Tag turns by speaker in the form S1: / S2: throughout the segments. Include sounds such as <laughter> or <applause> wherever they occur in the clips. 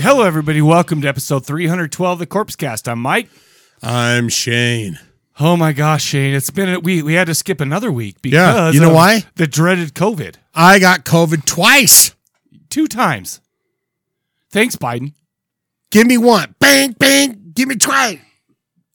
S1: Hello, everybody. Welcome to episode 312 of the Corpse Cast. I'm Mike.
S2: I'm Shane.
S1: Oh my gosh, Shane! It's been a week. We had to skip another week
S2: Yeah,
S1: because
S2: you know
S1: of
S2: why?
S1: The dreaded COVID
S2: I got COVID twice.
S1: two times. Thanks, Biden.
S2: Give me one. Bang, bang. Give me twice.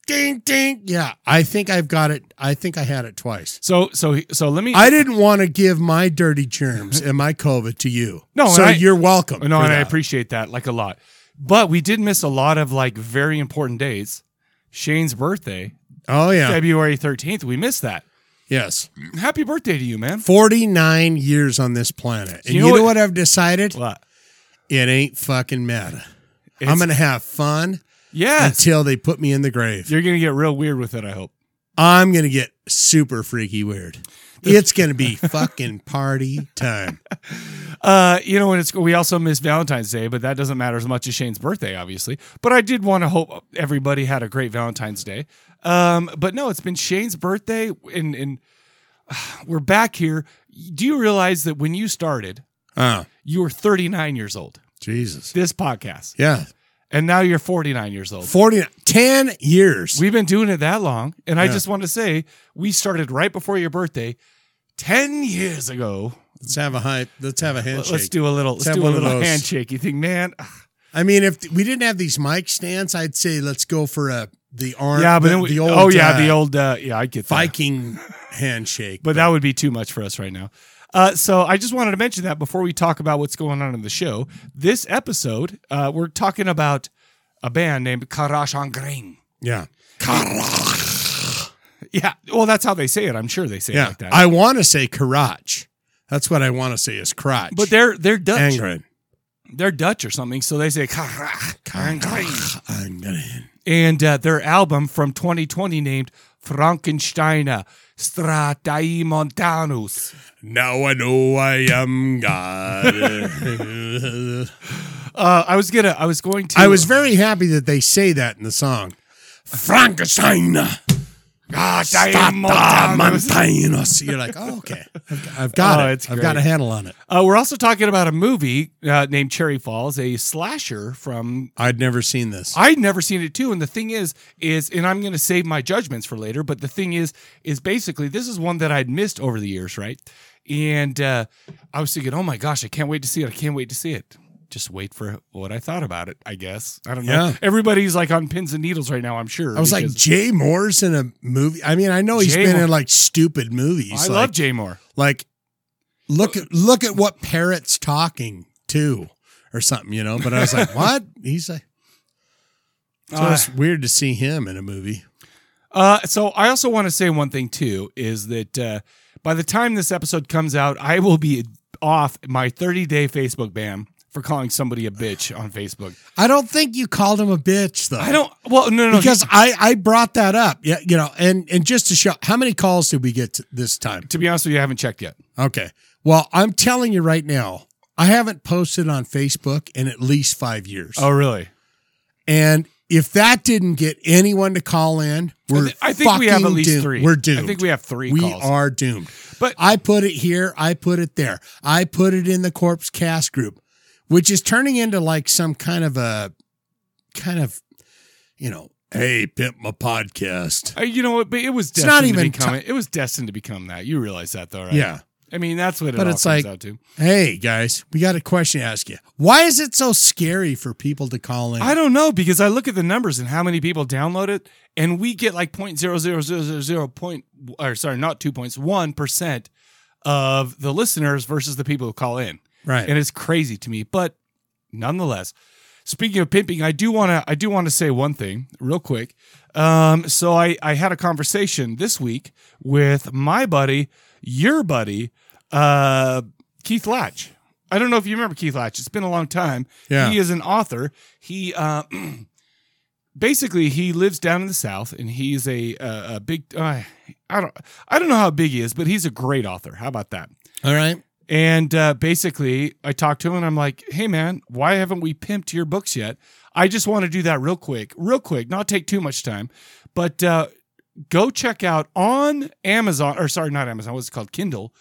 S2: Ding, ding. Yeah, I think I've got it. I think I had it twice.
S1: So, so, so let me.
S2: I didn't want to give my dirty germs and my COVID to you.
S1: <laughs> No,
S2: so
S1: and I-
S2: you're welcome.
S1: Oh, no,
S2: for
S1: and I
S2: that.
S1: appreciate that like a lot, but we did miss a lot of like very important days. Shane's birthday,
S2: Oh yeah,
S1: February 13th. We missed that.
S2: yes.
S1: Happy birthday to you, man.
S2: Forty nine years on this planet,
S1: You
S2: and you
S1: know
S2: know,
S1: what-
S2: what? I've decided?
S1: What?
S2: It ain't fucking matter.
S1: It's-
S2: I'm gonna have fun
S1: Yes,
S2: until they put me in the grave.
S1: you're gonna get real weird with it. I hope.
S2: I'm gonna get super freaky weird. It's gonna be fucking party time.
S1: Uh, you know, and it's we also miss Valentine's Day, but that doesn't matter as much as Shane's birthday, obviously. But I did want to hope everybody had a great Valentine's Day. Um, but no, it's been Shane's birthday, and and <sighs> we're back here. Do you realize that when you started,
S2: Oh,
S1: you were 39 years old?
S2: Jesus.
S1: This podcast,
S2: Yeah.
S1: and now you're 49 years old.
S2: 40, 10 years.
S1: We've been doing it that long, and I
S2: Yeah.
S1: just want to say we started right before your birthday, 10 years ago.
S2: let's have a hype. Let's have a handshake.
S1: Let's do a little, let's
S2: have
S1: do a
S2: one of
S1: little
S2: those.
S1: handshakey thing, man.
S2: I mean, if we didn't have these mic stands, I'd say let's go for a the arm.
S1: Yeah, but
S2: the,
S1: then we,
S2: the old
S1: oh yeah, the
S2: uh,
S1: old uh, yeah, I get that.
S2: Viking handshake.
S1: But that would be too much for us right now. Uh, so I just wanted to mention that before we talk about what's going on in the show, this episode uh, we're talking about a band named Karashangring.
S2: yeah,
S1: Yeah, well that's how they say it. I'm sure they say it
S2: yeah.
S1: like that.
S2: I want to say Karach. That's what I want to say is crotch.
S1: but they're they're Dutch.
S2: angry.
S1: They're Dutch or something. So they say Karashangring.
S2: Angren.
S1: and uh, their album from 2020 named Frankensteiner Stratai Montanus.
S2: Now I know I am
S1: <laughs>
S2: God.
S1: Uh, I was gonna I was going to
S2: I was very happy that they say that in the song. Frankenstein.
S1: Montanus.
S2: Montanus. You're like, oh, okay. I've- I've got
S1: Oh,
S2: it.
S1: it's
S2: I've got
S1: great.
S2: a handle on it.
S1: Uh, we're also talking about a movie uh, named Cherry Falls, a slasher from.
S2: I'd never seen this.
S1: I'd never seen it too, and the thing is, is and I'm going to save my judgments for later. But the thing is, is basically this is one that I'd missed over the years, right? And uh, I was thinking, oh my gosh, I can't wait to see it. I can't wait to see it. Just wait for what I thought about it. I guess I don't know.
S2: Yeah.
S1: Everybody's like on pins and needles right now. I'm sure.
S2: I was like,
S1: because-
S2: Jay Moore's in a movie. I mean, I know he's
S1: Jay
S2: been
S1: Moore-
S2: in like stupid movies.
S1: I
S2: like,
S1: love Jay Moore.
S2: like look at look at what parrots talking to or something, you know. But I
S1: <laughs>
S2: was like, what? He's like, so
S1: Uh,
S2: it's weird to see him in a movie.
S1: Uh, so I also want to say one thing too is that uh, by the time this episode comes out, I will be off my 30 day Facebook ban for calling somebody a bitch on Facebook.
S2: I don't think you called him a bitch though.
S1: I don't. Well, no, no, no.
S2: because I I brought that up. Yeah, you know, and and just to show how many calls did we get to this time?
S1: to be honest with you, I haven't checked yet.
S2: Okay. Well, I'm telling you right now, I haven't posted on Facebook in at least 5 years.
S1: really?
S2: And if that didn't get anyone to call in, we're
S1: I think we have at
S2: fucking
S1: least
S2: doomed.
S1: three.
S2: We're doomed.
S1: I think we have three.
S2: We
S1: calls.
S2: are doomed.
S1: But-
S2: I put it here, I put it there. I put it in the corpse cast group, which is turning into like some kind of a kind of you know, hey, pimp my podcast.
S1: Uh, you know what? But it was
S2: It's
S1: destined
S2: not
S1: to
S2: even
S1: become. it was destined to become that. You realize that, though, right?
S2: Yeah.
S1: I mean, that's what it
S2: But
S1: all
S2: it's
S1: comes
S2: like-
S1: out to.
S2: Hey guys, we got a question to ask you. Why is it so scary for people to call in?
S1: I don't know because I look at the numbers and how many people download it, and we get like point zero zero zero zero zero point or sorry, not two points, one percent of the listeners versus the people who call in,
S2: right.
S1: and it's crazy to me. But nonetheless. Speaking of pimping, I do want to I do want to say one thing real quick. Um, so I I had a conversation this week with my buddy, your buddy, uh, Keith Latch. I don't know if you remember Keith Latch. It's been a long time.
S2: Yeah.
S1: He is an author. He uh, <clears throat> basically he lives down in the south, and he's a a, a big uh, I don't I don't know how big he is, but he's a great author. How about that?
S2: All right.
S1: And uh, basically, I talked to him and I'm like, hey, man, why haven't we pimped your books yet? I just want to do that real quick, real quick, not take too much time. But uh, go check out on Amazon, or sorry, not Amazon, what's it called? Kindle.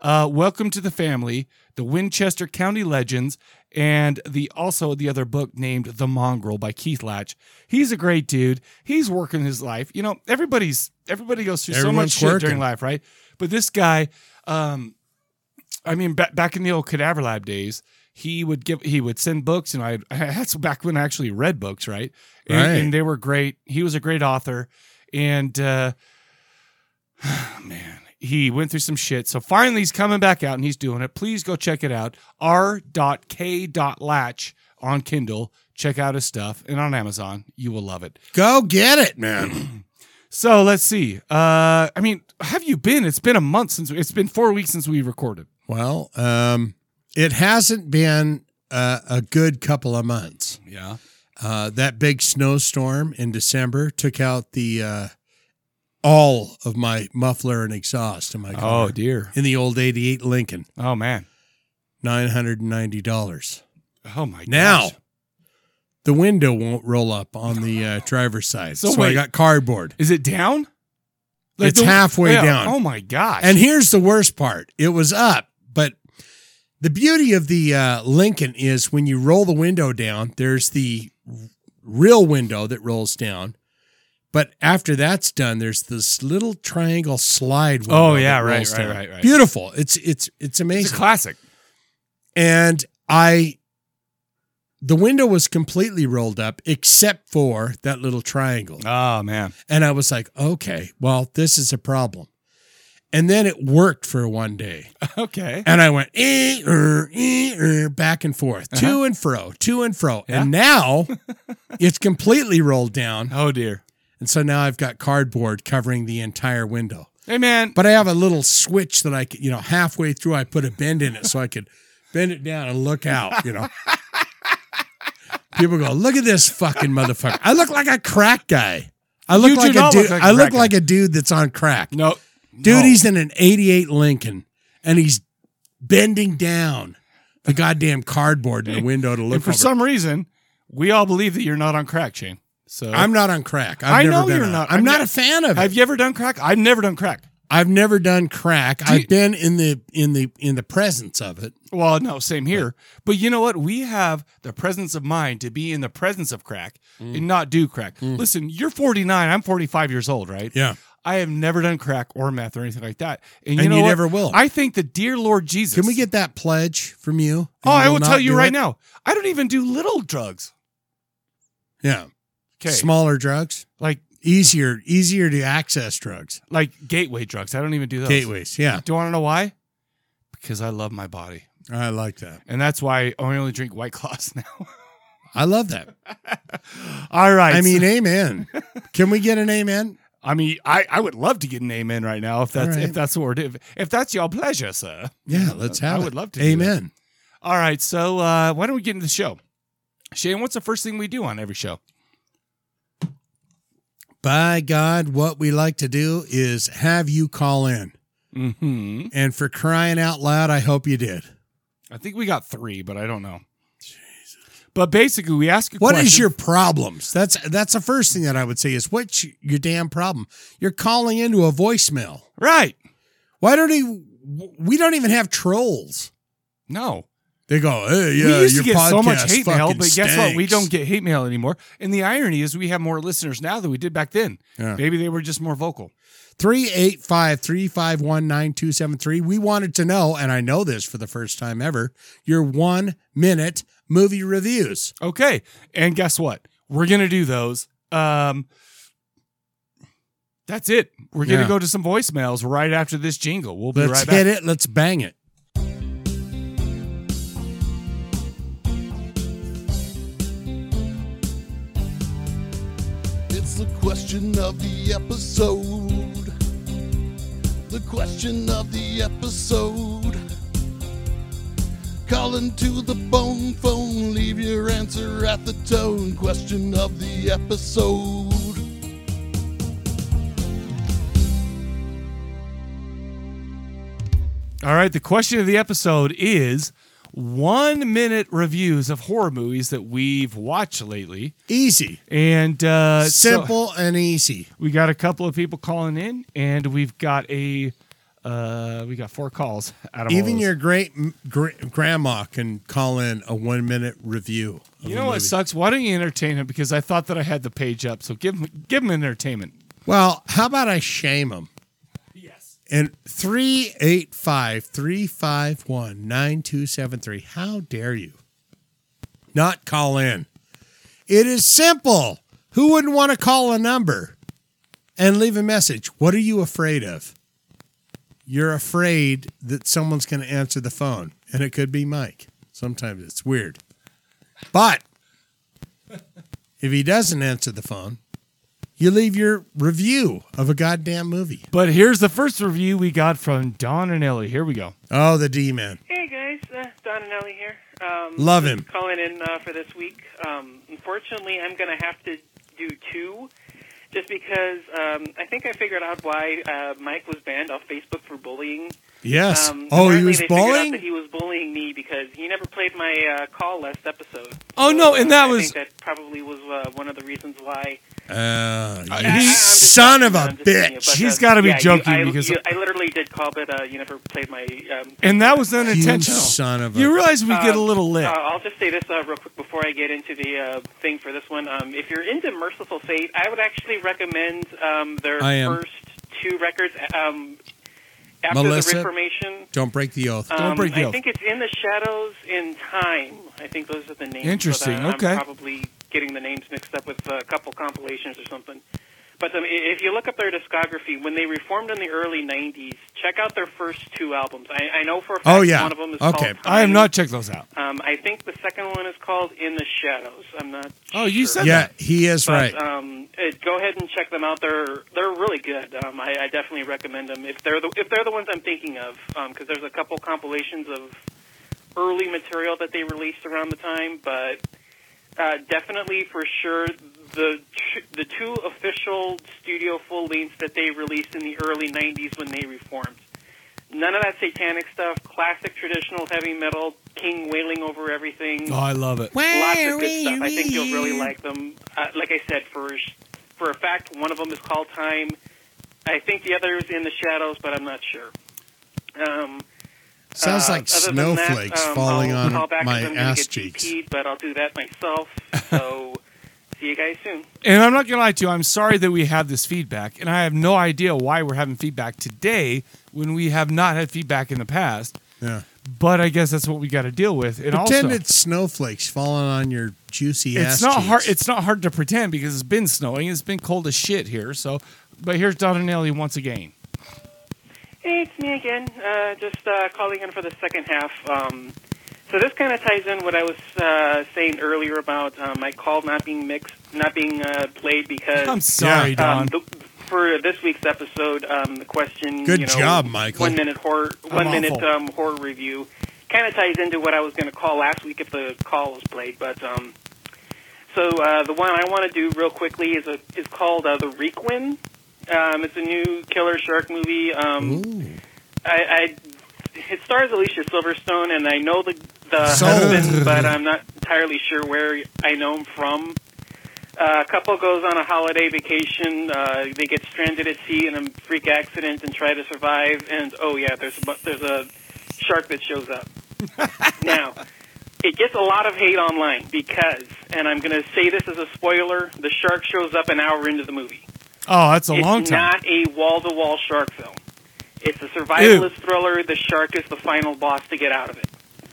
S1: Uh, Welcome to the Family, The Winchester County Legends, and the also the other book named The Mongrel by Keith Latch. He's a great dude. He's working his life. You know, everybody's everybody goes through so much
S2: Everyone's
S1: shit during
S2: working.
S1: life, right? But this guy, um, I mean, ba- back in the old Cadaver Lab days, he would give he would send books, and I <laughs> that's back when I actually read books, right? And,
S2: Right.
S1: and they were great. He was a great author, and uh, <sighs> man, he went through some shit. So finally, he's coming back out, and he's doing it. Please go check it out. R.K.Latch on Kindle. Check out his stuff, and on Amazon, you will love it.
S2: Go get it, man.
S1: So let's see. Uh, I mean, have you been? It's been a month since it's been four weeks since we recorded.
S2: <clears throat> well, um, it hasn't been uh, a good couple of months.
S1: Yeah.
S2: Uh, that big snowstorm in December took out the uh, all of my muffler and exhaust in my car.
S1: Oh dear.
S2: in the old '88 Lincoln,
S1: Oh man.
S2: nine hundred and ninety dollars.
S1: Oh my.
S2: Now,
S1: gosh.
S2: the window won't roll up on the uh, driver's side,
S1: So
S2: so,
S1: wait.
S2: I got cardboard.
S1: is it down?
S2: It's halfway
S1: yeah.
S2: down.
S1: Oh my gosh.
S2: And here's the worst part: it was up, but the beauty of the uh, Lincoln is when you roll the window down, there's the real window that rolls down. But after that's done, there's this little triangle slide. Window
S1: Oh, yeah,
S2: that
S1: right,
S2: rolls
S1: right,
S2: down.
S1: right, right.
S2: Beautiful. It's it's it's
S1: it's
S2: amazing.
S1: a classic.
S2: and I, the window was completely rolled up except for that little triangle.
S1: Oh man. <laughs>
S2: And I was like, okay, well, this is a problem. And then it worked for one day.
S1: <laughs> Okay.
S2: And I went eh, er, eh, er, back and forth,
S1: Uh-huh.
S2: to and fro, to and fro.
S1: <laughs>
S2: And now it's completely rolled down.
S1: Oh dear.
S2: And so now I've got cardboard covering the entire window.
S1: Hey man.
S2: But I have a little switch that I could, you know, halfway through I put a bend in it so I could bend it down and look
S1: <laughs>
S2: out, you know. People go, look at this fucking motherfucker. I look like a crack guy. I look
S1: You do
S2: like a
S1: not
S2: dude.
S1: look like a
S2: I look
S1: crack guy.
S2: like a dude that's on crack.
S1: no.
S2: Dude,
S1: no.
S2: he's in an 88 Lincoln and he's bending down the goddamn cardboard in the window to look
S1: And for
S2: for over.
S1: some reason, we all believe that you're not on crack, Shane. So
S2: I'm not on crack. I've
S1: I
S2: never
S1: know
S2: been
S1: you're
S2: on-
S1: not.
S2: I'm,
S1: I've
S2: not
S1: ne-
S2: a fan of
S1: Have
S2: it.
S1: you ever done crack? I've never done crack.
S2: I've never done crack.
S1: you-
S2: I've been in the in the in the presence of it.
S1: Well, no, same here. But you know what? We have the presence of mind to be in the presence of crack
S2: Mm.
S1: and not do crack. Listen, you're 49. I'm 45 years old, right?
S2: Yeah.
S1: I have never done crack or meth or anything like that. And you
S2: And
S1: know
S2: you
S1: what?
S2: never will.
S1: I think the dear Lord Jesus.
S2: Can we get that pledge from you?
S1: Oh, I will
S2: not
S1: tell you
S2: do
S1: right
S2: it?
S1: now. I don't even do little drugs.
S2: Yeah.
S1: Okay.
S2: Smaller drugs,
S1: Like
S2: easier easier to access drugs.
S1: like gateway drugs. I don't even do those.
S2: Gateways. Yeah.
S1: Do you want to know why? Because I love my body.
S2: I like that.
S1: And that's why I only drink white claws <laughs> now.
S2: I love that.
S1: All right.
S2: I mean, amen. Can we get an amen?
S1: I mean, I, I would love to get an amen right now if that's
S2: All right.
S1: if that's what we're doing. If that's your pleasure, sir.
S2: Yeah, let's have
S1: I
S2: it.
S1: would love to do
S2: Amen.
S1: All right, so uh, why don't we get into the show? Shane, what's the first thing we do on every show?
S2: By God, what we like to do is have you call in.
S1: Hmm.
S2: And for crying out loud, I hope you did.
S1: I think we got three, but I don't know. But basically, we ask a
S2: What is
S1: question.
S2: your problems? That's that's the first thing that I would say is what's your damn problem? You're calling into a voicemail.
S1: right?
S2: Why don't he? We don't even have trolls.
S1: No,
S2: They go, hey, yeah,
S1: we used to
S2: your
S1: get
S2: podcast
S1: so much hate mail,
S2: fucking
S1: but guess what? We
S2: stinks."
S1: don't get hate mail anymore. And the irony is, we have more listeners now than we did back then.
S2: Yeah.
S1: Maybe they were just more vocal.
S2: 385 351 9273. We wanted to know, and I know this for the first time ever, your one minute movie reviews.
S1: Okay. And guess what? We're going to do those. Um That's it. We're going to
S2: Yeah.
S1: go to some voicemails right after this jingle. We'll be
S2: Let's
S1: right
S2: hit
S1: back.
S2: it. Let's bang it.
S3: the question of the episode. The question of the episode. Calling to the bone phone, leave your answer at the tone. Question of the episode.
S1: All right, the question of the episode is one minute reviews of horror movies that we've watched lately.
S2: Easy,
S1: And uh, so-
S2: simple, and easy.
S1: we got a couple of people calling in, and we've got a uh, we got four calls out of all
S2: Even
S1: those.
S2: your great m- gr- grandma can call in a one minute review. of
S1: You
S2: a
S1: know what
S2: movie.
S1: sucks? Why don't you entertain him? Because I thought that I had the page up. So give him give him entertainment.
S2: Well, how about I shame them?
S1: Yes.
S2: And 385 351 9273. How dare you not call in? It is simple. Who wouldn't want to call a number and leave a message? What are you afraid of? You're afraid that someone's going to answer the phone, and it could be Mike. Sometimes it's weird. But if he doesn't answer the phone, you leave your review of a goddamn movie.
S1: But here's the first review we got from Don and Ellie. Here we go.
S2: Oh, the D man.
S4: Hey guys, uh, Don and Ellie here. Um,
S2: Love
S4: just
S2: him.
S4: Calling in uh, for this week. Um, unfortunately, I'm going to have to do two, just because um, I think I figured out why uh, Mike was banned off Facebook for bullying.
S2: Yes.
S4: Um,
S2: oh, he
S4: apparently
S2: was
S4: they figured out
S2: bowling?
S4: That he was bullying me because he never played my uh, call last episode. uh,
S1: Oh, no, and that
S4: I
S1: was-
S4: think that probably was uh, one of the reasons why.
S2: Uh,
S1: Uh,
S2: you
S1: he-
S4: I'm just
S2: son of a
S4: joking, I'm just kidding you,
S2: bitch.
S1: He's gotta be
S4: uh, yeah, you-
S1: joking
S4: I,
S1: because-
S4: you, I literally did call, but uh, you never played my. Um,
S1: And that was
S2: You
S1: unintentional.
S2: son of a.
S1: You realize we get a
S4: Um,
S1: little lit.
S4: Uh, I'll just say this uh, real quick before I get into the uh, thing for this one. Um, if you're into Merciful Fate, I would actually recommend um, their
S2: I am.
S4: first two records um, after
S2: Melissa?
S4: the Reformation.
S2: Don't break the oath.
S1: Don't
S4: Um,
S1: break the
S4: I
S1: oath.
S4: think it's in the shadows in time. I think those are the names.
S1: Interesting,
S4: But, uh,
S1: okay.
S4: I'm probably getting the names mixed up with uh, a couple compilations or something. But um, i- if you look up their discography, when they reformed in the early '90s, check out their first two albums. I, I know for a fact
S2: Oh, yeah.
S4: one of them is
S2: Okay.
S4: called
S1: I have
S4: Time.
S1: not checked those out.
S4: Um, I think the second one is called In the Shadows. I'm not.
S1: Oh, you
S4: sure.
S1: said
S2: yeah, he is
S4: But,
S2: right.
S4: Um, eh, go ahead and check them out. They're they're really good. Um, I, I definitely recommend them if they're the if they're the ones I'm thinking of. Because there's a couple compilations of early material that they released around the time, but uh, definitely for sure the tr- the two official studio full lengths that they released in the early '90s when they reformed. None of that satanic stuff. Classic traditional heavy metal. King wailing over everything
S1: Oh, I love it.
S4: lots of good stuff. I think you'll really like them. Uh, like I said, for for a fact, one of them is called Time. I think the other is in the shadows, but I'm not sure. Um,
S2: Sounds
S4: uh,
S2: like
S4: other than that,
S2: snowflakes
S4: um,
S2: falling
S4: I'll call
S2: on
S4: back 'cause
S2: my
S4: I'm gonna
S2: ass
S4: get
S2: cheeks.
S4: DP'd, but I'll do
S2: <laughs>
S4: that myself. So see you guys soon.
S1: And I'm not going to lie to you. I'm sorry that we have this feedback, and I have no idea why we're having feedback today when we have not had feedback in the past.
S2: Yeah.
S1: But I guess that's what we got to deal with. And
S2: Pretend
S1: also,
S2: it's snowflakes falling on your juicy ass.
S1: it's not
S2: cheeks.
S1: hard. It's not hard to pretend because it's been snowing. It's been cold as shit here. So, but here's Don and Ellie once again.
S4: Hey, it's me again. Uh, just uh, calling in for the second half. Um, so this kind of ties in what I was uh, saying earlier about uh, my call not being mixed, not being uh, played because
S1: I'm sorry,
S2: Yeah.
S1: Don.
S4: um, the, for this week's episode, um, the question.
S2: Good
S4: you know,
S2: job, Michael.
S4: One minute horror. one minute
S1: awful.
S4: um, horror review. Kind of ties into what I was going to call last week if the call was played, but um, so uh, the one I want to do real quickly is a is called uh, the Requin. Um, it's a new killer shark movie. Um,
S2: Ooh.
S4: I, I it stars Alicia Silverstone, and I know the the
S2: So-
S4: husband, but I'm not entirely sure where I know him from. Uh, a couple goes on a holiday vacation. Uh, they get stranded at sea in a freak accident and try to survive. And oh yeah, there's a, bu- there's a shark that shows up. now, it gets a lot of hate online because, and I'm going to say this as a spoiler: the shark shows up an hour into the movie
S1: Oh, that's a long
S4: it's
S1: time.
S4: not a wall-to-wall shark film. It's a survivalist thriller. The shark is the final boss to get out of it.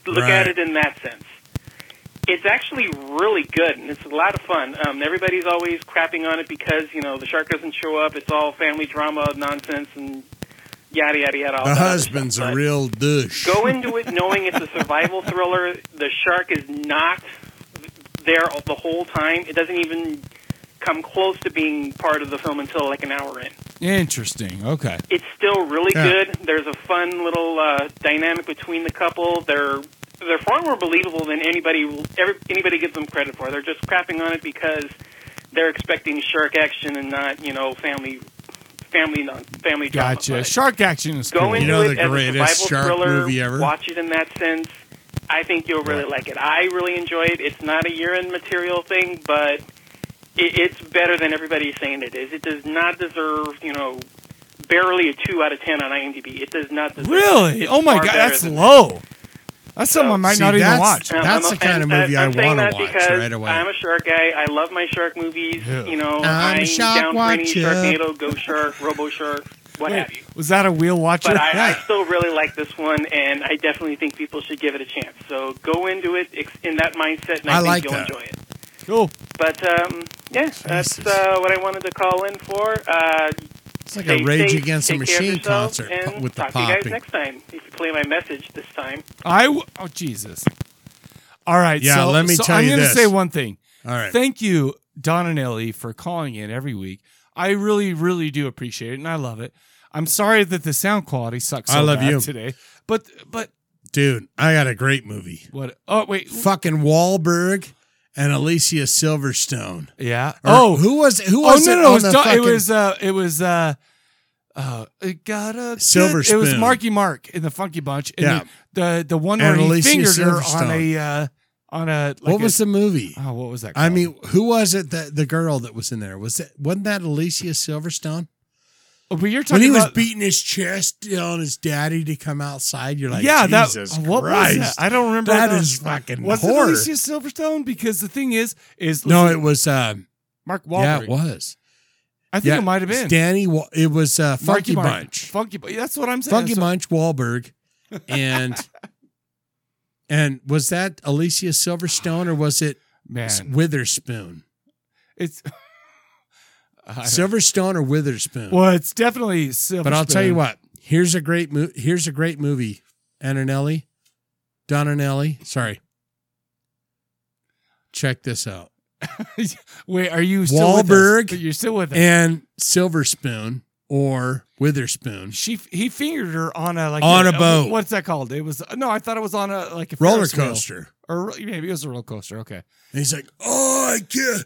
S4: Look
S2: Right.
S4: at it in that sense. It's actually really good, and it's a lot of fun. Um, everybody's always crapping on it because you know the shark doesn't show up. It's all family drama nonsense and yada yada yada. all
S2: The
S4: that other
S2: husband's
S4: stuff.
S2: a
S4: But
S2: real douche.
S4: Go into it knowing it's a
S2: <laughs>
S4: survival thriller. The shark is not there the whole time. It doesn't even come close to being part of the film until like an hour in.
S1: Interesting. Okay.
S4: It's still really
S2: Yeah.
S4: good. There's a fun little uh, dynamic between the couple. They're they're far more believable than anybody every, anybody gives them credit for. They're just crapping on it because they're expecting shark action and not you know family family non family drama.
S1: Gotcha.
S4: But
S1: Shark action is
S4: Go
S1: cool.
S4: into
S2: know
S4: it
S2: the
S4: as a
S2: greatest
S4: survival
S2: shark
S4: thriller.
S2: movie ever?
S4: Watch it in that sense. I think you'll really like it. I really enjoy it. It's not a year-end material thing, but it, it's better than everybody's saying it is. It does not deserve, you know, barely a two out of ten on IMDb. It does not deserve.
S1: Really?
S4: It's
S1: oh my
S4: far
S1: god,
S4: better
S1: that's
S4: than-
S1: low. That's something I might
S2: See,
S1: not even
S2: that's-
S1: watch.
S4: Um,
S2: That's
S4: I'm
S2: the kind of
S4: and,
S2: movie
S4: uh,
S2: I
S4: I'm saying
S2: wanna
S4: that
S2: watch
S4: because
S2: right away.
S4: I'm a shark guy. I love my shark movies.
S1: Yeah.
S4: You know,
S2: I'm a shark
S4: down for any
S2: watcher.
S4: Sharknado, Go Shark, Robo Shark, what have you.
S1: Was that a wheel watcher?
S4: But I, I
S1: Yeah.
S4: still really like this one, and I definitely think people should give it a chance. So go into it ex- in that mindset, and
S2: I
S4: I, think
S2: like
S4: you'll
S2: that.
S4: enjoy it.
S1: cool.
S4: But um, yeah, that's
S2: Jesus.
S4: uh, what I wanted to call in for. Uh,
S2: It's like a Rage Against the Machine concert
S4: and
S2: with the
S4: talk to you guys
S2: popping.
S4: next time. If you play my message this time,
S1: I w- oh Jesus. All right.
S2: Yeah,
S1: so-
S2: let me
S1: so
S2: tell
S1: I'm
S2: you
S1: gonna
S2: this.
S1: say one thing.
S2: All right.
S1: Thank you, Don and Ellie, for calling in every week. I really, really do appreciate it, and I love it. I'm sorry that the sound quality sucks. So
S2: I love
S1: bad
S2: you.
S1: today, but but
S2: Dude, I got a great movie.
S1: what? Oh wait,
S2: Fucking Wahlberg and Alicia Silverstone.
S1: yeah.
S2: Or
S1: oh,
S2: who was who
S1: oh
S2: was
S1: no,
S2: it
S1: no, it
S2: on
S1: was,
S2: the
S1: Don- it
S2: fucking-
S1: was uh, it was uh, uh, it got a good-
S2: Silver
S1: It was
S2: Spoon.
S1: Marky Mark in the Funky Bunch. And
S2: Yeah.
S1: the, the the one
S2: And
S1: where he
S2: Alicia
S1: fingered her on
S2: Silverstone.
S1: a uh, on a like
S2: what
S1: a-
S2: was the movie?
S1: oh what was that? Called?
S2: I mean, who was it that the girl that was in there? Was that wasn't that Alicia Silverstone?
S1: Oh, but you're
S2: When
S1: talking
S2: he was
S1: about
S2: beating his chest on his daddy to come outside, you're like,
S1: yeah, that
S2: Jesus
S1: what
S2: Christ.
S1: was that? I don't remember.
S2: That
S1: what
S2: is fucking
S1: was it
S2: horror.
S1: Alicia Silverstone? Because the thing is, is
S2: No,
S1: listen,
S2: it was. Um,
S1: Mark Wahlberg.
S2: yeah, it was.
S1: I think
S2: Yeah,
S1: it might have been
S2: Danny. Wa- It was uh,
S1: Marky
S2: Funky
S1: Mark.
S2: Bunch.
S1: Funky Bunch. That's what I'm saying.
S2: Funky
S1: That's what-
S2: Bunch Wahlberg, and and was that Alicia Silverstone or was it
S1: Man,
S2: Witherspoon?
S1: it's. <laughs> I don't-
S2: Silverstone or Witherspoon?
S1: well, it's definitely Silverstone.
S2: But I'll tell you what. Here's a great mo- here's a great movie. Ananelli, Donanelli. Sorry. Check this out.
S1: Wait, are you still With us?
S2: Wahlberg
S1: You're still with us.
S2: And Silver Spoon or Witherspoon.
S1: she he fingered her on a like
S2: On a
S1: uh,
S2: boat.
S1: What's that called? It was no, I thought it was on a like a
S2: Roller
S1: Ferris wheel.
S2: coaster.
S1: or maybe it was a roller coaster. Okay,
S2: And he's like, Oh, I can't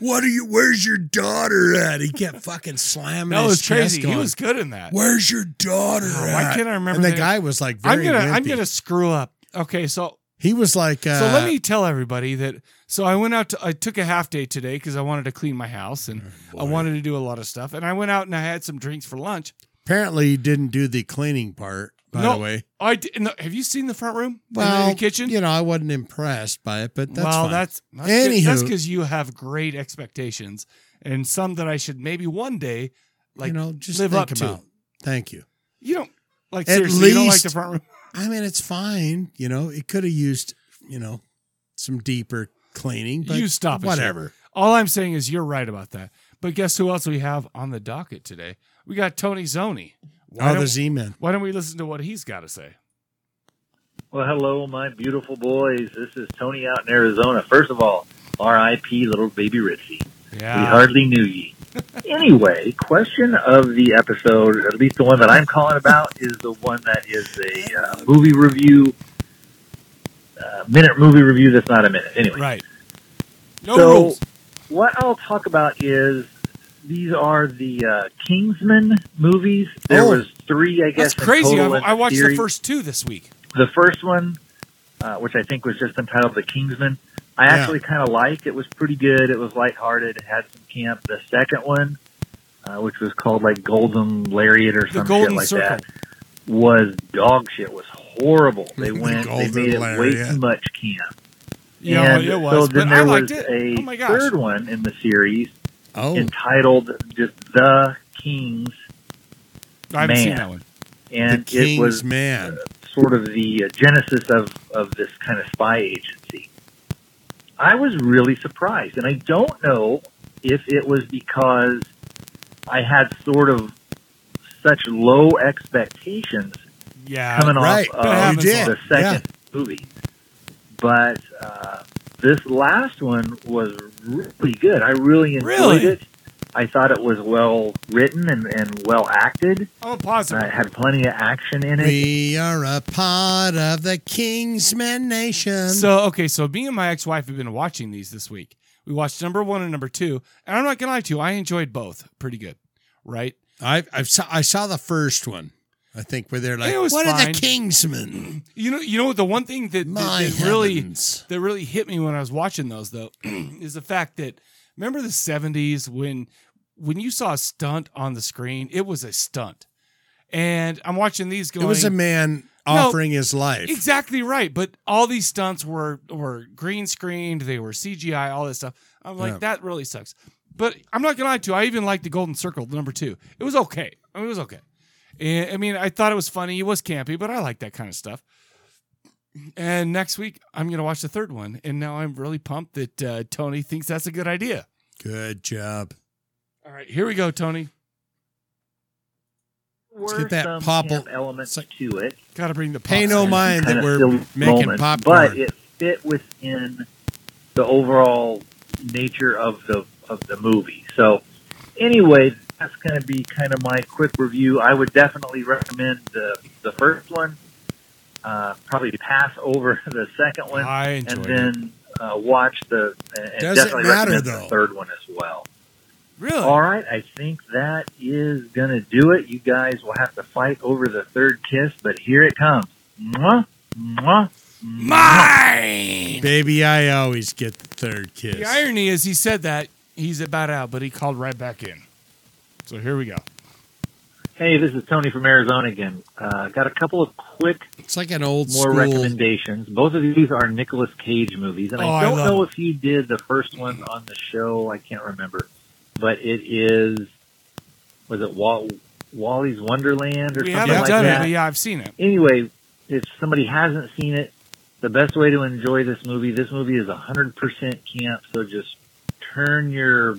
S2: what are you where's your daughter at? He kept fucking slamming
S1: that
S2: his
S1: was crazy.
S2: chest
S1: He
S2: on,
S1: was good in that.
S2: Where's your daughter
S1: Oh,
S2: at?
S1: why can't I remember
S2: And the
S1: that?
S2: guy was like
S1: I'm
S2: very
S1: gonna I'm
S2: wimpy.
S1: gonna screw up. Okay, so
S2: He was like uh,
S1: so let me tell everybody that so I went out to I took a half day today because I wanted to clean my house and
S2: Oh,
S1: I wanted to do a lot of stuff and I went out and I had some drinks for lunch.
S2: apparently he didn't do the cleaning part, by
S1: No.
S2: the way.
S1: I did, no, have you seen the front room? And
S2: Well,
S1: the kitchen.
S2: You know, I wasn't impressed by it, but that's
S1: well,
S2: fine.
S1: that's that's good- that's
S2: Anywho.
S1: because you have great expectations and some that I should maybe one day like
S2: you know, just
S1: live
S2: think
S1: up to.
S2: about. Thank you.
S1: you don't like
S2: At
S1: seriously you don't like
S2: least-
S1: the front room.
S2: I mean, it's fine. You know, it could have used you know some deeper cleaning. But
S1: You stop it,
S2: Whatever.
S1: All I'm saying is you're right about that. But guess who else we have on the docket today? We got Tony Zoni. Why
S2: Oh,
S1: don't-
S2: the Z Man.
S1: Why don't we listen to what he's got to say?
S5: Well, hello, my beautiful boys. This is Tony out in Arizona. First of all, R.I.P. little baby Ritzy. We
S1: Yeah.
S5: hardly
S1: <laughs>
S5: knew ye. Anyway, question of the episode, at least the one that I'm calling about, is the one that is a uh, movie review, uh, minute movie review that's not a minute. Anyway,
S1: Right. No
S5: so
S1: rules.
S5: what I'll talk about is these are the uh, Kingsman movies. There
S2: Oh.
S5: was three, I guess.
S1: That's
S5: in
S1: crazy. I,
S5: total in
S1: I watched the
S5: series.
S1: first two this week.
S5: The first one, uh, which I think was just entitled The Kingsman, I
S2: Yeah.
S5: actually kind of liked. It was pretty good. It was lighthearted. It had some camp. The second one, uh, which was called like Golden Lariat or
S1: The
S5: some
S1: Golden
S5: shit like
S1: Circle.
S5: that, was dog shit. It was horrible.
S1: <laughs>
S5: They
S2: The
S5: went. They
S2: Golden
S5: made it way
S2: Lariat.
S5: too much camp.
S1: Yeah,
S5: and
S1: it
S5: so
S1: was.
S5: then
S1: but
S5: there
S1: I liked
S5: was
S1: it.
S5: a
S1: Oh my gosh.
S5: third one in the series
S2: Oh,
S5: entitled just The Kings,
S1: I haven't seen
S5: man.
S1: that one.
S2: the
S5: and
S2: King's
S5: it was
S2: Man.
S5: sort of the uh, genesis of, of this kind of spy agency. I was really surprised, and I don't know if it was because I had sort of such low expectations
S1: Yeah.
S5: coming
S2: right.
S5: off
S2: That
S5: of
S1: happens a
S5: the
S2: lot.
S5: second movie. But uh, this last one was really good. I really enjoyed
S1: Really?
S5: it. I thought it was well written and, and well acted.
S1: I'm a
S5: Uh,
S1: positive.
S5: it had plenty of action in it.
S2: We are a part of the Kingsman Nation.
S1: So okay, so me and my ex-wife have been watching these this week. We watched number one and number two, and I'm not gonna lie to you, I enjoyed both pretty good, right?
S2: I I've saw, I saw the first one. I think where they're like,
S1: It was
S2: what are
S1: fine.
S2: the Kingsmen?
S1: You know, you know the one thing that, that,
S2: My
S1: that really
S2: heavens.
S1: that really hit me when I was watching those though <clears throat> is the fact that remember the 70s when when you saw a stunt on the screen, it was a stunt, and I'm watching these going.
S2: It was a man
S1: No.
S2: offering his life.
S1: Exactly right. But all these stunts were were green screened. They were CGI. All this stuff. I'm like,
S2: Yeah.
S1: that really sucks. But I'm not gonna lie to you. I even liked the Golden Circle, the number two. It was okay. I mean, it was okay. And, I mean, I thought it was funny. It was campy, but I like that kind of stuff. And next week, I'm gonna watch the third one. And now I'm really pumped that uh, Tony thinks that's a good idea.
S2: Good job.
S1: All right, here we go, Tony.
S5: Were
S2: get that
S5: some
S2: popple-
S5: camp elements
S2: it's like-
S5: to it.
S1: Got to bring the
S2: Pay
S1: pops
S2: no
S1: in.
S2: mind. Mind that
S5: Kind of
S2: we're
S5: still
S2: making
S5: moments,
S2: popcorn.
S5: but it fit within the overall nature of the of the movie. So, anyway, that's going to be kind of my quick review. I would definitely recommend the the first one. Uh, probably pass over <laughs> the second one,
S1: I
S5: and
S1: enjoyed it.
S5: then uh, watch the and
S2: Doesn't
S5: definitely
S2: matter,
S5: recommend
S2: though.
S5: the third one as well.
S1: Really?
S5: All right, I think that is going to do it. You guys will have to fight over the third kiss, but here it comes. Mwah, mwah.
S1: Mine.
S2: Baby, I always get the third kiss.
S1: The irony is he said that he's about out, but he called right back in. So here we go.
S5: Hey, this is Tony from Arizona again. Uh, got a couple of quick,
S2: It's like an old
S5: more
S2: school.
S5: recommendations. Both of these are Nicolas Cage movies, and
S1: Oh, I
S5: I don't
S1: love
S5: know if you did the first one on the show. I can't remember, but it is was it Wall- Wally's Wonderland or
S1: We
S5: something
S1: haven't
S5: like
S1: done
S5: that?
S1: it, but yeah, I've seen it.
S5: anyway, if somebody hasn't seen it, the best way to enjoy this movie, this movie is 100% camp, so just turn your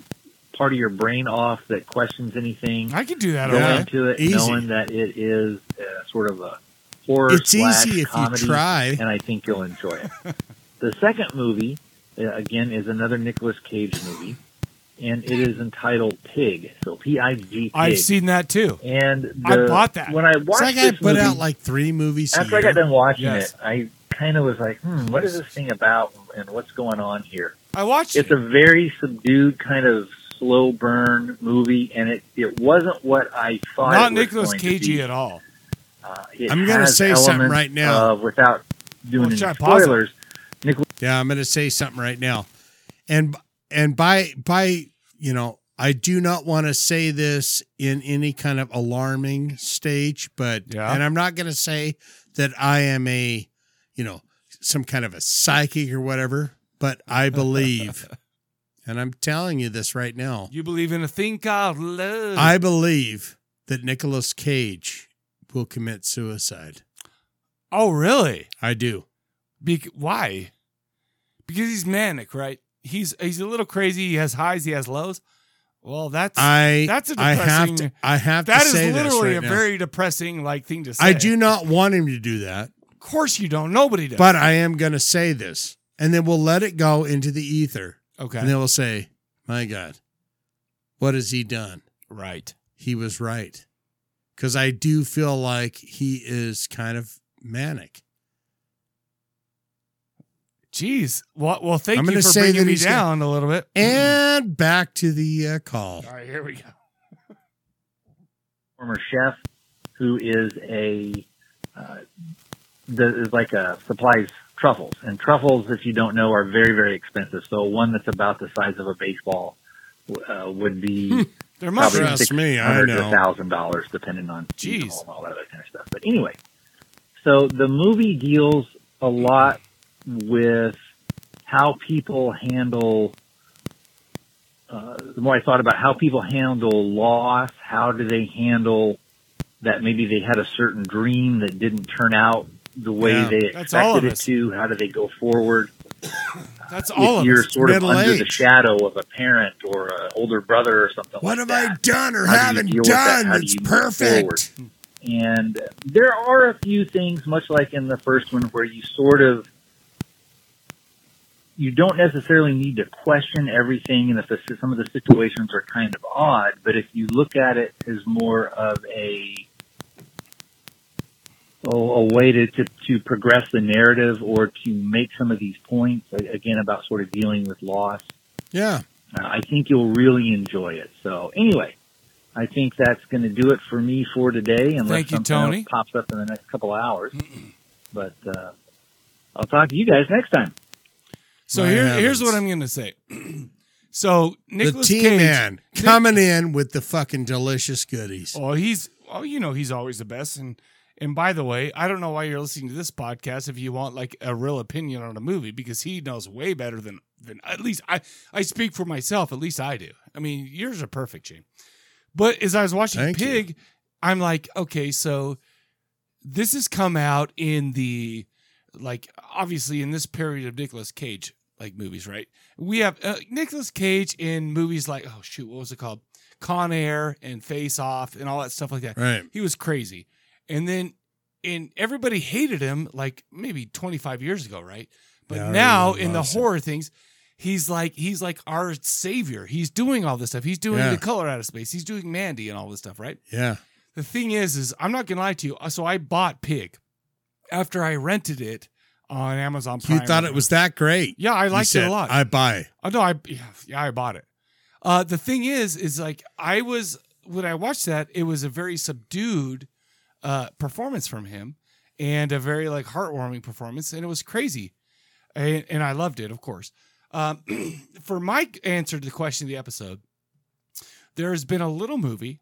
S5: part of your brain off that questions anything.
S1: I could do that.
S5: Go
S2: Yeah.
S1: Okay.
S5: into it
S2: Easy.
S5: knowing that it is uh, sort of a horror
S2: It's
S5: slash
S2: easy if
S5: comedy,
S2: you try.
S5: and I think you'll enjoy it.
S2: <laughs>
S5: the second movie, uh, again, is another Nicolas Cage movie, and it is entitled Pig, so P-I-G, Pig.
S1: I've seen that too.
S5: and
S1: I
S5: the-
S1: bought that.
S5: when I watched
S2: It's like I
S5: this
S2: put
S5: movie,
S2: out like three movies. a
S5: after I
S2: year.
S5: got done watching
S1: Yes.
S5: it, I kind of was like, hmm, what is this thing about and what's going on here?
S1: I watched
S5: It's
S1: it.
S5: a very subdued kind of slow burn movie, and it, it wasn't what I thought.
S1: Not
S5: it was
S1: Nicholas
S5: going to
S1: Cagey
S5: be.
S1: at all.
S5: Uh, it
S2: I'm gonna
S5: has
S2: say something
S5: elements
S2: right now.
S5: Of, without doing
S1: Well,
S5: any
S1: should I pause it?
S5: spoilers,
S2: Yeah, I'm going to say something right now, and and by by you know I do not want to say this in any kind of alarming stage, but
S1: Yeah.
S2: and I'm not going to say that I am a you know some kind of a psychic or whatever, but
S1: <laughs>
S2: I believe, and I'm telling you this right now,
S1: You believe in a thing called love.
S2: I believe that Nicolas Cage will commit suicide.
S1: oh, really?
S2: I do.
S1: Bec why? Because he's manic, right? He's he's a little crazy. He has highs. He has lows. Well, that's
S2: I
S1: That's a
S2: I have
S1: depressing-
S2: to I have
S1: that
S2: to
S1: is
S2: say this
S1: literally
S2: right
S1: a
S2: now.
S1: very depressing like thing to say.
S2: I do not want him to do that,
S1: Of course, you don't. Nobody does.
S2: but I am going to say this, and then we'll let it go into the ether,
S1: okay,
S2: and then we'll say, "My God, what has he done?
S1: right.
S2: He was right," because I do feel like he is kind of manic.
S1: Jeez. Well, well thank
S2: I'm
S1: you
S2: gonna
S1: for
S2: say
S1: bringing
S2: that
S1: me
S2: he's gonna-
S1: down a little bit.
S5: Mm-hmm.
S2: And back to the uh, call.
S1: All right, here we go.
S5: former chef who is a uh, that is like a supplies truffles and truffles if you don't know are very very expensive so one that's about the size of a baseball uh, would
S2: Hmm.
S5: be
S1: They're
S5: probably
S1: mushrooms.
S2: Trust me, I
S5: 600 to
S2: know.
S5: thousand dollars depending on seasonal
S1: Jeez.
S5: and all that other kind of stuff but anyway so the movie deals a lot with how people handle uh, the more I thought about how people handle loss, how do they handle that maybe they had a certain dream that didn't turn out the way
S2: Yeah,
S5: they
S1: that's all of
S5: expected it
S1: us.
S5: to? How do they go forward?
S1: That's all
S5: if
S1: of
S5: you're
S1: us.
S5: sort of
S2: middle
S5: under the
S2: age.
S5: shadow of a parent or an older brother or something
S2: What
S5: like
S2: have
S5: that
S2: I done or
S5: How do you
S2: haven't
S5: deal with that?
S2: done?
S5: How do
S2: It's
S5: you move
S2: perfect.
S5: and there are a few things, much like in the first one, where you sort of you don't necessarily need to question everything, and if the, some of the situations are kind of odd, but if you look at it as more of a a, a way to, to to progress the narrative or to make some of these points a- again about sort of dealing with loss,
S2: Yeah.
S5: uh, I think you'll really enjoy it. So anyway, I think that's going to do it for me for today, unless
S1: Thank you,
S5: something else
S1: Tony.
S5: pops up in the next couple of hours. but uh, I'll talk to you guys next time.
S1: So
S2: My
S1: here,
S2: heavens.
S1: here's what I'm going to say. <clears throat> so Nicholas
S2: the
S1: Cage,
S2: T-Man coming in with the fucking delicious goodies.
S1: Oh, he's oh, you know he's always the best. And and by the way, I don't know why you're listening to this podcast if you want like a real opinion on a movie because he knows way better than than at least I I speak for myself. At least I do. I mean, yours are perfect, Shane. But as I was watching
S2: Thank you.
S1: Pig, I'm like, okay, so this has come out in the like obviously in this period of Nicolas Cage like movies, right? We have uh, Nicolas Cage in movies like oh shoot, what was it called? Con Air and Face Off and all that stuff like that.
S2: Right.
S1: He was crazy. And then and everybody hated him like maybe 25 years ago, right? But
S2: Now
S1: now
S2: everyone
S1: in the
S2: loves him.
S1: horror things, he's like he's like our savior. He's doing all this stuff. He's doing
S2: Yeah.
S1: the color out of space. He's doing Mandy and all this stuff, right?
S2: Yeah.
S1: the thing is is i'm not gonna lie to you Uh, so i bought pig after i rented it on amazon
S2: You
S1: Prime
S2: thought it was that great.
S1: yeah i
S2: You
S1: liked it
S2: said,
S1: a lot
S2: I buy.
S1: oh no i yeah, yeah i bought it uh the thing is is like i was when i watched that it was a very subdued uh performance from him and a very like heartwarming performance and it was crazy and, and i loved it of course um <clears throat> for my answer to the question of the episode there has been a little movie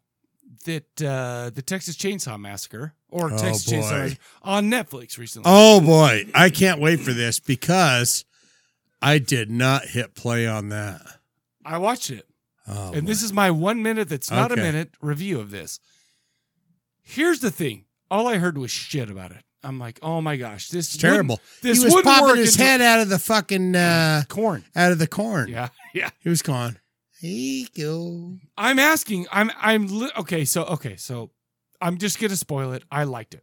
S1: that uh, the Texas Chainsaw Massacre or
S2: Oh,
S1: Texas Chainsaw
S2: boy.
S1: Massacre on Netflix recently.
S2: Oh boy, I can't wait for this because I did not hit play on that.
S1: I watched it,
S2: Oh,
S1: and
S2: boy.
S1: this is my one minute. That's not
S2: Okay.
S1: a minute review of this. Here's the thing: all I heard was shit about it. I'm like, oh my gosh, this
S2: It's
S1: wouldn't-
S2: terrible.
S1: This
S2: he was
S1: wouldn't
S2: popping
S1: work
S2: his
S1: into-
S2: head out of the fucking uh,
S1: corn.
S2: out of the corn.
S1: Yeah, yeah.
S2: He was gone. Hey, go.
S1: I'm asking. I'm. I'm. Li- okay. So. Okay. So. I'm just gonna spoil it. I liked it,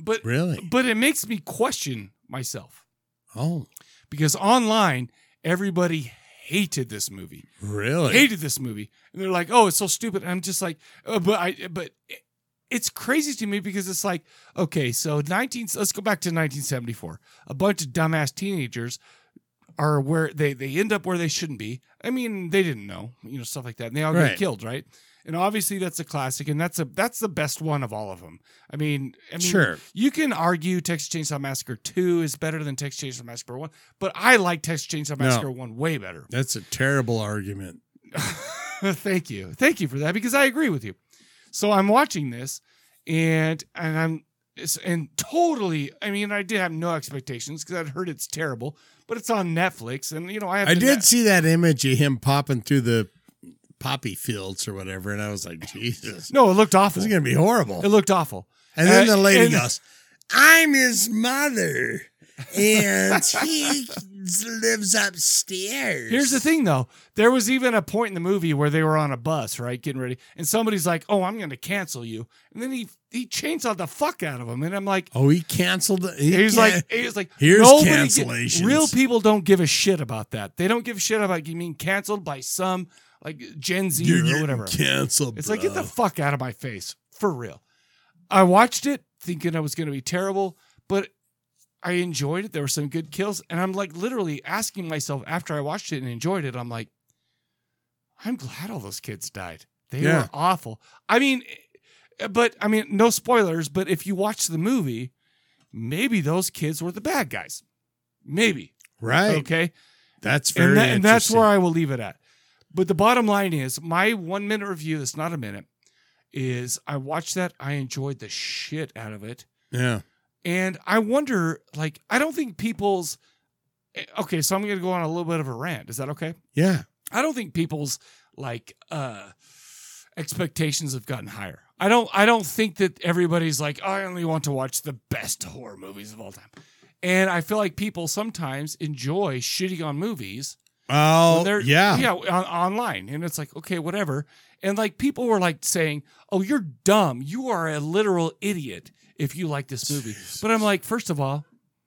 S1: but
S2: Really?
S1: but it makes me question myself
S2: Oh,
S1: because online everybody hated this movie.
S2: really?
S1: hated this movie and they're like oh it's so stupid and i'm just like uh, but i but it- it's crazy to me because it's like okay so 19 let's go back to 1974 a bunch of dumbass teenagers are where they they end up where they shouldn't be i mean they didn't know you know stuff like that and they all
S2: Right.
S1: get killed right and obviously that's a classic and that's a that's the best one of all of them i mean i mean
S2: Sure.
S1: you can argue Texas Chainsaw Massacre 2 is better than Texas Chainsaw Massacre 1, but I like Texas Chainsaw
S2: No.
S1: Massacre 1 way better.
S2: That's a terrible argument.
S1: <laughs> Thank you. Thank you for that because I agree with you. So I'm watching this and and I'm it's- and totally I mean I did have no expectations because I'd heard it's terrible, but it's on Netflix and you know I have
S2: I
S1: the
S2: did
S1: Net-
S2: see that image of him popping through the poppy fields or whatever, and I was like, Jesus,
S1: No, it looked awful.
S2: this is gonna be horrible.
S1: It looked awful.
S2: And then
S1: Uh,
S2: the lady
S1: and-
S2: goes, I'm his mother. And he lives upstairs.
S1: Here's the thing, though. There was even a point in the movie where they were on a bus, right, getting ready, and somebody's like, "Oh, I'm going to cancel you," and then he he chainsawed the fuck out of him, and I'm like,
S2: Oh, he canceled. it. He
S1: he's
S2: can-
S1: like, he's like,
S2: Here's
S1: nobody get-
S2: cancellations.
S1: real people don't give a shit about that. They don't give a shit about you mean canceled by some like Gen Z
S2: you're
S1: or
S2: getting
S1: whatever.
S2: Canceled.
S1: It's like get the
S2: bro.
S1: fuck out of my face for real. I watched it thinking I was going to be terrible, but I enjoyed it. There were some good kills, and I'm like literally asking myself after I watched it and enjoyed it, I'm like, I'm glad all those kids died. They
S2: Yeah.
S1: were awful. I mean, eh, but I mean, no spoilers. But if you watch the movie, maybe those kids were the bad guys. Maybe
S2: right.
S1: okay
S2: That's very
S1: and, that, and that's
S2: interesting.
S1: where I will leave it at. But the bottom line is, my one minute review that's not a minute is I watched that. I enjoyed the shit out of it.
S2: yeah.
S1: And I wonder, like, I don't think people's. eh, Okay, so I'm going to go on a little bit of a rant. Is that okay?
S2: Yeah.
S1: I don't think people's like uh expectations have gotten higher. I don't I don't think that everybody's like "Oh, I only want to watch the best horror movies of all time. And I feel like people sometimes enjoy shitting on movies
S2: Oh,
S1: when they're
S2: yeah.
S1: yeah on, online and it's like okay whatever and like people were like saying oh you're dumb you are a literal idiot if you like this movie but i'm like first of all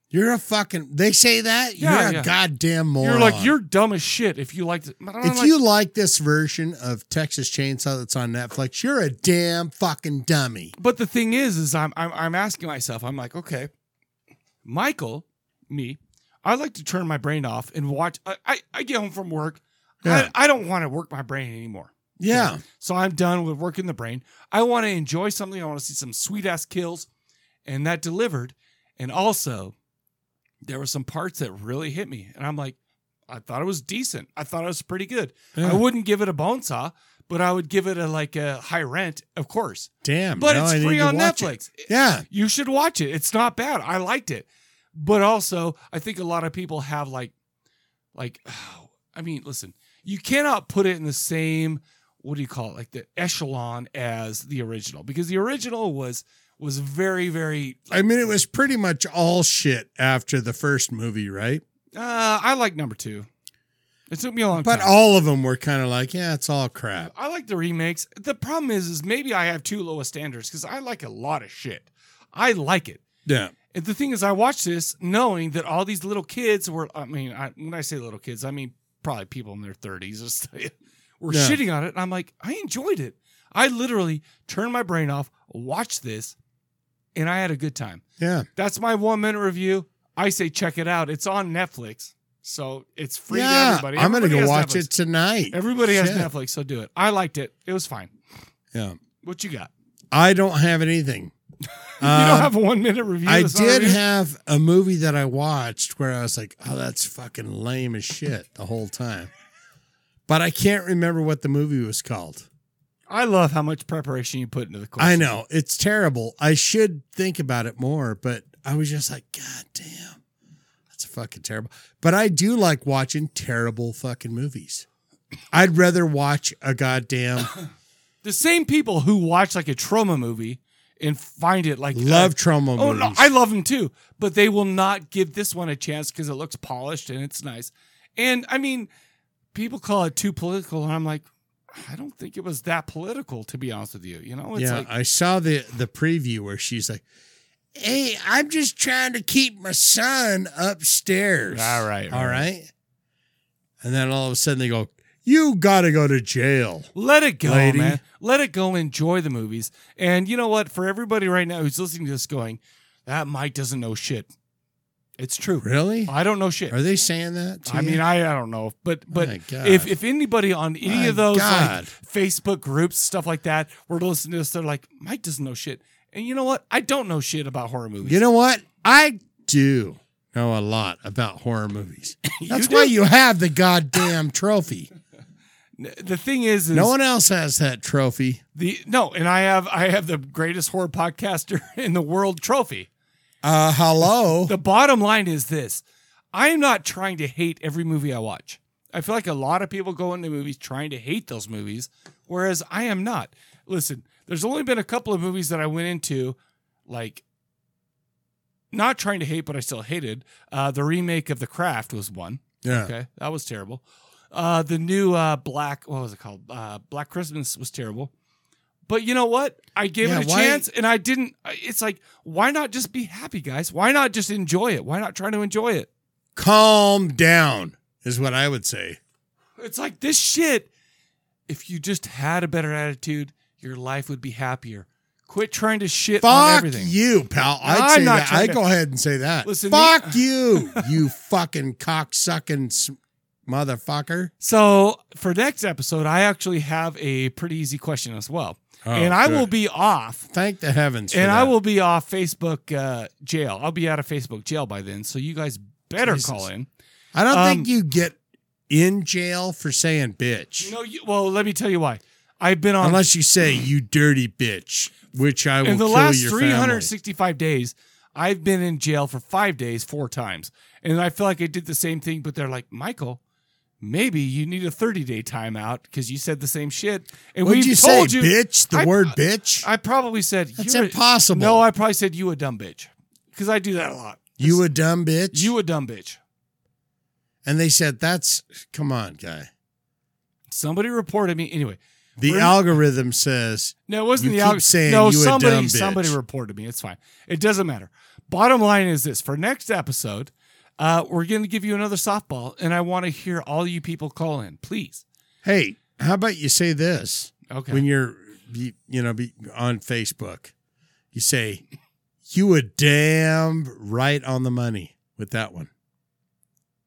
S2: You're a fucking. They say that
S1: Yeah,
S2: you're
S1: yeah.
S2: a goddamn moron.
S1: You're like you're dumb as shit if you liked it. I don't
S2: If
S1: like-
S2: you like this version of Texas Chainsaw that's on Netflix, you're a damn fucking dummy.
S1: but the thing is, is I'm, I'm I'm asking myself. I'm like, okay, Michael, me, I like to turn my brain off and watch. I I, I get home from work.
S2: Yeah.
S1: I, I don't want to work my brain anymore.
S2: Yeah.
S1: So I'm done with working the brain. I want to enjoy something. I want to see some sweet ass kills, and that delivered. And also, there were some parts that really hit me, and I'm like, I thought it was decent. I thought it was pretty good.
S2: Yeah.
S1: I wouldn't give it a bone saw, but I would give it a like a high rent, of course.
S2: Damn.
S1: But
S2: now I
S1: it's
S2: need
S1: free
S2: to
S1: on
S2: watch it.
S1: Netflix.
S2: Yeah.
S1: You should watch it. It's not bad. I liked it. But also, I think a lot of people have like like <sighs> I mean, listen, you cannot put it in the same what do you call it? Like the echelon as the original because the original was was very very
S2: I mean, it was pretty much all shit after the first movie, right?
S1: uh I like number 2. It took me a long
S2: But
S1: time.
S2: all of them were kind of like, yeah, it's all crap.
S1: I like the remakes. The problem is is maybe I have too low a standards cuz I like a lot of shit. I like it.
S2: Yeah.
S1: And the thing is, I watched this knowing that all these little kids were, I mean, I, when I say little kids, I mean probably people in their 30s or something, <laughs> were
S2: Yeah.
S1: shitting on it. And I'm like, I enjoyed it. I literally turned my brain off, watched this, and I had a good time.
S2: Yeah.
S1: That's my one minute review. I say, check it out. It's on Netflix. So it's free to
S2: yeah.
S1: everybody.
S2: I'm going to
S1: Everybody
S2: go
S1: has
S2: watch
S1: Netflix.
S2: it tonight.
S1: Everybody has
S2: Shit.
S1: Netflix, so do it. I liked it. It was fine.
S2: Yeah.
S1: What you got?
S2: I don't have anything.
S1: <laughs> you don't
S2: Uh,
S1: have a one minute review.
S2: I
S1: that's not
S2: did
S1: reviewed?
S2: have a movie that I watched where I was like, oh, that's fucking lame as shit the whole time. But I can't remember what the movie was called.
S1: I love how much preparation you put into the course.
S2: I know it's terrible. I should think about it more, but I was just like, God damn, that's fucking terrible. But I do like watching terrible fucking movies. I'd rather watch
S1: <laughs>
S2: a goddamn
S1: the same people who watch like a trauma movie and find it like
S2: love trauma
S1: Oh
S2: movies.
S1: no, I love them too, but they will not give this one a chance because it looks polished and it's nice. And I mean, people call it too political, and I'm like, I don't think it was that political to be honest with you. You know, it's
S2: yeah,
S1: like
S2: I saw the the preview where she's like, "Hey, I'm just trying to keep my son upstairs."
S1: All right, all
S2: all right. And then all of a sudden they go, "You gotta go to jail."
S1: Let it go,
S2: lady.
S1: man. Let it go. Enjoy the movies. And you know what? For everybody right now who's listening to this, going, that Mike doesn't know shit. It's true.
S2: Really?
S1: I don't know shit.
S2: Are they saying that? to
S1: I
S2: you?
S1: mean, I, I don't know, but but
S2: My God.
S1: if if anybody on any
S2: My
S1: of those like,
S2: God.
S1: Facebook groups, stuff like that, were listening to this, they're like, Mike doesn't know shit, and you know what? I don't know shit about horror movies.
S2: You know what? I do know a lot about horror
S1: <laughs>
S2: movies. That's
S1: do?
S2: why you have the goddamn trophy.
S1: the thing is, is
S2: No one else has that trophy.
S1: the no, and I have I have the greatest horror podcaster <laughs> in the world trophy.
S2: Uh, hello.
S1: The bottom line is this: I am not trying to hate every movie I watch. I feel like a lot of people go into movies trying to hate those movies, whereas I am not. Listen, there's only been a couple of movies that I went into, like not trying to hate, but I still hated. Uh, the remake of The Craft was one.
S2: <laughs> Yeah.
S1: Okay, that was terrible. Uh, the new uh, Black, what was it called? Uh, Black Christmas was terrible. But you know what? I gave
S2: Yeah,
S1: it a
S2: why-
S1: chance, and I didn't. I- It's like, why not just be happy, guys? Why not just enjoy it? Why not try to enjoy it?
S2: Calm down is what I would say.
S1: It's like this shit. If you just had a better attitude, your life would be happier. Quit trying to shit on
S2: Fuck
S1: everything.
S2: you, pal. I'd
S1: I'm
S2: say
S1: not
S2: that.
S1: trying
S2: I'd
S1: to-
S2: go ahead and say that.
S1: Listen, <laughs>
S2: Fuck
S1: the-
S2: you, you fucking cocksucking s- motherfucker.
S1: So for next episode, I actually have a pretty easy question as well,
S2: Oh,
S1: and I will be off
S2: Thank the heavens. for
S1: and I
S2: that.
S1: will be off Facebook uh, jail. I'll be out of Facebook jail by then, so you guys better
S2: Jesus.
S1: call in.
S2: I don't
S1: um,
S2: think you get in jail for saying bitch.
S1: No, you, well, let me tell you why. I've been on
S2: Unless you say you dirty bitch, which I will
S1: in the
S2: kill
S1: last
S2: your
S1: 365 days. I've been in jail for five days, four times, and I feel like I did the same thing. But they're like, Michael, maybe you need a 30 day timeout because you said the same shit. And
S2: What
S1: we
S2: did you say,
S1: told you,
S2: bitch? The
S1: I-
S2: word bitch.
S1: I probably said
S2: That's
S1: "You're a-"
S2: impossible.
S1: No, I probably said you a dumb bitch because I do that a lot.
S2: you a dumb bitch.
S1: You a dumb bitch.
S2: and they said that's come on, guy.
S1: Somebody reported me. Anyway,
S2: The
S1: We're-
S2: algorithm says
S1: No, it wasn't
S2: You
S1: the
S2: keep
S1: alg-
S2: saying
S1: no,
S2: you a
S1: somebody
S2: dumb bitch.
S1: somebody reported me. It's fine. It doesn't matter. Bottom line is this: for next episode, uh, we're going to give you another softball, and I want to hear all you people call in, please.
S2: Hey, how about you say this
S1: Okay.
S2: when you're, you, you know, be on Facebook? You say, "You were damn right on the money with that one."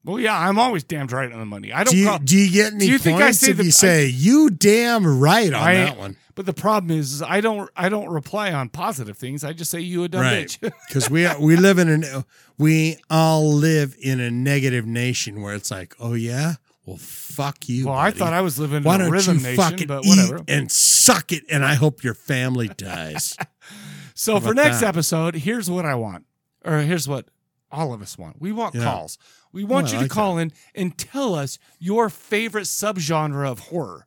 S1: well, yeah, I'm always damned right on the money. I don't
S2: Do you,
S1: call,
S2: do you get
S1: Do
S2: any
S1: you
S2: points
S1: think I say
S2: if
S1: the-
S2: you say "You damn right" on
S1: I-
S2: that one?
S1: but the problem is, is I don't I don't reply on positive things. I just say you a dumb
S2: Right.
S1: bitch.
S2: Because we we live in a we all live in a negative nation where it's like, oh yeah, well fuck you.
S1: well, I
S2: buddy.
S1: thought I was living in
S2: Why
S1: a
S2: don't
S1: rhythm
S2: you
S1: nation,
S2: fucking
S1: but
S2: eat
S1: whatever.
S2: and suck it? And I hope your family
S1: <laughs>
S2: dies.
S1: So for
S2: about
S1: next
S2: that?
S1: episode, here's what I want, or here's what all of us want. We want
S2: Yeah.
S1: calls. We want
S2: Oh, I
S1: you to
S2: like
S1: call in and tell us your favorite subgenre of horror.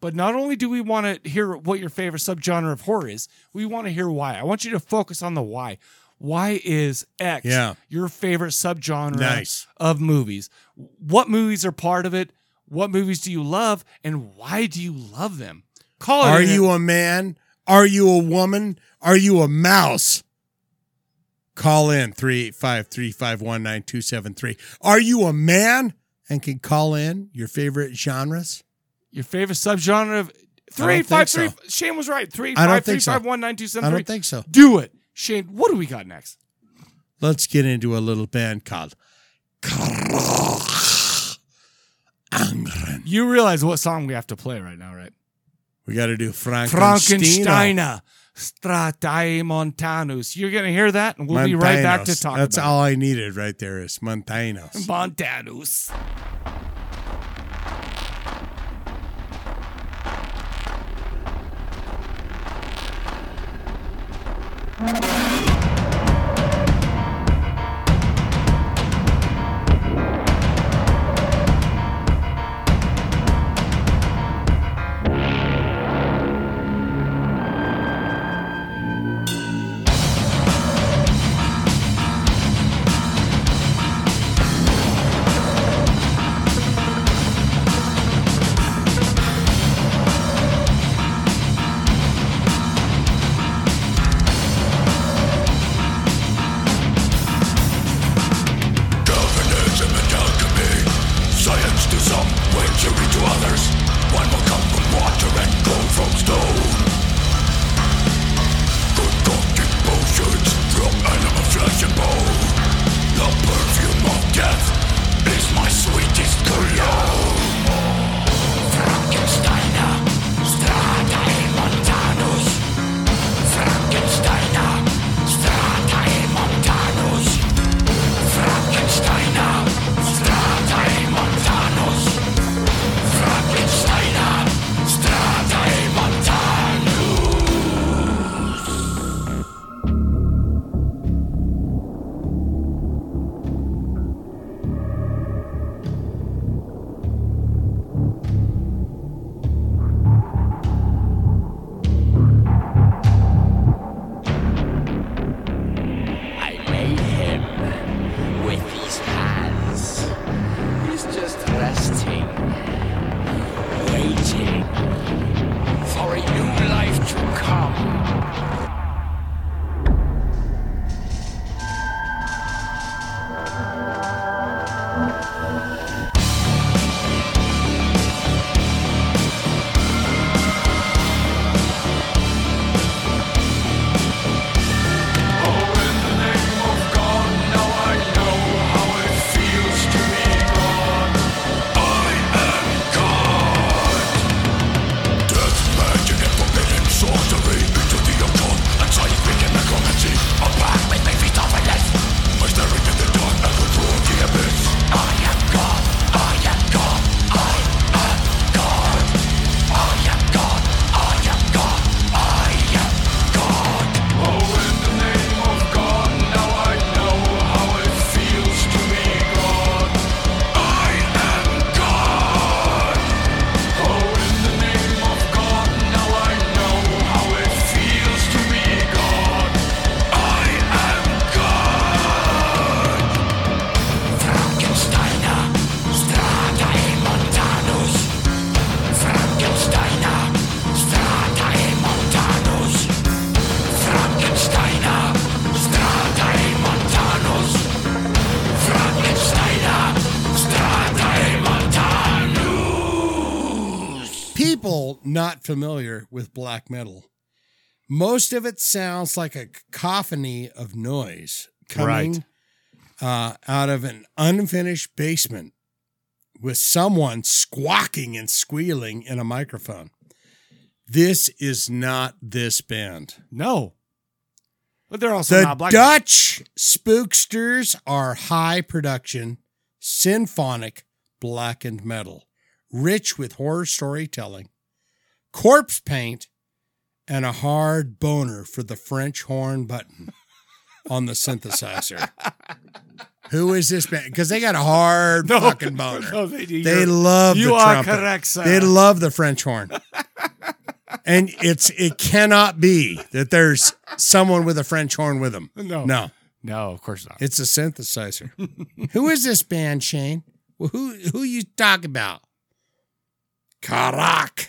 S1: But not only do we want to hear what your favorite subgenre of horror is, we want to hear why. I want you to focus on the why. Why is X
S2: Yeah.
S1: your favorite subgenre
S2: Nice.
S1: of movies? What movies are part of it? What movies do you love? And why do you love them? Call
S2: Are
S1: in.
S2: you a man? Are you a woman? Are you a mouse? Call in 385 351 9273. Are you a man and can call in your favorite genres?
S1: Your favorite subgenre of
S2: don't
S1: three five three.
S2: think
S1: Shane was right. Three
S2: I don't
S1: five three
S2: think so.
S1: five one nine two
S2: I
S1: seven
S2: don't
S1: three.
S2: think so.
S1: Do it, Shane. What do we got next?
S2: Let's get into a little band called Angren.
S1: You realize what song we have to play right now, right?
S2: We got to do Frankenstein.
S1: Frankensteiner, Stratae Montanus. You're gonna hear that, and we'll be right back to talk
S2: That's
S1: about
S2: all I needed right there is Montanos.
S1: it. Montanus.
S6: Darwinism and alchemy, science to some, witchery to others. One will come from water and gold from stone. Good concocted potions from animal flesh and bone. The perfume of death is my sweetest cologne. Frankensteiner, Strada Montanus. Frankensteiner, Strada e Montanus. e Frankensteiner, Stratae Montanus. Frankensteiner,
S2: people not familiar with black metal, most of it sounds like a cacophony of noise coming uh, out of an unfinished basement with someone squawking and squealing in a microphone. This is not this band.
S1: No. But they're also
S2: The
S1: not black.
S2: Dutch spooksters are high production, symphonic, blackened metal, rich with horror storytelling, corpse paint, and a hard boner for the French horn button on
S1: <laughs>
S2: the synthesizer. Who is this man? Because they got a
S1: <laughs>
S2: hard
S1: No.
S2: fucking boner.
S1: <laughs> No, they, do.
S2: They
S1: You're-
S2: love
S1: you
S2: the
S1: are
S2: trumpet.
S1: correct, sir.
S2: They love the French
S1: <laughs>
S2: horn. and it's it cannot be that there's someone with a French horn with them.
S1: No.
S2: No.
S1: No, of course not.
S2: It's a synthesizer. who is this band, Shane? Well, who who you talking about? Karak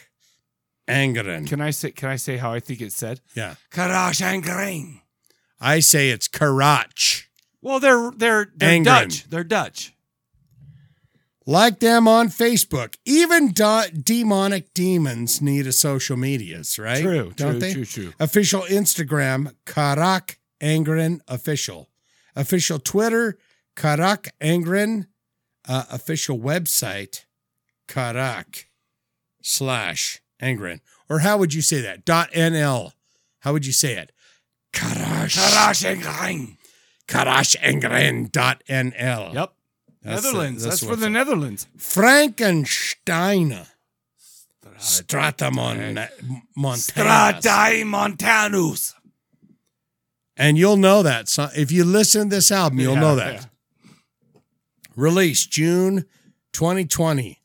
S2: Angren.
S1: Can I say can I say how I think it's said?
S2: Yeah.
S1: Karash and Green.
S2: I say it's Karach.
S1: Well, they're they're they're
S2: Angren.
S1: Dutch. They're Dutch.
S2: Like them on Facebook. Even do- demonic demons need a social medias, right?
S1: True,
S2: Don't
S1: true,
S2: they?
S1: true, true.
S2: Official Instagram, Karak Angren Official. Official Twitter, Karak Angren. Uh, official website, Karak slash Angren. Or how would you say that? Dot NL. How would you say it? Karash.
S1: Karash and Green.
S2: Karash Angren dot NL.
S1: Yep.
S2: Oh. That's the-
S1: Netherlands.
S2: that's
S1: that's
S2: the
S1: for the
S2: website.
S1: Netherlands.
S2: Frankensteiner. Stratamon Montana.
S1: Strati Montanus.
S2: And you'll know that. So if you listen to this album, you'll
S1: Yeah,
S2: know that.
S1: yeah.
S2: Released June 2020.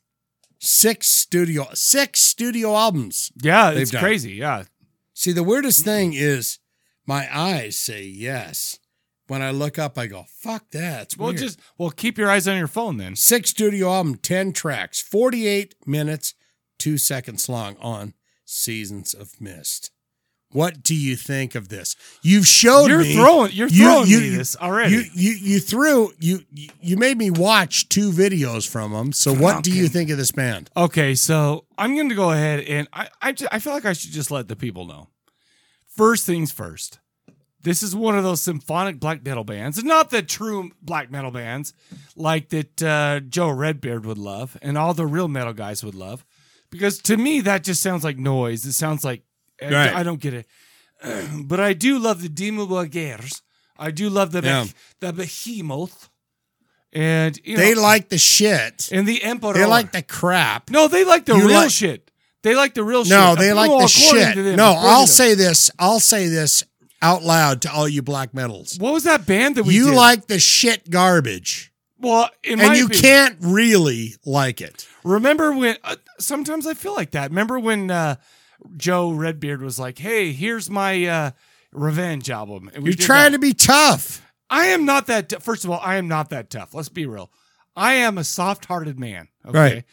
S2: Six studio six studio albums.
S1: Yeah,
S2: They've
S1: it's
S2: done.
S1: crazy. Yeah.
S2: See, the weirdest thing is my eyes say yes. When I look up, I go, fuck that. It's
S1: Well,
S2: weird.
S1: just well, keep your eyes on your phone then.
S2: Six studio album, 10 tracks, 48 minutes, two seconds long on Seasons of Mist. What do you think of this? You've showed
S1: You're
S2: me.
S1: throwing- you're
S2: you-
S1: throwing
S2: you-
S1: me this already.
S2: You, you, you threw, you, you made me watch two videos from them. So what do you think of this band?
S1: Okay, so I'm going to go ahead and I I, ju- I feel like I should just let the people know. First things first. This is one of those symphonic black metal bands, not the true black metal bands like that uh, Joe Redbeard would love and all the real metal guys would love. Because to me, that just sounds like noise. It sounds like I-
S2: Right.
S1: I don't get it. <clears throat> but I do love the Demo Borgers. I do love the, beh- the behemoth. And you
S2: They
S1: know,
S2: like the shit.
S1: and the emperor.
S2: They like the crap.
S1: No, they like the
S2: You
S1: real
S2: like-
S1: shit. They like the real shit.
S2: No, they like
S1: Well,
S2: the
S1: according
S2: shit.
S1: to them,
S2: No,
S1: according
S2: I'll
S1: to them.
S2: say this. I'll say this out loud to all you black metals.
S1: What was that band that we
S2: You
S1: did?
S2: like the shit garbage.
S1: Well, in
S2: and
S1: my
S2: you
S1: opinion-
S2: can't really like it.
S1: Remember when? Uh, sometimes I feel like that. Remember when uh, Joe Redbeard was like, "Hey, here's my uh, revenge album." And we
S2: You're
S1: did
S2: trying
S1: that.
S2: to be tough.
S1: I am not that. T- First of all, I am not that tough. Let's be real. I am a soft-hearted man. Okay.
S2: Right.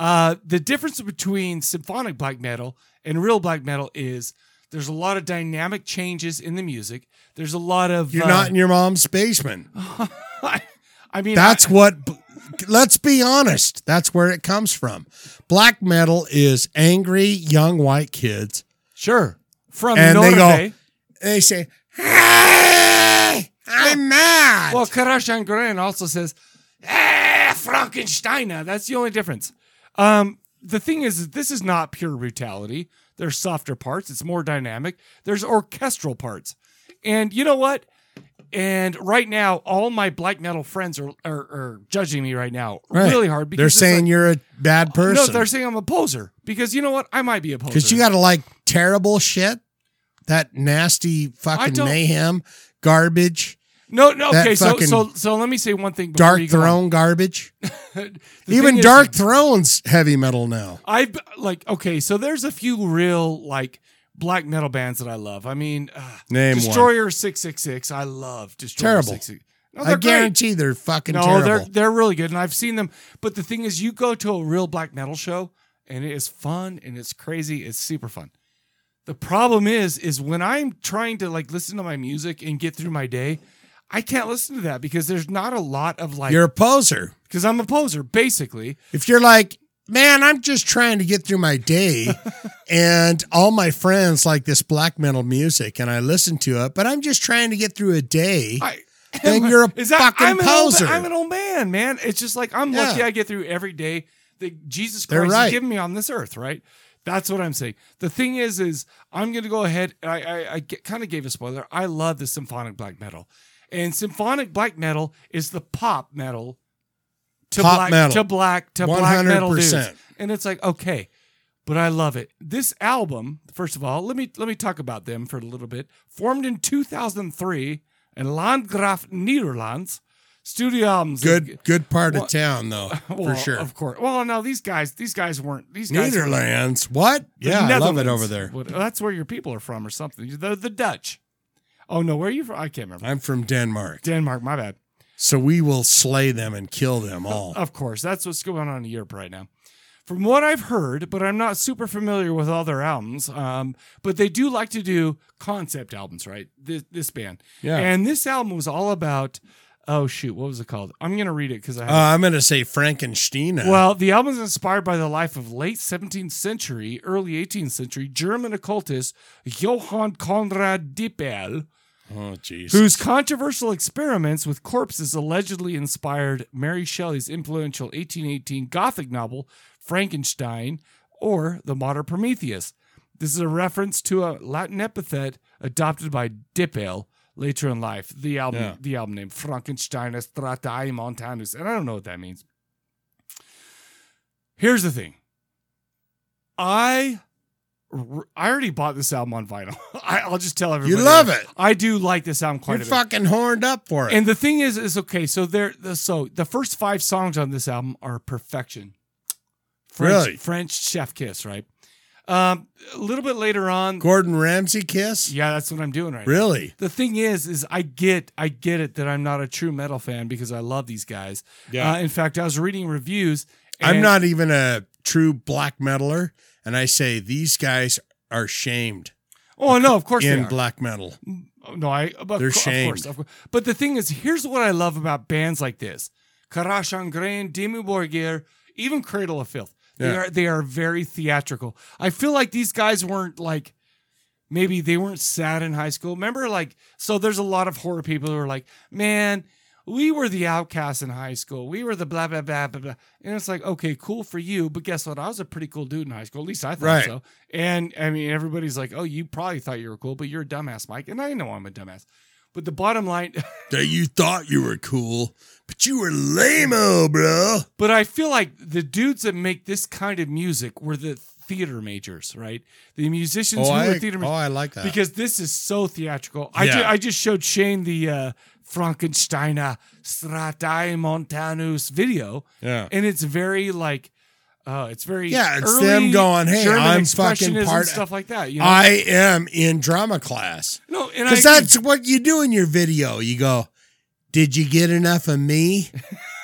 S1: Uh, the difference between symphonic black metal and real black metal is there's a lot of dynamic changes in the music. There's a lot of
S2: You're
S1: uh,
S2: not in your mom's basement.
S1: I, <laughs> I mean,
S2: That's
S1: I-
S2: what. Let's be honest. That's where it comes from. Black metal is angry young white kids,
S1: sure from
S2: and they
S1: Norway.
S2: go. They say, "Hey, I'm mad."
S1: Well, Karashan Gren also says, "Eh, Frankensteiner." That's the only difference. Um, the thing is, this is not pure brutality. There's softer parts. It's more dynamic. There's orchestral parts, and you know what? And right now, all my black metal friends are are, are judging me right now
S2: Right.
S1: really hard because
S2: They're
S1: it's
S2: saying
S1: like-
S2: you're a bad
S1: no.
S2: person.
S1: They're saying I'm a poser because you know what? I might be a poser
S2: Because you got to like terrible shit, that nasty fucking
S1: don't-
S2: mayhem, garbage,
S1: no no.
S2: that
S1: Okay, so
S2: fucking
S1: so so let me say one thing. Before
S2: dark
S1: you go on.
S2: throne garbage.
S1: The
S2: Even
S1: thing is-
S2: Dark Throne's heavy metal now.
S1: I like okay, so there's a few real like black metal bands that I love. I mean, uh,
S2: Name one.
S1: Destroyer Six Six Six. I love Destroyer
S2: Terrible.
S1: 666. No,
S2: I
S1: Oh, they're great.
S2: guarantee they're fucking
S1: No,
S2: terrible.
S1: they're they're really good, and I've seen them. But the thing is, you go to a real black metal show, and it is fun, and it's crazy, it's super fun. The problem is, is when I'm trying to like listen to my music and get through my day, I can't listen to that because there's not a lot of like
S2: You're a poser.
S1: because I'm a poser basically.
S2: If you're like, man, I'm just trying to get through my day.
S1: <laughs>
S2: and all my friends like this black metal music and I listen to it, but I'm just trying to get through a day.
S1: I,
S2: Then you're a fucking
S1: I'm an old-
S2: poser.
S1: I'm an old man, man. It's just like I'm
S2: Yeah.
S1: lucky I get through every day that Jesus
S2: They're
S1: Christ
S2: right.
S1: has given me on this earth, right? That's what I'm saying. The thing is, is I'm going to go ahead. I I, I kind of gave a spoiler. I love the symphonic black metal, and symphonic black metal is the pop metal to
S2: Pop
S1: black
S2: metal.
S1: to black to black metal dudes,
S2: 100%.
S1: and it's like okay, but I love it. This album, first of all, let me let me talk about them for a little bit. Formed in 2003 in Landgraf, Netherlands, studio albums.
S2: Good good part
S1: Well-
S2: of
S1: <laughs>
S2: town though,
S1: Well,
S2: for sure.
S1: Of course. Well, no, these guys, these guys weren't. These guys were-
S2: Netherlands. What?
S1: the
S2: Yeah, I love it
S1: Netherlands.
S2: over there.
S1: What- that's where your people are from, or something. They're the Dutch. Oh no, where are you from? I can't remember.
S2: I'm from Denmark.
S1: Denmark. My bad.
S2: So we will slay them and kill
S1: <laughs>
S2: them all. Uh,
S1: Of course, that's what's going on in Europe right now. From what I've heard, but I'm not super familiar with all their albums, um, but they do like to do concept albums, right? This, this band.
S2: Yeah.
S1: And this album was all about, oh shoot, what was it called? I'm going to read it because I
S2: Uh, I'm going to say Frankenstein.
S1: Well, the album is inspired by the life of late 17th century, early 18th century German occultist Johann Conrad Dippel,
S2: oh jeez.
S1: whose controversial experiments with corpses allegedly inspired Mary Shelley's influential 1818 Gothic novel Frankenstein or The Modern Prometheus. This is a reference to a Latin epithet adopted by Dippel later in life. The album,
S2: Yeah.
S1: the album name Frankenstein Stratae Montanus, and I don't know what that means. Here's the thing. I r- I already bought this album on vinyl. <laughs> I, I'll just tell everybody.
S2: love
S1: that.
S2: it.
S1: I do like this album quite
S2: You're
S1: a bit.
S2: fucking horned up for it.
S1: And the thing is, is okay. So there, the, so the first five songs on this album are perfection. French,
S2: Really?
S1: French chef kiss, right? Um, a little bit later on,
S2: Gordon Ramsay kiss?
S1: yeah, that's what I'm doing right now.
S2: Really?
S1: The thing is, is I get, I get it that I'm not a true metal fan because I love these guys.
S2: Yeah.
S1: Uh, in fact, I was reading reviews.
S2: I'm
S1: and-
S2: not even a true black metaler, and I say these guys are shamed
S1: Oh no, of course they
S2: in
S1: are.
S2: black metal.
S1: Oh, no, I. But
S2: They're
S1: of, course, of course,
S2: shamed.
S1: of course. But the thing is, here's what I love about bands like this: Karashan Grain, Demi Borgir, even Cradle of Filth. They
S2: Yeah.
S1: are they are very theatrical. I feel like these guys weren't like maybe they weren't sad in high school. Remember, like so. There's a lot of horror people who are like, man. We were the outcasts in high school. We were the blah blah blah blah blah, and it's like, okay, cool for you, but guess what? I was a pretty cool dude in high school. At least I thought
S2: Right.
S1: so. And I mean, everybody's like, "Oh, you probably thought you were cool, but you're a dumbass, Mike." And I know I'm a dumbass. But the bottom line, <laughs>
S2: That you thought you were cool, but you were lame bro.
S1: but I feel like the dudes that make this kind of music were the theater majors, right? The musicians
S2: Oh
S1: who
S2: I,
S1: were theater
S2: oh,
S1: majors,
S2: I like that.
S1: because this is so theatrical. I,
S2: Yeah.
S1: ju- I just showed Shane the uh, Frankensteiner Stratae Montanus video,
S2: yeah.
S1: and it's very like, uh, it's very
S2: Yeah, it's
S1: early
S2: them going, "Hey,
S1: German
S2: I'm fucking
S1: expressionism
S2: part-
S1: stuff like that." You know,
S2: I am in drama class.
S1: no, and I
S2: Because
S1: agree.
S2: that's what you do in your video. You go, Did you get enough
S1: <laughs>
S2: of me?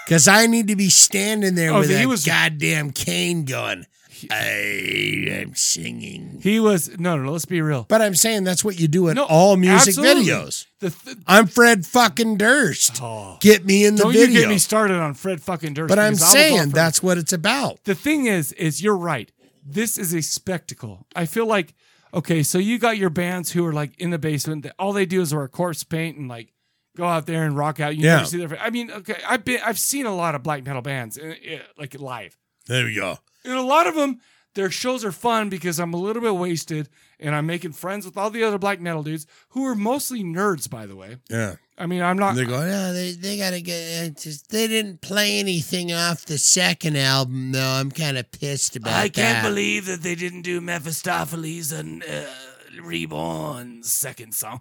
S2: Because I need to be standing there
S1: Oh,
S2: with
S1: so he
S2: a
S1: was-
S2: goddamn cane going, I am singing.
S1: he was no, no, no. Let's be real.
S2: But I'm saying that's what you do in
S1: No,
S2: all music
S1: absolutely.
S2: videos.
S1: The th-
S2: I'm Fred fucking Durst.
S1: Oh.
S2: Get me in the
S1: don't you
S2: video.
S1: get me started on Fred fucking Durst.
S2: but I'm
S1: because I was all
S2: saying
S1: for-
S2: that's what it's about.
S1: the thing is, is you're right. This is a spectacle. I feel like okay, so you got your bands who are like in the basement. That all they do is wear corpse paint and like go out there and rock out. You
S2: Yeah.
S1: never see their. fa- I mean, okay, I've been I've seen a lot of black metal bands eh, eh, like live,
S2: There we go.
S1: and a lot of them. Their shows are fun because I'm a little bit wasted and I'm making friends with all the other black metal dudes who are mostly nerds, by the way.
S2: Yeah.
S1: I mean, I'm not.
S2: And they're going, oh, they, they got to get, uh, just- they didn't play anything off the second album, though. I'm kind of pissed about that.
S1: believe that they didn't do Mephistopheles and uh, Reborn's second song.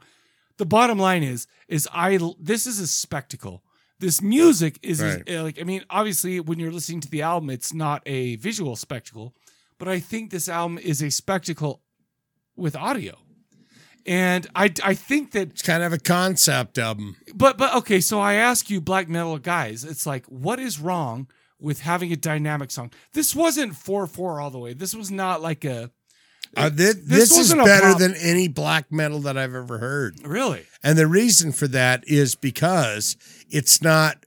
S1: The bottom line is, is I this is a spectacle. This music is is-
S2: Right.
S1: uh, like I mean, obviously, when you're listening to the album, it's not a visual spectacle, but I think this album is a spectacle with audio, and I I think that
S2: It's kind of a concept album.
S1: but but okay, so I ask you, black metal guys, it's like, what is wrong with having a dynamic song? This wasn't four four all the way. This was not like a
S2: Uh, thi-
S1: This
S2: this is
S1: wasn't a
S2: better
S1: pop-
S2: than any black metal that I've ever heard.
S1: really.
S2: And the reason for that is because it's not,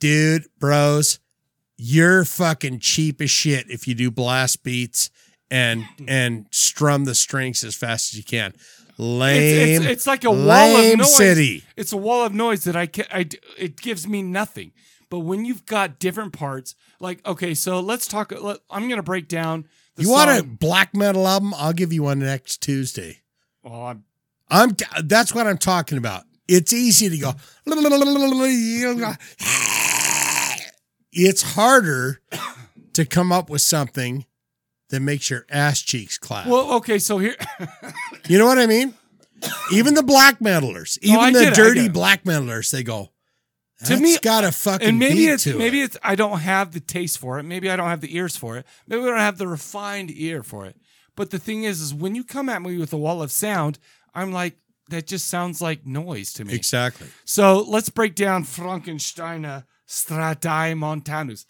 S2: dude, bros, you're fucking cheap as shit if you do blast beats
S1: <laughs>
S2: and and strum the strings as fast as you can. Lame.
S1: It's, it's, it's like a wall of
S2: lame
S1: noise.
S2: city.
S1: It's a wall of noise that I can. I d- it gives me nothing. But when you've got different parts, like okay, so let's talk. Let, I'm gonna break down. The
S2: you want a
S1: song.
S2: black metal album? I'll give you one next Tuesday.
S1: Well, Oh, I'm,
S2: I'm that's what I'm talking about. It's easy to go. It's harder to come up with something that makes your ass cheeks clap.
S1: well, okay, so here.
S2: you know what I mean? Even the black metalers,
S1: No,
S2: even
S1: I
S2: the
S1: get it, I
S2: dirty
S1: get it.
S2: black metalers, they go.
S1: To
S2: To
S1: me-
S2: me, got a fucking
S1: and maybe
S2: beat
S1: it's
S2: to
S1: maybe
S2: it.
S1: it's I don't have the taste for it. Maybe I don't have the ears for it. Maybe I don't have the refined ear for it. But the thing is, is when you come at me with a wall of sound, I'm like that just sounds like noise to me.
S2: exactly.
S1: So let's break down Frankensteiner Strati Montanus.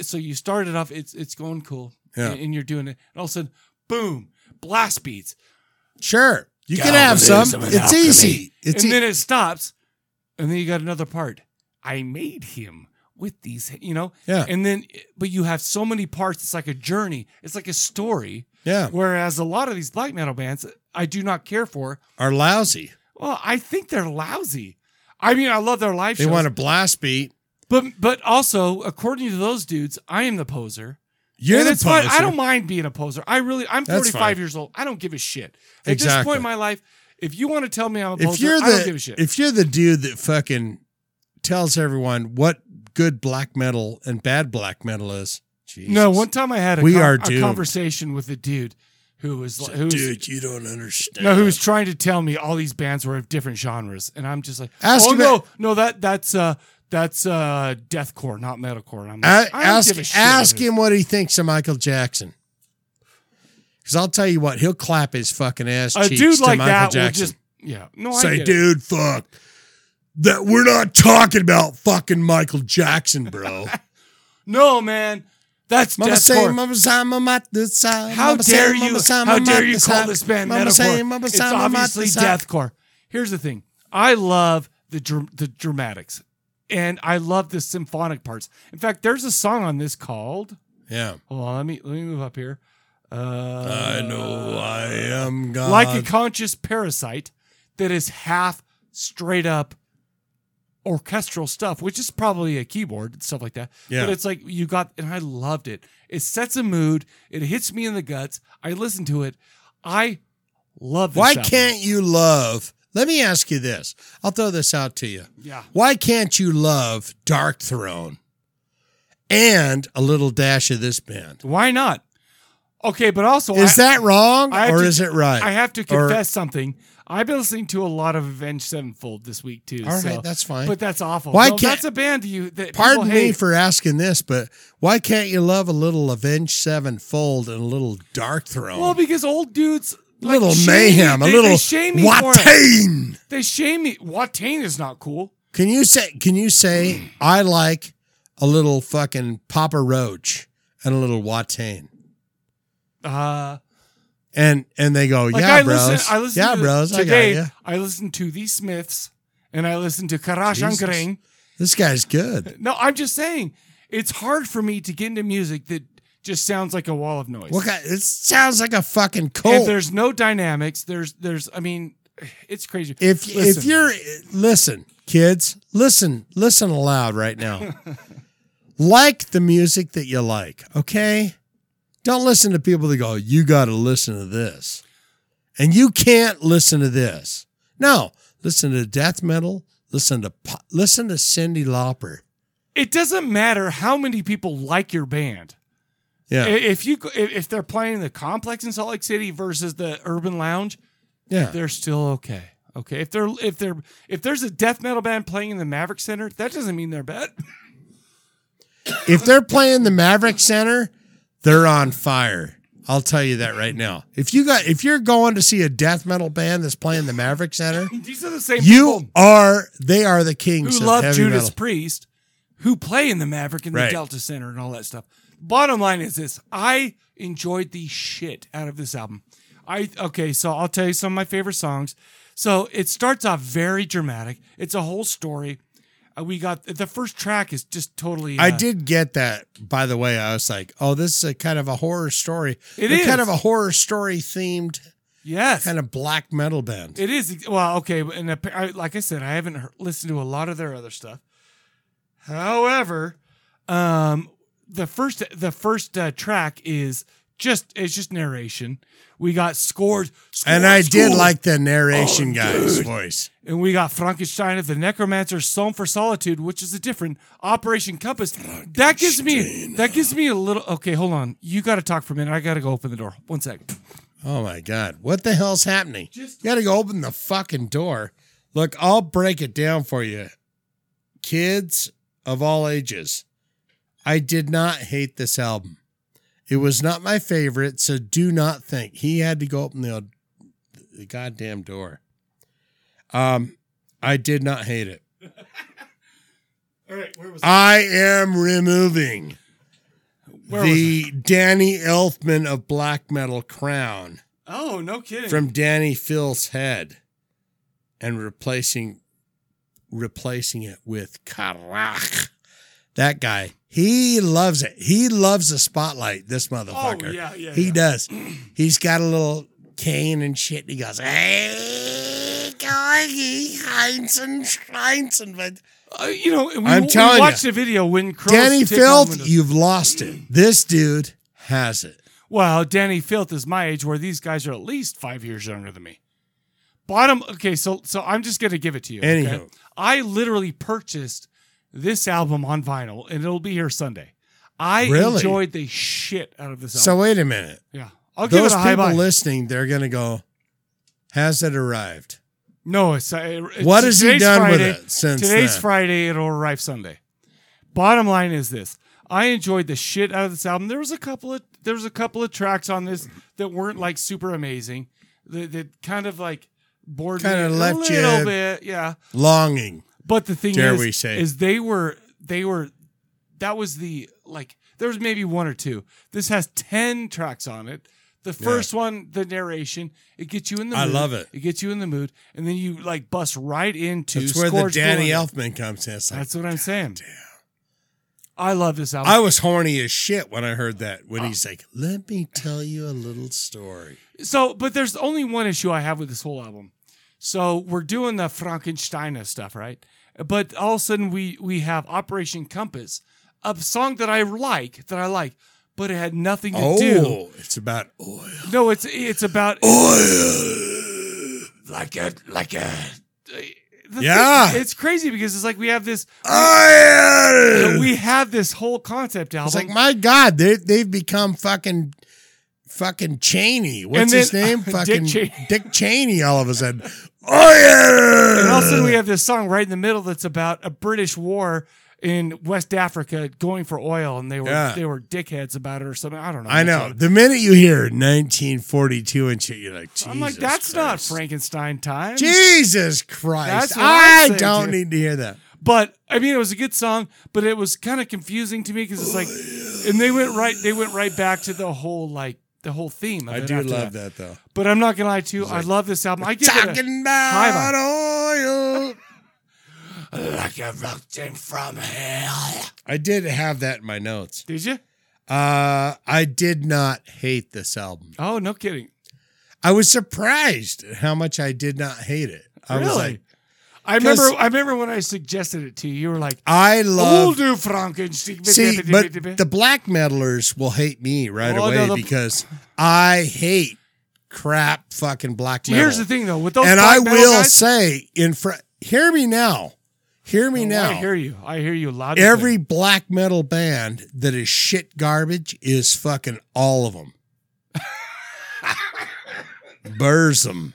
S1: So you start it off, it's it's going cool,
S2: Yeah.
S1: and, and you're doing it, and all of a sudden, boom, blast beats,
S2: Sure, you can have some. It's easy. It's e
S1: and
S2: easy.
S1: then it stops, and then you got another part. I made him with these, you know,
S2: Yeah.
S1: And then, but you have so many parts. It's like a journey. It's like a story.
S2: yeah,
S1: Whereas a lot of these black metal bands, I do not care for.
S2: are lousy.
S1: Well, I think they're lousy. I mean, I love their live
S2: They
S1: shows.
S2: want a blast beat.
S1: But but also, according to those dudes, I am the poser.
S2: You're
S1: and
S2: the
S1: it's fine. I
S2: poser.
S1: don't mind being a poser. I really I'm
S2: That's
S1: 45
S2: fine.
S1: years old. I don't give a shit. At this
S2: Exactly.
S1: point in my life, if you want to tell me I'm a poser,
S2: if you're
S1: I don't give a
S2: the
S1: shit.
S2: if you're the dude that fucking tells everyone what good black metal and bad black metal is, Jesus.
S1: no, one time I had a,
S2: We
S1: con-
S2: are
S1: a
S2: doomed.
S1: conversation with a dude who was like- who was,
S2: dude, you don't understand.
S1: no, who was trying to tell me all these bands were of different genres, and I'm just like,
S2: Ask
S1: oh
S2: him
S1: no,
S2: a-
S1: no that that's uh that's uh deathcore, not metalcore. And I'm
S2: A-
S1: like, I don't
S2: ask
S1: give a shit
S2: ask
S1: what it is.
S2: him what he thinks of Michael Jackson. Because I'll tell you what, he'll clap his fucking ass
S1: A
S2: cheeks
S1: dude
S2: to
S1: like
S2: Michael
S1: that will
S2: Jackson.
S1: just yeah. No, I
S2: Say,
S1: get it.
S2: dude, fuck that. We're not talking about fucking Michael
S1: <laughs>
S2: Jackson, bro.
S1: No, man. That's
S2: Mama say,
S1: deathcore.
S2: Mama say, Mama this side.
S1: How
S2: Mama say,
S1: dare
S2: Mama
S1: you?
S2: say,
S1: how
S2: Mama
S1: dare you
S2: this
S1: call
S2: side.
S1: this band
S2: Mama
S1: metalcore?
S2: say, Mama
S1: it's
S2: say, Mama
S1: obviously
S2: this side.
S1: deathcore. Here's the thing. I love the dr- the dramatics, and I love the symphonic parts. In fact, there's a song on this called.
S2: Yeah.
S1: Hold on, let me let me move up here. Uh,
S2: I know I am God.
S1: like a conscious parasite that is half straight up orchestral stuff, which is probably a keyboard and stuff like that.
S2: Yeah.
S1: But it's like you got, and I loved it. It sets a mood. It hits me in the guts. I listen to it. I love. This
S2: Why
S1: album.
S2: can't you love? Let me ask you this. I'll throw this out to you.
S1: Yeah.
S2: Why can't you love Dark Throne and a little dash of this band?
S1: Why not? Okay, but also
S2: Is
S1: I,
S2: that wrong
S1: I have
S2: or
S1: to-
S2: is it right?
S1: I have to
S2: Or-
S1: confess something. I've been listening to a lot of Avenged Sevenfold this week too.
S2: All right,
S1: so-
S2: that's fine.
S1: But that's awful.
S2: Why
S1: No,
S2: can't-
S1: that's a band you that
S2: Pardon
S1: people
S2: me
S1: hate.
S2: for asking this, but why can't you love a little Avenged Sevenfold and a little Dark Throne?
S1: Well, because old dudes
S2: a
S1: like,
S2: little
S1: shame
S2: mayhem,
S1: me.
S2: a
S1: They-
S2: little
S1: they shame me for it.
S2: Watain.
S1: They shame me. Watain is not cool.
S2: Can you say? Can you say I like a little fucking Papa Roach and a little Watain?
S1: Uh,
S2: And and they go,
S1: like
S2: yeah,
S1: I
S2: bros,
S1: listen. I listen.
S2: yeah,
S1: to,
S2: bros, I
S1: Today,
S2: got
S1: I,
S2: you.
S1: listen to the Smiths and I listen to Karash
S2: Jesus.
S1: Angreng.
S2: This guy's good.
S1: No, I'm just saying, it's hard for me to get into music that just sounds like a wall of noise.
S2: What Oh. guy? It sounds like a fucking
S1: If
S2: cult. If
S1: there's no dynamics, there's there's. I mean, it's crazy.
S2: if,
S1: Listen.
S2: you're listen, kids, listen, listen aloud right now. like the music that you like, okay? Don't listen to people that go, "You got to listen to this," and you can't listen to this. No, listen to death metal. Listen to po- listen to Cindy Lauper.
S1: it doesn't matter how many people like your band.
S2: Yeah,
S1: I- If you if if they're playing the complex in Salt Lake City versus the Urban Lounge,
S2: yeah.
S1: they're still okay. Okay, if they're if they're if there's a death metal band playing in the Maverick Center, that doesn't mean they're bad. <laughs>
S2: if they're playing the Maverick Center, they're on fire. I'll tell you that right now. If you got if you're going to see a death metal band that's playing the Maverick Center,
S1: These are the same
S2: you
S1: people
S2: are they are the
S1: who
S2: kings of
S1: love
S2: heavy
S1: Judas
S2: metal.
S1: Priest, who play in the Maverick and the
S2: Right.
S1: Delta Center and all that stuff. Bottom line is this: I enjoyed the shit out of this album. I okay, so I'll tell you some of my favorite songs. So it starts off very dramatic. It's a whole story. uh, we got the first track is just totally.
S2: I
S1: uh,
S2: did get that, by the way. I was like, oh, this is a kind of a horror story.
S1: It
S2: They're kind
S1: is.
S2: of a horror story themed
S1: Yes,
S2: kind of black metal band.
S1: it is. Well, okay, and appa- I- like I said, I haven't heard, listened to a lot of their other stuff. However, um, the first the first uh, track is just it's just narration. We got scores,
S2: and I did
S1: scores.
S2: like the narration
S1: Oh,
S2: guy's voice.
S1: And we got Frankenstein of the Necromancer's Psalm for Solitude, which is a different Operation Compass. That gives me that gives me a little okay, hold on. You gotta talk for a minute. I gotta go open the door. One second.
S2: Oh my God. What the hell's happening? you got to go open the fucking door. Look, I'll break it down for you. Kids of all ages, I did not hate this album. It was not my favorite, so do not think he had to go open the, the goddamn door. Um, I did not hate it.
S1: <laughs> All right, where was
S2: I am removing
S1: where was
S2: the Danny Elfman of black metal crown.
S1: Oh, no kidding.
S2: <laughs> from Danny Phil's head and replacing replacing it with Karak. That guy, he loves it. He loves the spotlight, this motherfucker.
S1: Oh, yeah, yeah,
S2: He
S1: yeah.
S2: does. <clears throat> He's got a little cane and shit. And he goes, Hey, Gorgie, Heinzen, Schreinzen. But
S1: Uh, you know, we,
S2: I'm
S1: we
S2: telling
S1: watched
S2: ya.
S1: a video when Crows
S2: Danny
S1: took on
S2: Filth,
S1: Windows-
S2: you've lost it. This dude has it.
S1: Well, Danny Filth is my age, where these guys are at least five years younger than me. Bottom. Okay, so so I'm just gonna give it to you. okay?
S2: Anywho.
S1: I literally purchased this album on vinyl, and it'll be here Sunday. I
S2: Really?
S1: enjoyed the shit out of this
S2: So
S1: album.
S2: wait a minute.
S1: yeah, I'll give
S2: Those
S1: it a high
S2: people
S1: buy.
S2: listening, they're going to go, Has it arrived?
S1: no, it's, uh, it's
S2: What has he
S1: today's
S2: done with
S1: Friday.
S2: it since
S1: today's
S2: then?
S1: Friday? It'll arrive Sunday. Bottom line is this: I enjoyed the shit out of this album. There was a couple of there was a couple of tracks on this that weren't like super amazing. That, that kind of like bored
S2: Kinda
S1: me
S2: left
S1: a
S2: you-
S1: little bit, yeah.
S2: longing.
S1: But the thing
S2: Dare
S1: is,
S2: we say.
S1: is they were they were that was the like there was maybe one or two. This has ten tracks on it. The first one, the narration, it gets you in the
S2: I
S1: mood.
S2: love it.
S1: It gets you in the mood, and then you like bust right into
S2: That's where the
S1: Scourge
S2: Danny
S1: Villain.
S2: Elfman comes in. It's like,
S1: That's what I'm saying. I love this album.
S2: I was horny as shit when I heard that. When he's like, "Let me tell you a
S1: <laughs>
S2: little story."
S1: so, but there's only one issue I have with this whole album. So we're doing the Frankensteiner stuff, right? But all of a sudden we we have Operation Compass, a song that I like, that I like, but it had nothing to
S2: Oh,
S1: do.
S2: it's about oil.
S1: No, it's it's about
S2: Oil.
S6: Like a, like a.
S1: the thing-
S2: Yeah.
S1: it's crazy because it's like we have this
S2: Oil.
S1: we have this whole concept album.
S2: it's like my God, they they've become fucking. Fucking Cheney. What's
S1: then- <laughs>
S2: his name?
S1: Dick
S2: Fucking
S1: Cheney.
S2: Dick Cheney all of
S1: <laughs>
S2: a sudden. Oil.
S1: And also, we have this song right in the middle that's about a British war in West Africa going for oil, and they were
S2: Yeah.
S1: they were dickheads about it or something. I don't know.
S2: I know. The minute you hear 1942 and shit, you're like, Jesus
S1: I'm like, that's not
S2: Christ."
S1: Frankenstein time.
S2: Jesus Christ.
S1: That's what I'm
S2: I
S1: saying,
S2: don't
S1: dude.
S2: need to hear that.
S1: But I mean, it was a good song, but it was kind of confusing to me because it's like, and they went right they went right back to the whole like the whole theme. Of
S2: I
S1: it
S2: do
S1: after
S2: love that, though.
S1: But I'm not gonna lie to you, I love this album. I give it. A,
S2: Talking about oil.
S6: Like a victim from hell.
S2: I did have that in my notes.
S1: did you?
S2: Uh, I did not hate this album.
S1: Oh, no kidding.
S2: I was surprised at how much I did not hate it. I was
S1: Really?
S2: like,
S1: I remember.
S2: 'Cause-
S1: I remember when I suggested it to you. You were like,
S2: I
S1: "We'll
S2: love.
S1: do Frankenstein."
S2: See, but the black metalers will hate me right
S1: Well,
S2: away
S1: Oh, no, the-
S2: because I hate crap fucking black metal.
S1: Here's the thing, though, with those
S2: and
S1: black
S2: I
S1: metal
S2: will
S1: guys-
S2: say in front. Hear me now. Hear me
S1: Oh,
S2: now.
S1: I hear you. I hear you loud. and
S2: Every
S1: clear.
S2: black metal band that is shit garbage is fucking all of them. <laughs> Burrs 'em.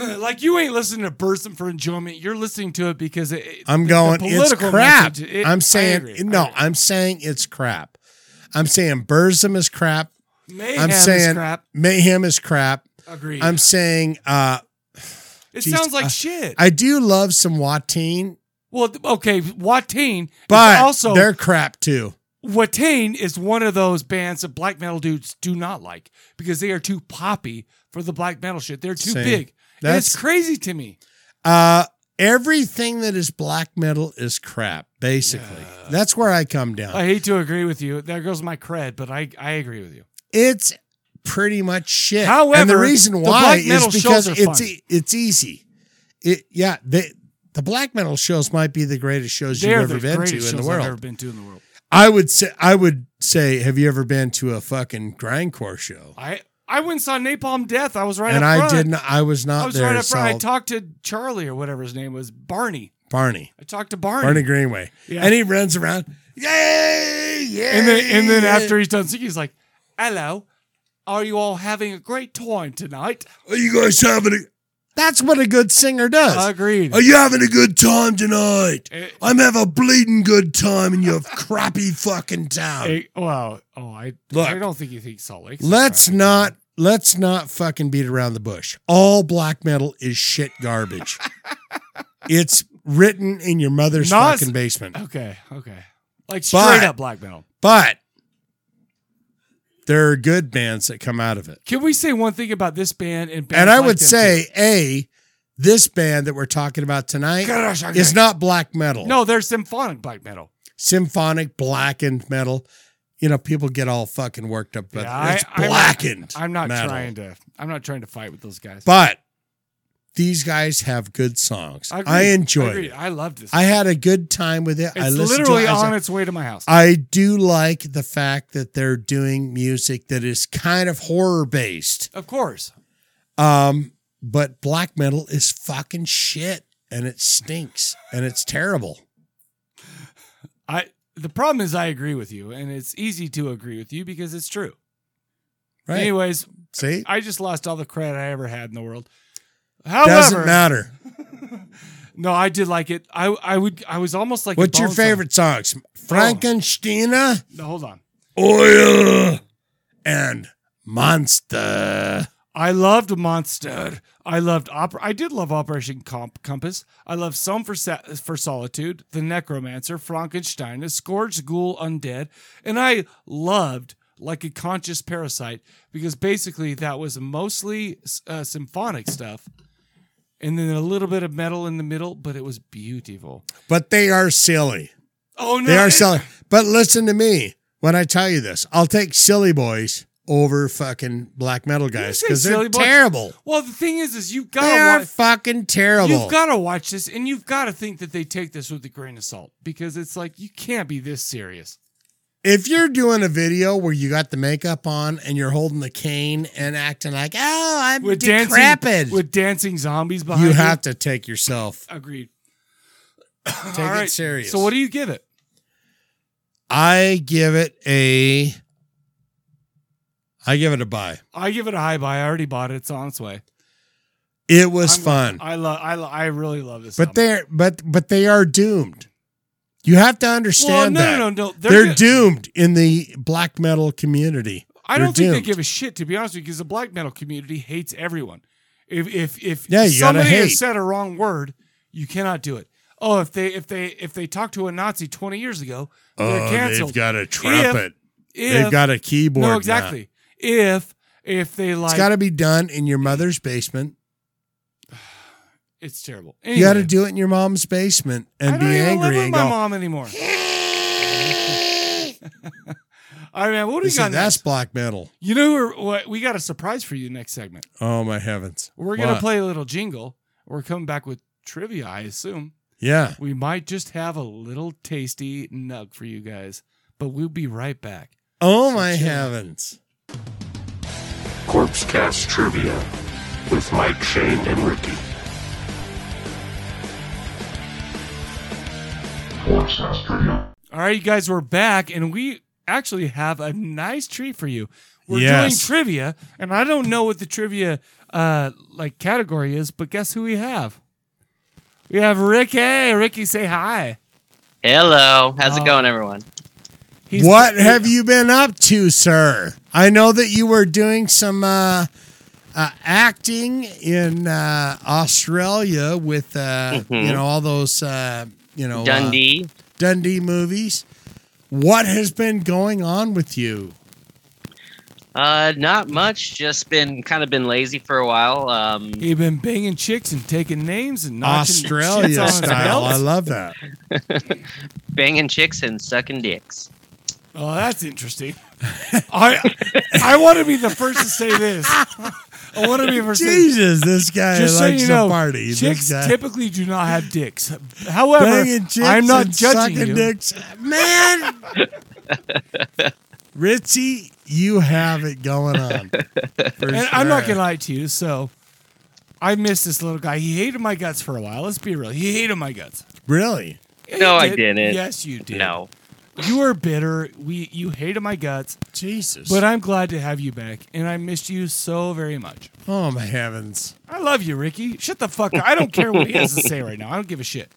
S1: like you ain't listening to Burzum for enjoyment. You're listening to it because it. it-
S2: I'm
S1: the
S2: going, it's
S1: political
S2: crap.
S1: message, it- I
S2: I'm saying,
S1: agree. I
S2: no,
S1: agree.
S2: I'm saying it's crap. I'm saying Burzum is crap.
S1: Mayhem
S2: I'm
S1: is
S2: saying
S1: crap.
S2: Mayhem is crap.
S1: Agreed.
S2: I'm saying, uh,
S1: it
S2: geez,
S1: sounds like
S2: uh,
S1: shit.
S2: I do love some Watine,
S1: well, th- okay, Watane. is
S2: but
S1: also
S2: they're crap too.
S1: Watane is one of those bands that black metal dudes do not like because they are too poppy for the black metal shit. They're too
S2: Same.
S1: big. And it's
S2: That's-
S1: crazy to me.
S2: Uh, everything that is black metal is crap, basically. That's where I come down.
S1: I hate to agree with you. There goes my cred, but I, I agree with you.
S2: it's pretty much shit.
S1: However,
S2: and the reason
S1: the
S2: why
S1: black metal
S2: is because
S1: shows are
S2: it's
S1: fun.
S2: e- it's easy. It yeah, the the black metal shows might be the greatest shows
S1: They're
S2: you've
S1: the
S2: ever been to
S1: greatest
S2: in the
S1: shows I've ever
S2: world.
S1: been to in the world.
S2: I would say I would say, have you ever been to a fucking grindcore show?
S1: I I went and saw Napalm Death. I was right
S2: and
S1: up
S2: I
S1: front.
S2: didn't. I was not
S1: I was
S2: there.
S1: right up
S2: so
S1: front. I talked to Charlie or whatever his name was, Barney.
S2: Barney,
S1: I talked to Barney.
S2: Barney Greenway,
S1: Yeah.
S2: and he runs around. Yay! Yay!
S1: And then and then
S2: yay."
S1: after he's done singing, he's like, "Hello, are you all having a great time tonight?"
S2: are you guys having a? That's what a good singer does.
S1: Agreed.
S2: Are you having a good time tonight?
S1: Eh.
S2: I'm having a bleeding good time in <laughs> your crappy fucking town.
S1: Hey, well, oh, I
S2: Look.
S1: I don't think you think Salt Lake.
S2: Let's not let's not fucking beat around the bush. All black metal is shit <laughs> garbage. it's written in your mother's
S1: Nas-
S2: fucking basement.
S1: Okay, okay, like straight
S2: But-
S1: up black metal.
S2: But there are good bands that come out of it.
S1: Can we say one thing about this band and bands
S2: And I
S1: like
S2: would
S1: them
S2: say, A, this band that we're talking about tonight
S1: too?
S2: is not black metal.
S1: no, they're symphonic black metal.
S2: symphonic blackened metal. You know, people get all fucking worked up, but
S1: Yeah, I-
S2: it's
S1: I'm-
S2: blackened.
S1: I'm not
S2: metal.
S1: trying to. I'm not trying to fight with those guys.
S2: But these guys have good songs. I,
S1: agree.
S2: enjoyed
S1: agree.
S2: it.
S1: I love this.
S2: I had a good time with it. I
S1: it's
S2: listened
S1: literally
S2: to it. I was
S1: on
S2: like-
S1: its way to my house.
S2: I do like the fact that they're doing music that is kind of horror based.
S1: of course.
S2: Um, but black metal is fucking shit and it stinks and it's terrible.
S1: I the problem is I agree with you, and it's easy to agree with you because it's true.
S2: Right.
S1: Anyways,
S2: See?
S1: I just lost all the credit I ever had in the world.
S2: Doesn't
S1: However,
S2: matter.
S1: no, I did like it. I I would I was almost like a
S2: What's your
S1: Bones song.
S2: favorite songs? Frankensteiner?
S1: No, hold on.
S2: oil and monster.
S1: I loved Monster. I loved opera. I did love Operation Comp- Compass. I loved Some for Sa- for Solitude, The Necromancer, Frankenstein, The Scourged Ghoul Undead, and I loved Like a Conscious Parasite because basically that was mostly uh, symphonic stuff, and then a little bit of metal in the middle, but it was beautiful.
S2: But they are silly.
S1: Oh no,
S2: They are
S1: it-
S2: silly. But listen to me when I tell you this. I'll take silly boys over fucking black metal guys
S1: say
S2: because they're
S1: Silly Boys.
S2: terrible.
S1: Well, the thing is, is you've got
S2: They're
S1: to watch.
S2: fucking terrible.
S1: You've got to watch this, and you've got to think that they take this with a grain of salt because it's like you can't be this serious.
S2: if you're doing a video where you got the makeup on and you're holding the cane and acting like, oh, I'm
S1: with
S2: decrepit,
S1: dancing with dancing zombies behind
S2: you have to take yourself.
S1: agreed.
S2: <coughs> Take
S1: All right.
S2: it serious.
S1: So what do you give it?
S2: I give it a. I give it a buy.
S1: I give it a high buy. I already bought it. It's on its way.
S2: It was
S1: I'm-
S2: fun.
S1: I love. I lo- I really love this. album.
S2: But they're but but they are doomed. You have to
S1: well,
S2: understand
S1: no,
S2: that.
S1: no, no, no. They're,
S2: They're,
S1: good.
S2: doomed in the black metal community.
S1: I
S2: They're
S1: don't think
S2: doomed.
S1: they give a shit to be honest with you, because the black metal community hates everyone. If if if
S2: Yeah, you gotta
S1: somebody
S2: hate.
S1: has said a wrong word, you cannot do it. Oh, if they if they if they talk to a Nazi twenty years ago, they're canceled.
S2: Oh, got a
S1: trumpet. If-
S2: they've got a keyboard.
S1: no
S2: now.
S1: exactly. If if they like,
S2: It's got to be done in your mother's basement.
S1: it's terrible.
S2: You got to
S1: Anyway.
S2: do it in your mom's basement and
S1: I don't
S2: be
S1: even
S2: angry
S1: live with
S2: and
S1: my
S2: go.
S1: mom anymore. <laughs> All right, man. What do we
S2: "Listen,
S1: got
S2: that's
S1: next?
S2: black metal.
S1: You know, we're, what- we got a surprise for you next segment.
S2: Oh my heavens!
S1: We're gonna
S2: What?
S1: play a little jingle. We're coming back with trivia. I assume
S2: Yeah,
S1: we might just have a little tasty nug for you guys, but we'll be right back.
S2: Oh my heavens.
S7: Corpse Cast Trivia with Mike, Shane, and Ricky.
S8: Corpse Cast Trivia.
S1: All right, you guys, we're back, and we actually have a nice treat for you. We're
S2: Yes.
S1: doing trivia, and I don't know what the trivia uh like category is, but guess who we have? We have Ricky. Ricky, say hi.
S9: Hello. How's
S1: Oh.
S9: it going, everyone?
S1: He's-
S2: what have you been up to, sir? I know that you were doing some uh, uh, acting in uh, Australia with uh, you know all those uh, you know uh,
S9: Dundee.
S2: Dundee movies. What has been going on with you?
S9: Uh, not much. Just been kind of been lazy for a while. Um,
S1: He's been banging chicks and taking names and notching shits on
S2: Australia
S1: his
S2: style.
S1: belt.
S2: I love that.
S9: banging chicks and sucking dicks.
S1: Oh, that's
S2: <laughs>
S1: interesting. I I want to be the first to say this. I want to be the first. to say-
S2: Jesus, this guy
S1: Just so
S2: likes
S1: you
S2: to
S1: know,
S2: party. This
S1: chicks
S2: guy-
S1: typically do not have dicks. However,
S2: banging chicks
S1: I'm not
S2: and
S1: judging
S2: sucking
S1: you.
S2: dicks. Man, Ritzy, you have it going on. For
S1: And I'm not
S2: sure.
S1: gonna lie to you. So, I miss this little guy. He hated my guts for a while. Let's be real. He hated my guts.
S2: really.
S1: Yeah,
S9: No,
S1: you
S9: I didn't.
S1: Yes, you did.
S9: No.
S1: you were bitter. We you hated my guts,
S2: Jesus.
S1: but I'm glad to have you back, and I missed you so very much.
S2: oh my heavens.
S1: I love you, Ricky. Shut the fuck up. I don't care what he has to say right now. I don't give a shit.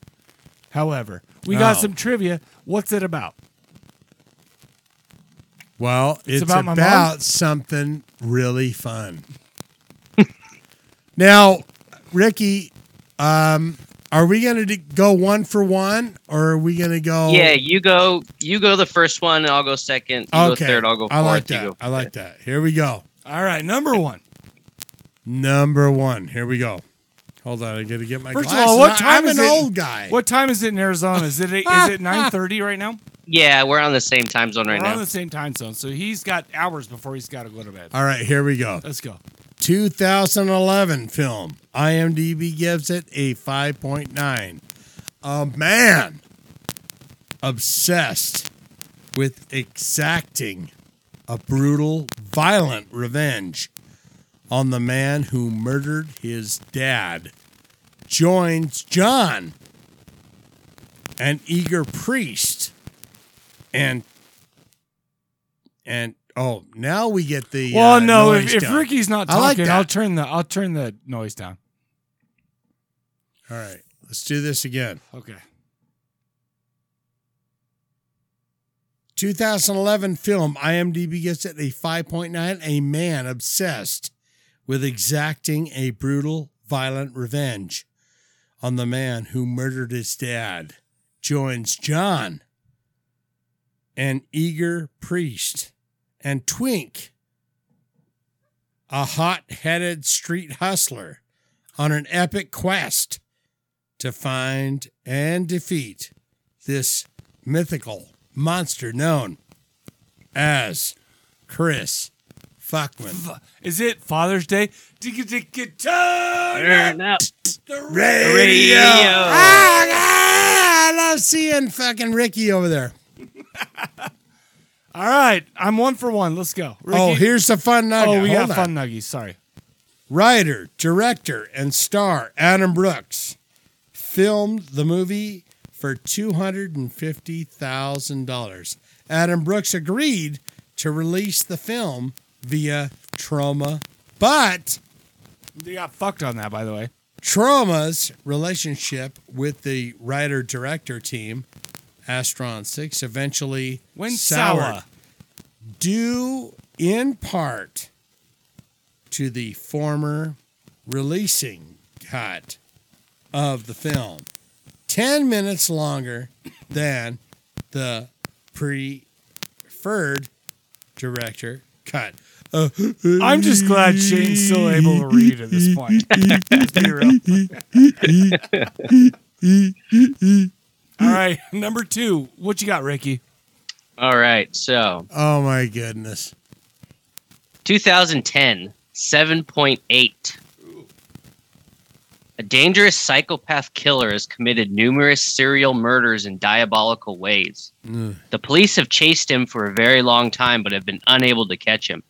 S1: However, we got
S2: Oh.
S1: some trivia. What's it about?
S2: Well, it's,
S1: about
S2: about,
S1: my mom?
S2: something really fun. <laughs> now, Ricky, um, are we going to go one for one, or are we going to go?
S9: Yeah, you go. You go the first one. I'll go second. You
S2: Okay.
S9: go third. I'll go fourth.
S2: I like
S9: you
S2: that.
S9: go
S2: I like that. Here we go.
S1: All right, number one.
S2: Number one. Here we go. Hold on, I got to get my.
S1: First of
S2: glasses.
S1: all, what
S2: I-
S1: time
S2: I'm
S1: is
S2: an
S1: it?
S2: old guy.
S1: What time is it in Arizona? Is it is
S2: <laughs>
S1: it nine thirty right now?
S9: Yeah, we're on the same time zone right
S1: We're
S9: now.
S1: on the same time zone, so he's got hours before he's got to go to bed.
S2: All right, here we go.
S1: Let's go.
S2: 2011 film. IMDb gives it a 5.9. A man obsessed with exacting a brutal, violent revenge on the man who murdered his dad joins John, an eager priest, and and oh, now we get the
S1: well,
S2: uh,
S1: no,
S2: noise
S1: if, if
S2: done.
S1: Ricky's not
S2: I like
S1: talking, I'll
S2: that.
S1: turn the I'll turn the noise down.
S2: All right, let's do this again.
S1: Okay.
S2: 2011 film IMDb gets it a 5.9. A man obsessed with exacting a brutal, violent revenge on the man who murdered his dad joins John, an eager priest, and Twink, a hot headed street hustler, on an epic quest to find and defeat this mythical monster known as Chris Fuckman.
S1: Is it Father's Day?
S9: Turn up
S2: Radio.
S9: radio.
S2: Ah, ah, I love seeing fucking Ricky over there.
S1: All right, I'm one for one. Let's go. Ricky.
S2: Oh, here's the fun nugget.
S1: Oh, we
S2: Hold
S1: got
S2: on.
S1: fun nuggies. Sorry.
S2: Writer, director, and star Adam Brooks filmed the movie for $250,000. Adam Brooks agreed to release the film via Trauma, but
S1: They got fucked on that, by the way.
S2: Trauma's relationship with the writer director team, Astron 6, eventually
S1: When
S2: soured,
S1: sour.
S2: due in part to the former releasing cut of the film, 10 minutes longer than the preferred director cut. Uh,
S1: I'm just glad Shane's still able to read at this point. <laughs> Let's be real. All right, number two. What you got, Ricky?
S9: All right. So
S2: oh my goodness.
S9: 2010, 7.8. A dangerous psychopath killer has committed numerous serial murders in diabolical ways. The police have chased him for a very long time but have been unable to catch him.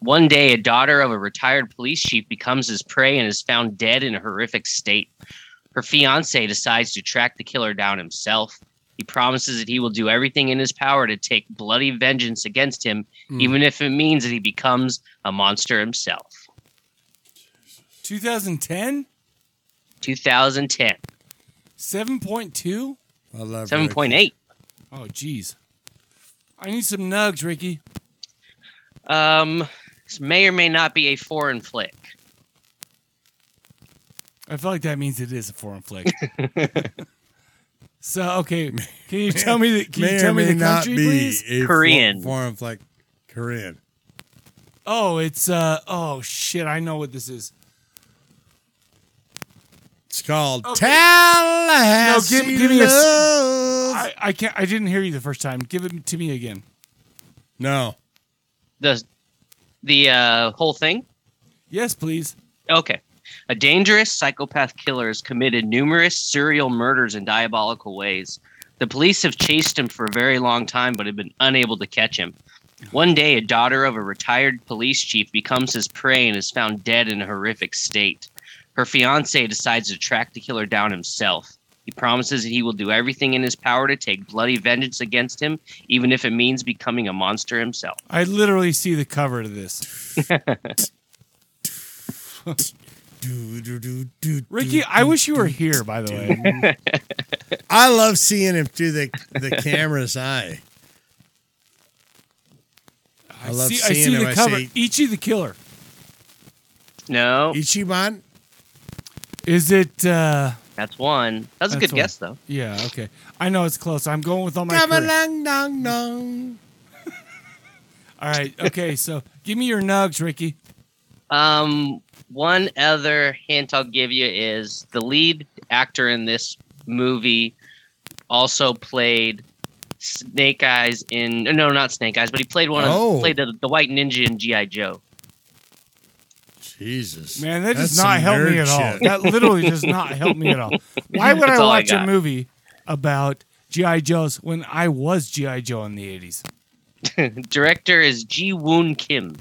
S9: One day, a daughter of a retired police chief becomes his prey and is found dead in a horrific state. Her fiance decides to track the killer down himself. He promises that he will do everything in his power to take bloody vengeance against him even if it means that he becomes a monster himself.
S1: 2010?
S9: 2010,
S1: 7.2?
S2: I love Ricky.
S9: 7.8.
S1: Oh, jeez. I need some nugs, Ricky.
S9: Um, this may or may not be a foreign flick.
S1: I feel like that means it is a foreign flick. so, okay. Can you tell me the, can
S2: may
S1: you tell
S2: or
S1: me
S2: may
S1: the
S2: not
S1: country,
S2: be
S1: please?
S2: a
S9: Korean.
S2: fo- form of like Korean.
S1: Oh, it's uh oh shit, I know what this is.
S2: It's called
S1: Okay.
S2: Tallahassee.
S1: No, give- give me a s-
S2: Love.
S1: I, I can't I didn't hear you the first time. Give it to me again.
S2: no.
S9: The the uh, whole thing.
S1: Yes, please.
S9: Okay. A dangerous psychopath killer has committed numerous serial murders in diabolical ways. The police have chased him for a very long time, but have been unable to catch him. One day, a daughter of a retired police chief becomes his prey and is found dead in a horrific state. Her fiance decides to track the killer down himself. He promises that he will do everything in his power to take bloody vengeance against him, even if it means becoming a monster himself.
S1: I literally see the cover to this.
S2: Do, do, do, do,
S1: Ricky,
S2: do,
S1: I
S2: do.
S1: wish you were here, by the way.
S2: I love seeing him through the,
S1: <laughs>
S2: the camera's eye. I love
S1: see, I
S2: seeing
S1: see
S2: him.
S1: the cover.
S2: I see
S1: Ichi the killer. Oh.
S9: No,
S2: Ichiban.
S1: Is it uh
S9: that's one. That's a
S1: That's
S9: good
S1: one.
S9: guess, though.
S1: yeah, okay. I know it's close. I'm going with all my
S2: Come
S1: career.
S2: along, dong, dong.
S1: All right. Okay, so give me your nugs, Ricky.
S9: Um, one other hint I'll give you is the lead actor in this movie also played Snake Eyes in no, not Snake Eyes, but he played one
S2: Oh.
S9: of played the, the White Ninja in GI Joe.
S2: Jesus.
S1: Man, that
S2: That's
S1: does not
S2: some
S1: help me
S2: nerd
S1: at all.
S2: shit.
S1: That literally does not help me at all. Why would I
S9: <laughs> That's all I
S1: watch a
S9: got.
S1: movie about GI Joes when I was GI Joe in the eighties?
S9: Director is Ji Woon Kim.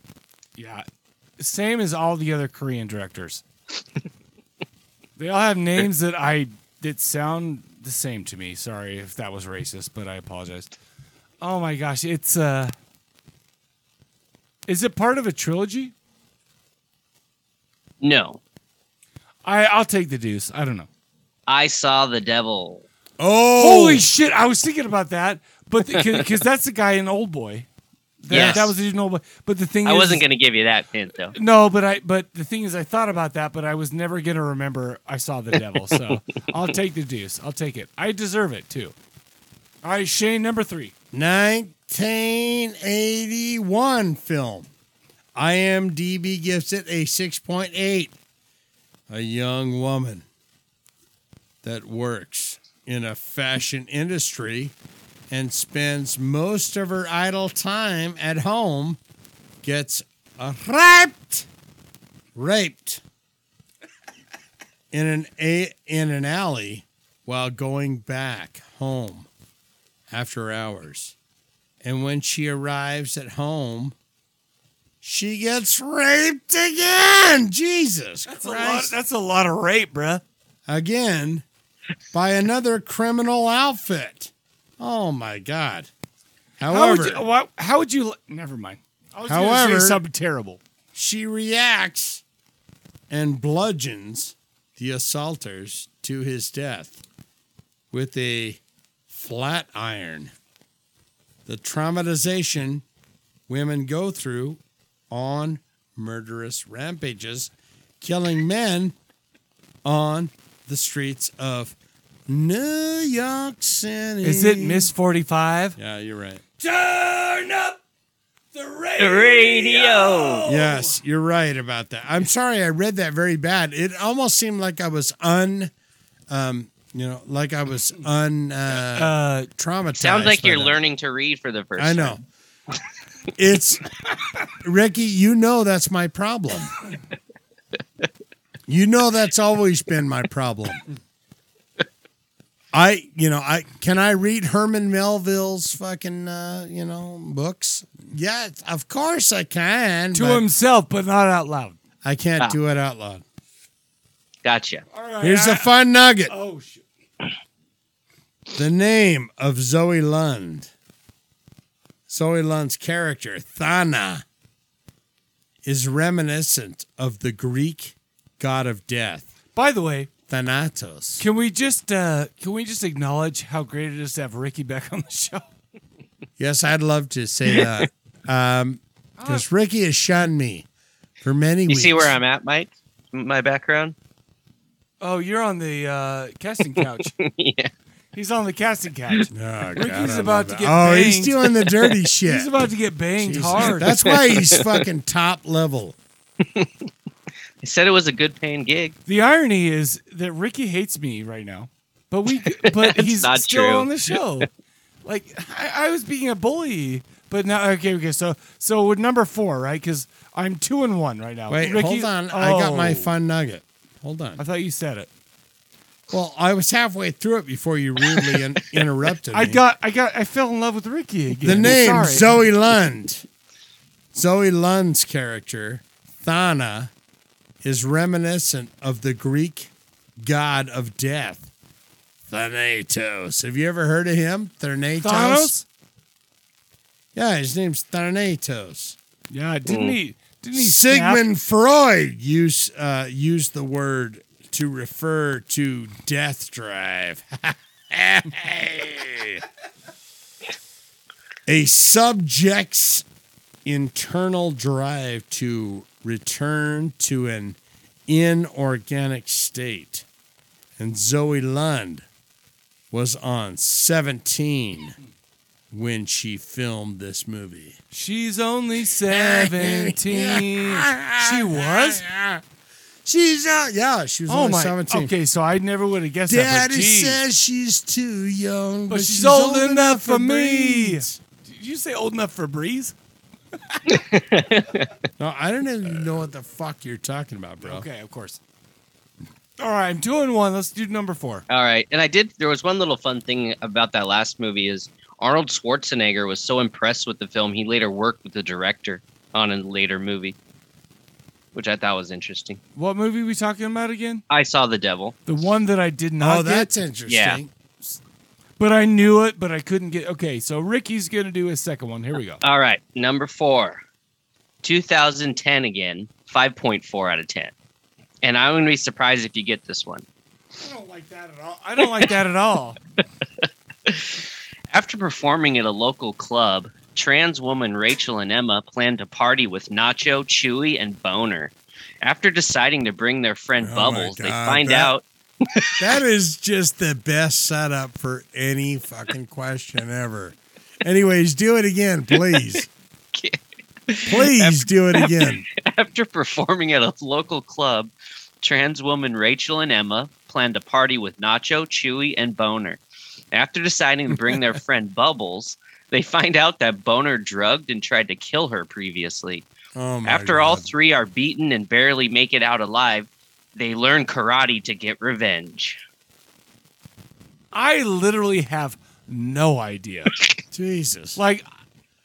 S1: Yeah, same as all the other Korean
S9: <laughs>
S1: directors. they all have names that I that sound the same to me. Sorry if that was racist, but I apologize. Oh my gosh, it's uh, is it part of a trilogy?
S9: No,
S1: I I'll take the deuce. I don't know.
S9: I saw the devil.
S2: Oh,
S1: Holy shit! I was thinking about that, but because that's the guy in Old Boy. That,
S9: Yes.
S1: that was the dude in Old Boy. But the thing
S9: I
S1: is,
S9: wasn't gonna give you that hint though.
S1: No, but I. But the thing is, I thought about that, but I was never gonna remember. I saw the devil, so I'll take the deuce. I'll take it. I deserve it too. All right, Shane, number three.
S2: 1981 film. IMDb gives it a 6.8. A young woman that works in a fashion industry and spends most of her idle time at home gets uh, raped raped in an a- in an alley while going back home after hours. And when she arrives at home, she gets raped again. Jesus Christ.
S1: that's a lot of rape, bruh.
S2: Again by another criminal outfit. Oh my God.
S1: How
S2: However,
S1: would you? Why, how would you? li- Never mind. I was However,
S2: However-
S1: say something terrible.
S2: she reacts and bludgeons the assaulters to his death with a flat iron. The traumatization women go through on murderous rampages, killing men on the streets of New York City.
S1: Is it Miss Forty Five?
S2: Yeah, you're right.
S1: Turn up the rape.
S9: Radio.
S2: Yes, you're right about that. I'm sorry I read that very bad. It almost seemed like I was un, um, you know, like I was un uh,
S1: Uh,
S2: traumatized.
S9: Sounds like
S2: by
S9: you're
S2: that.
S9: learning to read for the first.
S2: I know. it's Ricky. You know that's my problem. You know that's always been my problem. I, you know, I can I read Herman Melville's fucking, uh, you know, books? Yeah, of course I can.
S1: to
S2: but-
S1: himself, but not out loud.
S2: I can't
S9: Ah.
S2: do it out loud.
S9: Gotcha.
S1: All right.
S2: Here's a fun nugget.
S1: oh shit.
S2: The name of Zoe Lund. Zoe Lund's character, Thana, is reminiscent of the Greek god of death,
S1: By the way,
S2: Thanatos.
S1: can we just uh, can we just acknowledge how great it is to have Ricky back on the <laughs> show?
S2: Yes, I'd love to
S9: <laughs>
S2: say that. Because Ricky has shunned me for many
S9: You
S2: weeks.
S9: see where I'm at, Mike? My background.
S1: Oh, you're on the uh, casting couch.
S9: yeah.
S1: He's on the casting couch.
S2: Oh, God, I
S1: Ricky's
S2: love
S1: about to
S2: that.
S1: get
S2: Oh, he's
S1: banged.
S2: doing the dirty
S1: <laughs>
S2: shit.
S1: He's about to get banged
S2: Jesus.
S1: hard.
S2: That's why
S1: <laughs>
S2: he's fucking top level.
S9: He said it was a good paying gig.
S1: the irony is that Ricky hates me right now, but
S2: <laughs>
S1: we but he's
S9: not
S1: still
S9: true.
S1: on the show. like I, I was being a bully, but now okay, okay. So so with number four, right? Because I'm two and one right now.
S2: Wait,
S1: Ricky-
S2: hold on. I got my
S1: Oh.
S2: fun nugget. Hold
S1: I
S2: on.
S1: thought you said it.
S2: Well, I was halfway through it before you rudely in- interrupted.
S1: <laughs> I
S2: me.
S1: got I got I fell in love with Ricky again.
S2: the name
S1: Sorry.
S2: Zoe Lund. Zoe Lund's character, Thana, is reminiscent of the Greek god of death, Thanatos. Have you ever heard of him? Thanatos?
S1: Thanos?
S2: Yeah, his name's Thanatos.
S1: Yeah, didn't he? Didn't he? snap?
S2: Sigmund Freud used uh, used the word to refer to death drive. <laughs> A subject's internal drive to return to an inorganic state. And Zoe Lund was on 17 when she filmed this movie.
S1: She's only
S2: <laughs>
S1: seventeen. she was.
S2: She's out. Yeah, she was
S1: Oh
S2: only
S1: my.
S2: 17.
S1: Okay, so I never would have guessed that.
S2: Daddy
S1: But geez.
S2: says she's too young,
S1: But she's old enough for me.
S2: brains.
S1: Did you say old enough for Breeze?
S2: No, I don't even know what the fuck you're talking about, bro.
S1: Oh. Okay, of course. All right, I'm two and one. Let's do number four.
S9: All right. And I did there was one little fun thing about that last movie is Arnold Schwarzenegger was so impressed with the film he later worked with the director on a later movie. Which I thought was interesting.
S1: What movie we talking about again?
S9: I saw the devil.
S1: The one that I did not
S2: Oh,
S1: get,
S2: that's interesting.
S9: Yeah.
S1: but I knew it, but I couldn't get. Okay, so Ricky's gonna do his second one. Here we go.
S9: All right, number four. 2010 again, 5.4 out of 10. And I'm going to be surprised if you get this one.
S1: I don't like that at all. I don't like that at all.
S9: After performing at a local club, trans woman Rachel and Emma plan to party with Nacho, Chewy, and Boner. After deciding to bring their friend
S2: Oh my
S9: Bubbles, they
S2: God,
S9: find
S2: that-
S9: out <laughs>
S2: That is just the best setup for any fucking question ever. Anyways, do it again, please.
S9: <laughs>
S2: Please do it again.
S9: after performing at a local club, trans woman Rachel and Emma plan to party with Nacho, Chewy, and Boner. After deciding to
S2: <laughs>
S9: bring their friend Bubbles, they find out that Boner drugged and tried to kill her previously.
S2: Oh my
S9: After all
S2: God.
S9: three are beaten and barely make it out alive, they learn karate to get revenge.
S1: <laughs> I literally have no idea.
S2: Jesus.
S1: Like,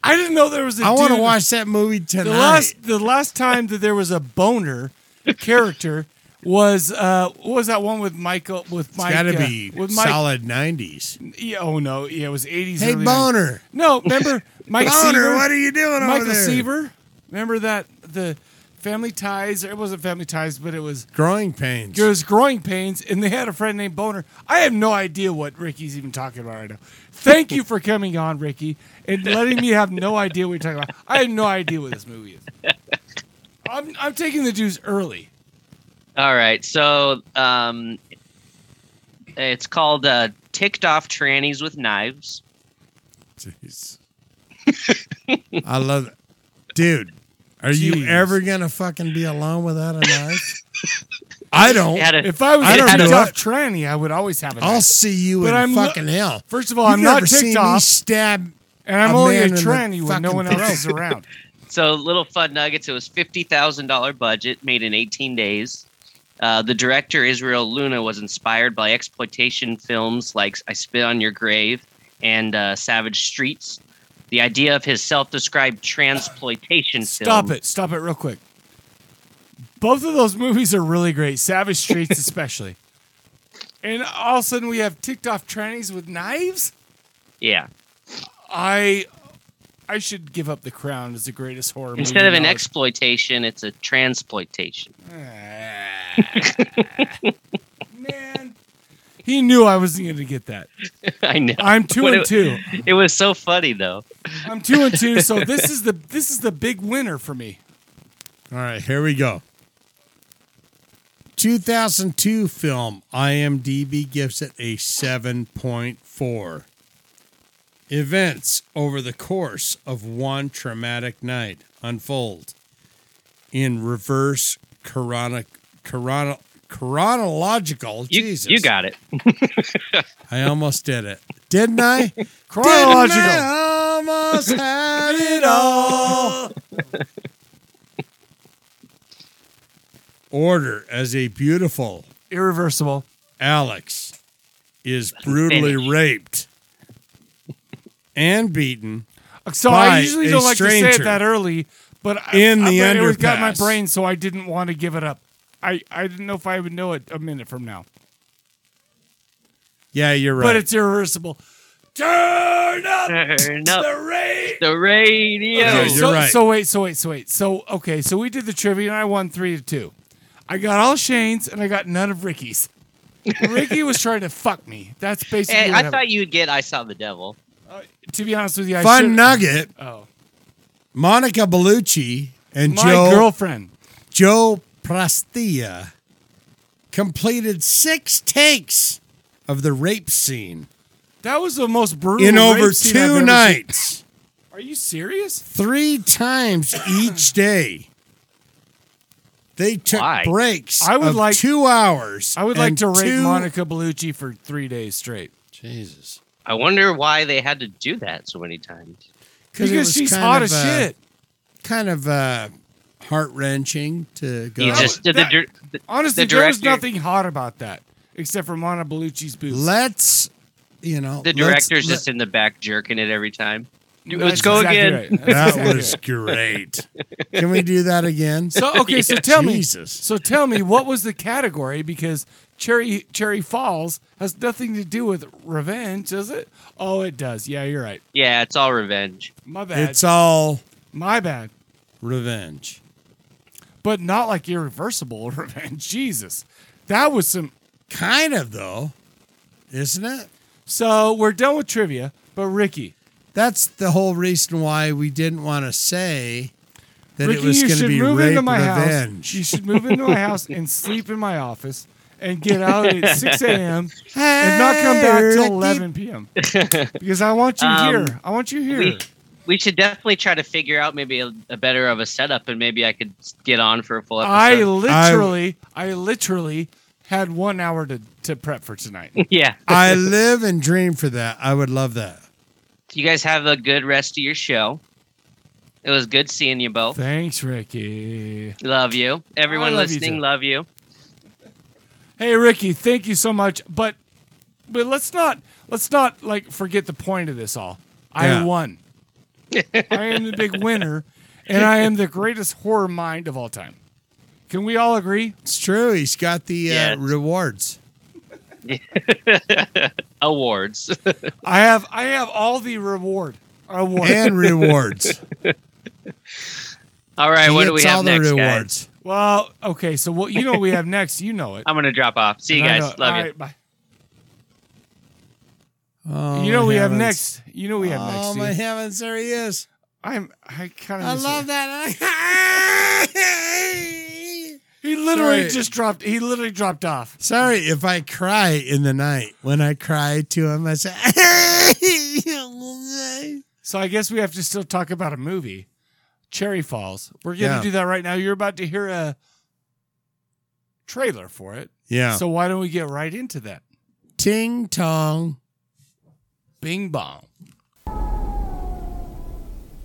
S1: I didn't know there was a.
S2: I want to
S1: dude-
S2: watch that movie tonight.
S1: the last. The last time that there was a boner character was uh what was that one with Michael with
S2: it's
S1: Mike?
S2: got to
S1: uh,
S2: be
S1: with Mike.
S2: solid 90s.
S1: Yeah, oh no, yeah, it was eighties.
S2: Hey, Boner.
S1: No, remember
S2: <laughs>
S1: Mike
S2: Boner,
S1: Seaver?
S2: what are you doing over
S1: Michael
S2: there?
S1: Seaver. Remember that the Family Ties? It wasn't Family Ties, but it was
S2: Growing pains.
S1: it was growing pains, and they had a friend named Boner. I have no idea what Ricky's even talking about right now. Thank you for coming on, Ricky, and letting me have no idea what you're talking about. I have no idea what this movie is. I'm I'm taking the juice early.
S9: All right, so um, it's called uh, "Ticked Off Trannies with Knives."
S2: Jeez. I love it. Dude, are you
S1: Jeez.
S2: ever going to fucking be alone without a knife? I don't.
S9: It had a-
S1: If I was
S2: I
S1: a
S2: don't
S1: ticked
S2: know.
S1: off tranny, I would always have a
S2: I'll
S1: knife.
S2: see you
S1: But
S2: in
S1: I'm lo-
S2: fucking hell.
S1: First of all,
S2: You've
S1: I'm not
S2: never seen
S1: ticked
S2: me
S1: off,
S2: stab.
S1: and I'm
S2: a
S1: only a
S2: man in the
S1: tranny when no
S2: fucking
S1: one else is around.
S9: So, little fun nuggets. It was fifty thousand dollar budget, made in eighteen days. Uh, the director Israel Luna was inspired by exploitation films like "I Spit on Your Grave" and uh, "Savage Streets." The idea of his self-described transploitation
S1: Stop
S9: film.
S1: it. Stop it real quick. Both of those movies are really great. Savage
S9: <laughs>
S1: Streets especially. And all of a sudden we have ticked off trannies with knives?
S9: Yeah.
S1: I I should give up the crown as the greatest horror movie.
S9: Instead of an
S1: knowledge.
S9: exploitation, it's a transploitation. <laughs>
S1: Ah. <laughs> Man. He knew I wasn't gonna get that.
S9: I know.
S1: I'm two
S9: What
S1: and
S9: it- <laughs>
S1: two.
S9: It was so funny though.
S1: I'm two and two, so this is the this is the big winner for me.
S2: All right, here we go. 2002 film IMDb gives it a 7.4. four. Events over the course of one traumatic night unfold in reverse chronic, chrono, chronological.
S9: You,
S2: Jesus.
S9: you got it.
S2: I almost did it. Didn't I?
S9: <laughs>
S1: Chronological.
S2: Didn't I
S1: <laughs>
S2: almost had it all. Order as a beautiful
S1: Irreversible.
S2: Alex is brutally
S9: Finish.
S2: raped and beaten.
S1: So
S2: By
S1: I usually
S2: a
S1: don't like to say
S2: stranger.
S1: it that early, but I-
S2: In
S1: I,
S2: the
S1: but it was got in my
S2: underpass.
S1: brain, so I didn't want to give it up. I, I didn't know if I would know it a minute from now,
S2: Yeah, you're right.
S1: but it's irreversible. Turn up
S9: Turn up
S1: the radio.
S9: the radio.
S2: Okay,
S1: so,
S2: you're right.
S1: so wait, so wait, so wait. So okay, so we did the trivia and I won three to two. I got all Shane's and I got none of Ricky's. Ricky was trying to fuck me. That's basically.
S9: Hey,
S1: what
S9: I
S1: happened.
S9: thought you'd get I Saw the Devil.
S1: To be honest with you, I
S2: Fun
S1: should-
S2: nugget.
S1: Oh,
S2: Monica Bellucci and
S1: my
S2: Joe
S1: girlfriend.
S2: Joe Prastia completed six takes of the rape scene
S1: That was the most brutal.
S2: in
S1: rape
S2: over
S1: scene I've ever
S2: two
S1: seen.
S2: nights.
S1: Are you serious?
S2: three times each day. They took
S9: Why?
S2: breaks.
S1: I would
S2: of
S1: like-
S2: two hours.
S1: I would like
S2: and
S1: to rape
S2: two-
S1: Monica Bellucci for three days straight
S2: Jesus,
S9: I wonder why they had to do that so many times.
S2: it
S1: because
S2: was
S1: she's
S2: kind
S1: hot
S2: of,
S1: as
S2: uh,
S1: shit.
S2: Kind of uh, heart wrenching to go.
S9: He just did the,
S1: that-
S9: dir- the-
S1: Honestly,
S9: the
S1: there was
S9: director-
S1: nothing hot about that except for Monica Bellucci's boobs.
S2: let's, you know,
S9: the
S2: let's-
S9: director's
S2: let-
S9: just in the back jerking it every time. Dude,
S1: That's
S9: Let's go
S1: exactly
S9: again.
S1: right. That's <laughs> exactly
S2: <laughs> That
S1: right.
S2: was great. Can we do that
S1: <laughs>
S2: again?
S1: So okay,
S2: <laughs>
S1: so tell me,
S2: Jesus.
S1: so tell me, what was the category? Because Cherry Cherry Falls has nothing to do with revenge, does it? Oh, it does. Yeah, you're right.
S9: Yeah, it's all revenge.
S1: My bad.
S2: it's all
S1: My bad.
S2: revenge.
S1: But not like irreversible <laughs> revenge. Jesus, that was some.
S2: Kind of though, isn't it?
S1: So we're done with trivia. But Ricky,
S2: That's the whole reason why we didn't want to say that
S1: Ricky,
S2: it was
S1: you
S2: going to
S1: should
S2: be
S1: move
S2: rape
S1: into my
S2: revenge.
S1: house. You should move into my house
S2: <laughs>
S1: and sleep in my office and get out at 6 a.m. and not come back till 11 p.m. Because I want you
S9: Um,
S1: here. I want you here.
S9: We, we should definitely try to figure out maybe a, a better of a setup, and maybe I could get on for a full
S1: I
S9: episode.
S1: literally, I, literally had one hour to, to prep for
S9: <laughs>
S1: tonight.
S9: yeah.
S2: I live and dream for that. I would love that.
S9: You guys have a good rest of your show. It was good seeing you both.
S1: Thanks, Ricky.
S9: Love you. Everyone
S1: love you
S9: listening,
S1: too.
S9: love you.
S1: Hey, Ricky, thank you so much. But but let's not let's not like forget the point of this all.
S2: Yeah.
S1: I won. I am the big winner, and I am the greatest horror mind of all time. Can we all agree?
S2: It's true. He's got the
S9: Yes.
S2: uh, rewards.
S9: Awards. <laughs>
S1: I have I have all the reward award.
S2: And
S9: <laughs>
S2: rewards.
S9: all right,
S2: He
S9: what do we
S2: gets
S9: have
S2: all the
S9: next, guys?
S2: rewards.
S1: well, okay, so what you know what we have next, you know it.
S9: I'm gonna drop off. See <laughs> you
S1: I
S9: guys.
S1: know
S9: Love
S1: it.
S9: you.
S1: All right, bye.
S2: Oh,
S1: you know
S2: my
S1: we have
S2: heavens.
S1: next. You know we have next.
S2: Oh
S1: dude.
S2: my heavens! There he is.
S1: I'm I kind of
S2: I love that.
S1: He literally
S2: Sorry.
S1: just dropped. He literally dropped off.
S2: <laughs> Sorry if I cry in the night. When I cry to him, I <laughs> say.
S1: So I guess we have to still talk about a movie, Cherry Falls. We're gonna
S2: Yeah.
S1: do that right now. You're about to hear a trailer for it.
S2: yeah.
S1: So why don't we get right into that?
S2: Ting tong.
S1: Bing bong.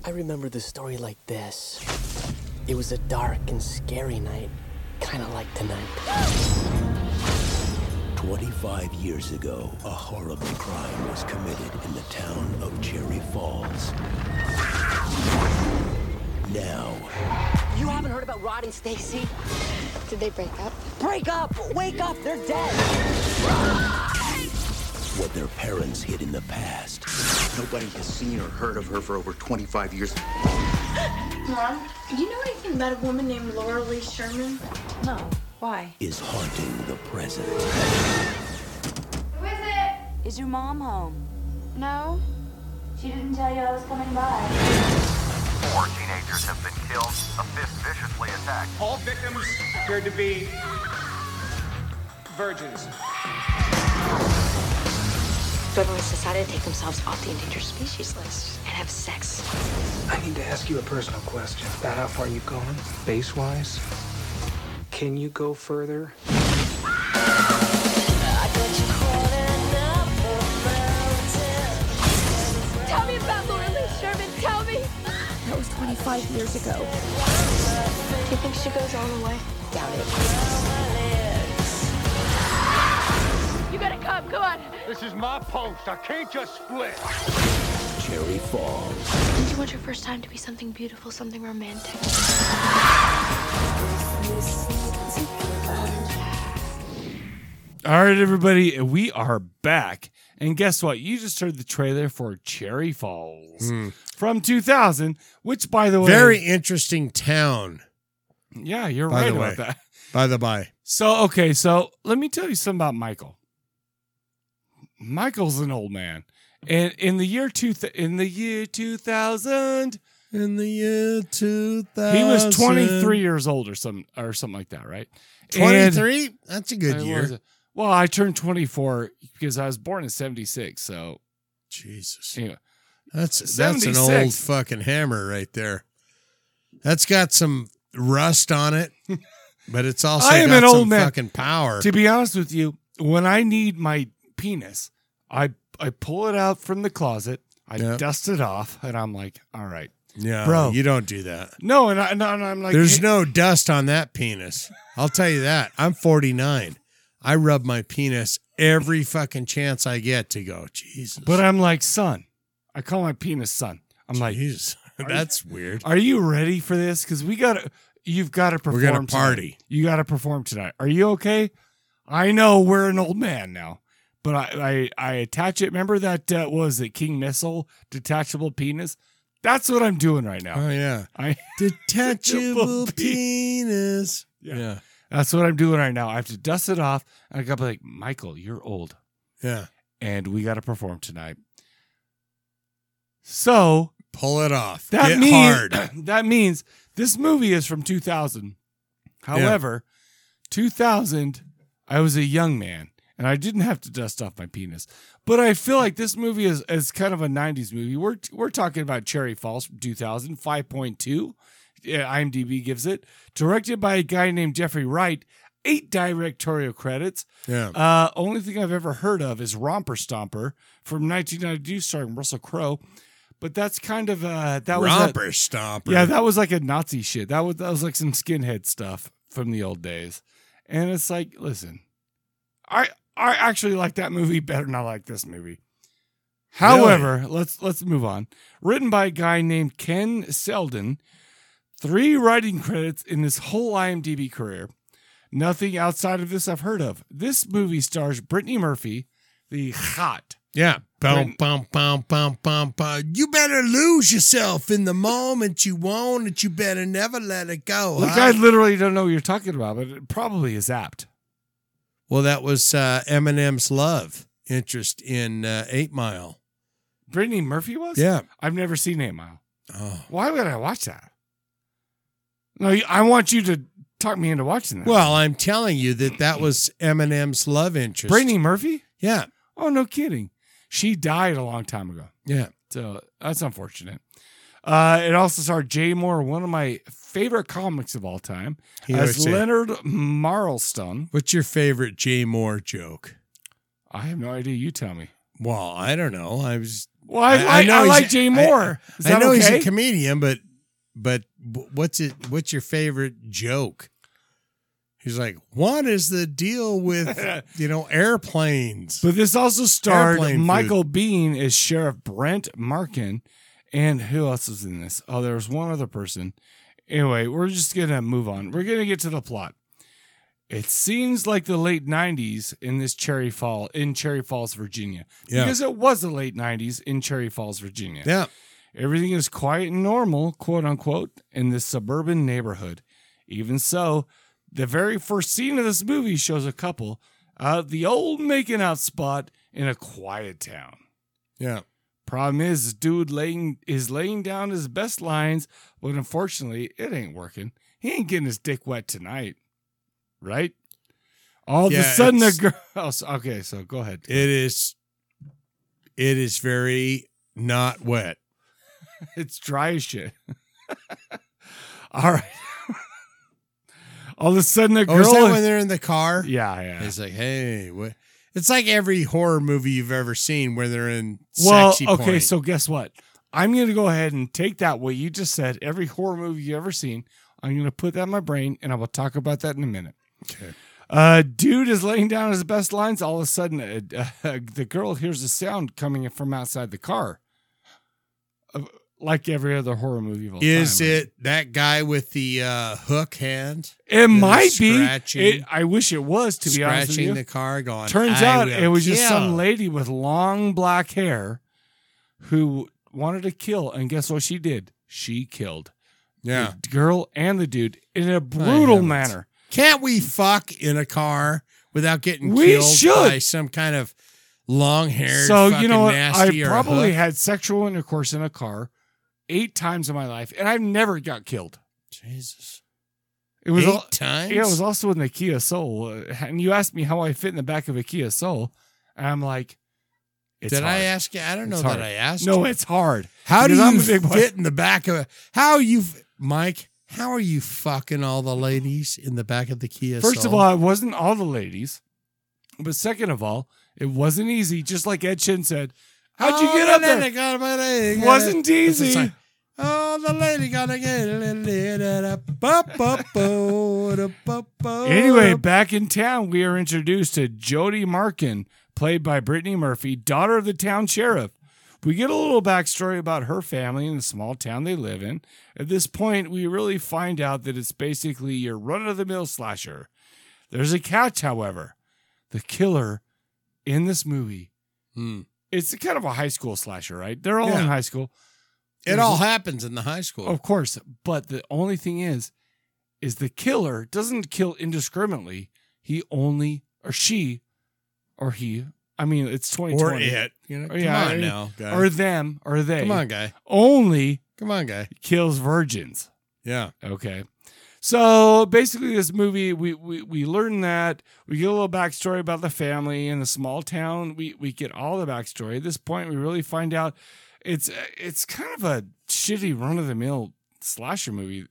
S10: I remember the story like this. It was a dark and scary night, kind of like tonight.
S6: 25 years ago, a horrible crime was committed in the town of Cherry Falls. Now,
S11: You haven't heard about Rod and Stacy?
S12: Did they break up?
S11: Break up! Wake up! They're dead!
S6: what their parents hid in the past
S3: Nobody has seen or heard of her for over 25 years.
S12: Mom, do you know anything about a woman named Laura Lee Sherman?
S11: No. Why?
S6: is haunting the present.
S12: Who is it?
S11: Is your mom home?
S12: No. She didn't tell you I was coming by.
S6: Four teenagers have been killed, a fifth viciously attacked.
S13: All victims appeared to be virgins.
S14: Governments decided to take themselves off the endangered species list and have sex.
S15: I need to ask you a personal question about how far you've gone, base wise. Can you go further?
S12: Tell me about Laura Lee Sherman. Tell me.
S14: That was 25 years ago.
S12: Do you think she goes all the way?
S14: Doubt it.
S12: You gotta come. Come on.
S13: This is my post. I can't just split.
S6: Cherry Falls.
S12: Didn't you want your first time to be something beautiful, something romantic?
S1: All right, everybody, we are back. And guess what? You just heard the trailer for Cherry Falls
S2: Hmm.
S1: from 2000, which, by the way,
S2: Very interesting town.
S1: yeah, you're
S2: By
S1: right
S2: the way.
S1: about that.
S2: By the by,
S1: So, okay, so let me tell you something about Michael. Michael's an old man. And in the year two in the year 2000,
S2: in the year 2000,
S1: he was 23 years old or some or something like that, right? And-
S2: 23? That's a good
S1: I
S2: year.
S1: was- Well, I turned 24 because I was born in 76, so
S2: Jesus.
S1: Anyway,
S2: That's that's an
S1: 76.
S2: old fucking hammer right there. That's got some rust
S1: <laughs>
S2: on it, but it's also
S1: I am
S2: got
S1: an
S2: some
S1: old man.
S2: fucking power.
S1: To be honest with you, when I need my penis, I I pull it out from the closet, I
S2: Yeah.
S1: dust it off, and I'm like, all right.
S2: yeah,
S1: bro.
S2: you don't do that.
S1: No, and, I, and I'm like,
S2: There's
S1: hey-
S2: no dust on that penis. I'll tell you that. I'm 49. I rub my penis every fucking chance I get to go. Jesus.
S1: But I'm like, son, I call my penis son. I'm like,
S2: are <laughs> That's weird.
S1: Are you ready for this? Because we got to, you've got to perform.
S2: gonna
S1: tonight.
S2: party.
S1: You got to perform tonight. Are you okay? I know we're an old man now, but I, I, I attach it. Remember that uh, what was it King Missile detachable penis? That's what I'm doing right now.
S2: Oh yeah.
S1: I <laughs>
S2: Detachable penis.
S1: Yeah. That's what I'm doing right now. I have to dust it off. And I got to be like, Michael, you're old.
S2: Yeah.
S1: And we got to perform tonight. So
S2: Pull it off.
S1: that
S2: Get
S1: means <clears throat>
S2: hard.
S1: that means this movie is from 2000. However, 2000, I was a young man and I didn't have to dust off my penis. But I feel like this movie is, is kind of a 90s movie. We're we're talking about Cherry Falls from 2000, 5.2. Yeah, IMDb gives it. Directed by a guy named Jeffrey Wright. Eight directorial credits.
S2: Yeah.
S1: Uh, only thing I've ever heard of is Romper Stomper from 1992, starring Russell Crowe. But that's kind of uh, that was a-
S2: Romper stomper.
S1: yeah, that was like a Nazi shit. That was that was like some skinhead stuff from the old days. And it's like, listen, I I actually like that movie better than I like this movie. However, let's let's move on. Written by a guy named Ken Selden, three writing credits in his whole IMDb career. Nothing outside of this I've heard of. This movie stars Brittany Murphy, the hot
S2: Yeah. Bum,
S1: Right.
S2: bum, bum, bum, bum, bum. You better lose yourself in the moment you want it. You better never let it go.
S1: Look,
S2: huh?
S1: I literally don't know what you're talking about, but it probably is apt.
S2: well, that was uh, Eminem's love interest in uh, Eight Mile.
S1: Brittany Murphy was?
S2: Yeah.
S1: I've never seen Eight Mile.
S2: Oh.
S1: Why would I watch that? No, you- I want you to talk me into watching that.
S2: Well, I'm telling you that that was Eminem's love interest.
S1: Brittany Murphy?
S2: Yeah.
S1: Oh, no kidding. She died a long time ago.
S2: Yeah.
S1: So that's unfortunate. Uh, it also starred Jay Moore, one of my favorite comics of all time,
S2: He always
S1: as
S2: say-
S1: Leonard Marlstone.
S2: What's your favorite Jay Moore joke?
S1: I have no idea. You tell me.
S2: Well, I don't know. I was.
S1: Well, I like- I
S2: he's-
S1: like Jay Moore. Is
S2: I
S1: that
S2: know he's a
S1: okay?
S2: comedian, but but wh- what's it? What's your favorite joke? He's like, what is the deal
S1: <laughs>
S2: with you know airplanes?
S1: But this also starred
S2: Airplane food.
S1: Michael Bean as Sheriff Brent Markin. And who else was in this? Oh, there was one other person. Anyway, we're just going to move on. We're going to get to the plot. It seems like the late 90s in this Cherry Fall, in Cherry Falls, Virginia.
S2: Yeah.
S1: Because it was the late 90s in Cherry Falls, Virginia.
S2: Yeah.
S1: Everything is quiet and normal, quote unquote, in this suburban neighborhood. Even so, the very first scene of this movie shows a couple out at the old making out spot in a quiet town.
S2: Yeah.
S1: Problem is, this dude laying is laying down his best lines, but unfortunately, it ain't working. He ain't getting his dick wet tonight, right? All of
S2: Yeah,
S1: a sudden, the <laughs>
S2: it's-
S1: girl. Oh, so- okay, so go ahead.
S2: It is It is very not wet.
S1: it's dry as shit. <laughs> All right. All of a sudden, a
S2: Oh,
S1: girl.
S2: is that when they're in the car?
S1: Yeah, yeah.
S2: It's like, hey, what? It's like every horror movie you've ever seen where they're in
S1: well,
S2: sexy
S1: okay.
S2: point.
S1: So guess what? I'm going to go ahead and take that what you just said. Every horror movie you have ever seen, I'm going to put that in my brain, and I will talk about that in a minute.
S2: Okay.
S1: Uh, dude is laying down his best lines. All of a sudden, uh, uh, the girl hears a sound coming from outside the car, Uh, like every other horror movie of all
S2: is
S1: time.
S2: it that guy with the uh, hook hand?
S1: It might
S2: scratching-
S1: be. It, I wish it was. To be honest with
S2: Scratching
S1: you,
S2: the car, going,
S1: Turns
S2: "I
S1: out
S2: will
S1: it was just
S2: kill."
S1: some lady with long black hair who wanted to kill, and guess what she did? She killed.
S2: Yeah.
S1: the girl and the dude in a
S2: I
S1: brutal
S2: know,
S1: manner.
S2: Can't we fuck in a car without getting
S1: We
S2: killed
S1: should.
S2: by some kind of long haired?
S1: So you know what?
S2: Nasty
S1: I
S2: or a
S1: probably
S2: hook?
S1: had sexual intercourse in a car eight times in my life, and I've never got killed.
S2: Jesus.
S1: It was
S2: Eight
S1: al-
S2: times?
S1: Yeah, it was also in the Kia Soul, uh, and you asked me how I fit in the back of a Kia Soul, and I'm like, it's
S2: Did I
S1: hard.
S2: ask you? I don't know
S1: It's
S2: that
S1: hard.
S2: I asked
S1: No,
S2: you.
S1: it's hard.
S2: How do
S1: Because
S2: you
S1: I'm a big boy.
S2: fit in the back of a? How are you, Mike? How are you fucking all the ladies in the back of the Kia?
S1: First of
S2: Soul?
S1: all, it wasn't all the ladies. But second of all, it wasn't easy. Just like Ed Shin said, how'd you
S2: Oh,
S1: get
S2: the
S1: up
S2: lady
S1: there?
S2: got up there, got
S1: Wasn't
S2: it. It's
S1: easy.
S2: like, oh, the lady gotta get it. lit up, bup, bup, bo, da, bup, bo,
S1: Anyway,
S2: da,
S1: back in town, we are introduced to Jody Markin, played by Brittany Murphy, daughter of the town sheriff. We get a little backstory about her family and the small town they live in. At this point, we really find out that it's basically your run of the mill slasher. There's a catch, however. The killer in this movie,
S2: Hmm.
S1: it's kind of a high school slasher, right? They're all
S2: Yeah.
S1: in high school.
S2: It all happens in the high school.
S1: Of course, but the only thing is, is the killer doesn't kill indiscriminately. He only or she, or he. I mean, it's twenty
S2: or
S1: twenty. Oh,
S2: it. You know, come
S1: yeah,
S2: on
S1: or-
S2: now, guy.
S1: or them, or they.
S2: Come on, guy.
S1: Only
S2: Come on, guy.
S1: kills virgins.
S2: Yeah.
S1: Okay. So basically, this movie, we, we we learn that we get a little backstory about the family and the small town. We we get all the backstory. At this point, we really find out it's it's kind of a shitty run of the mill slasher movie.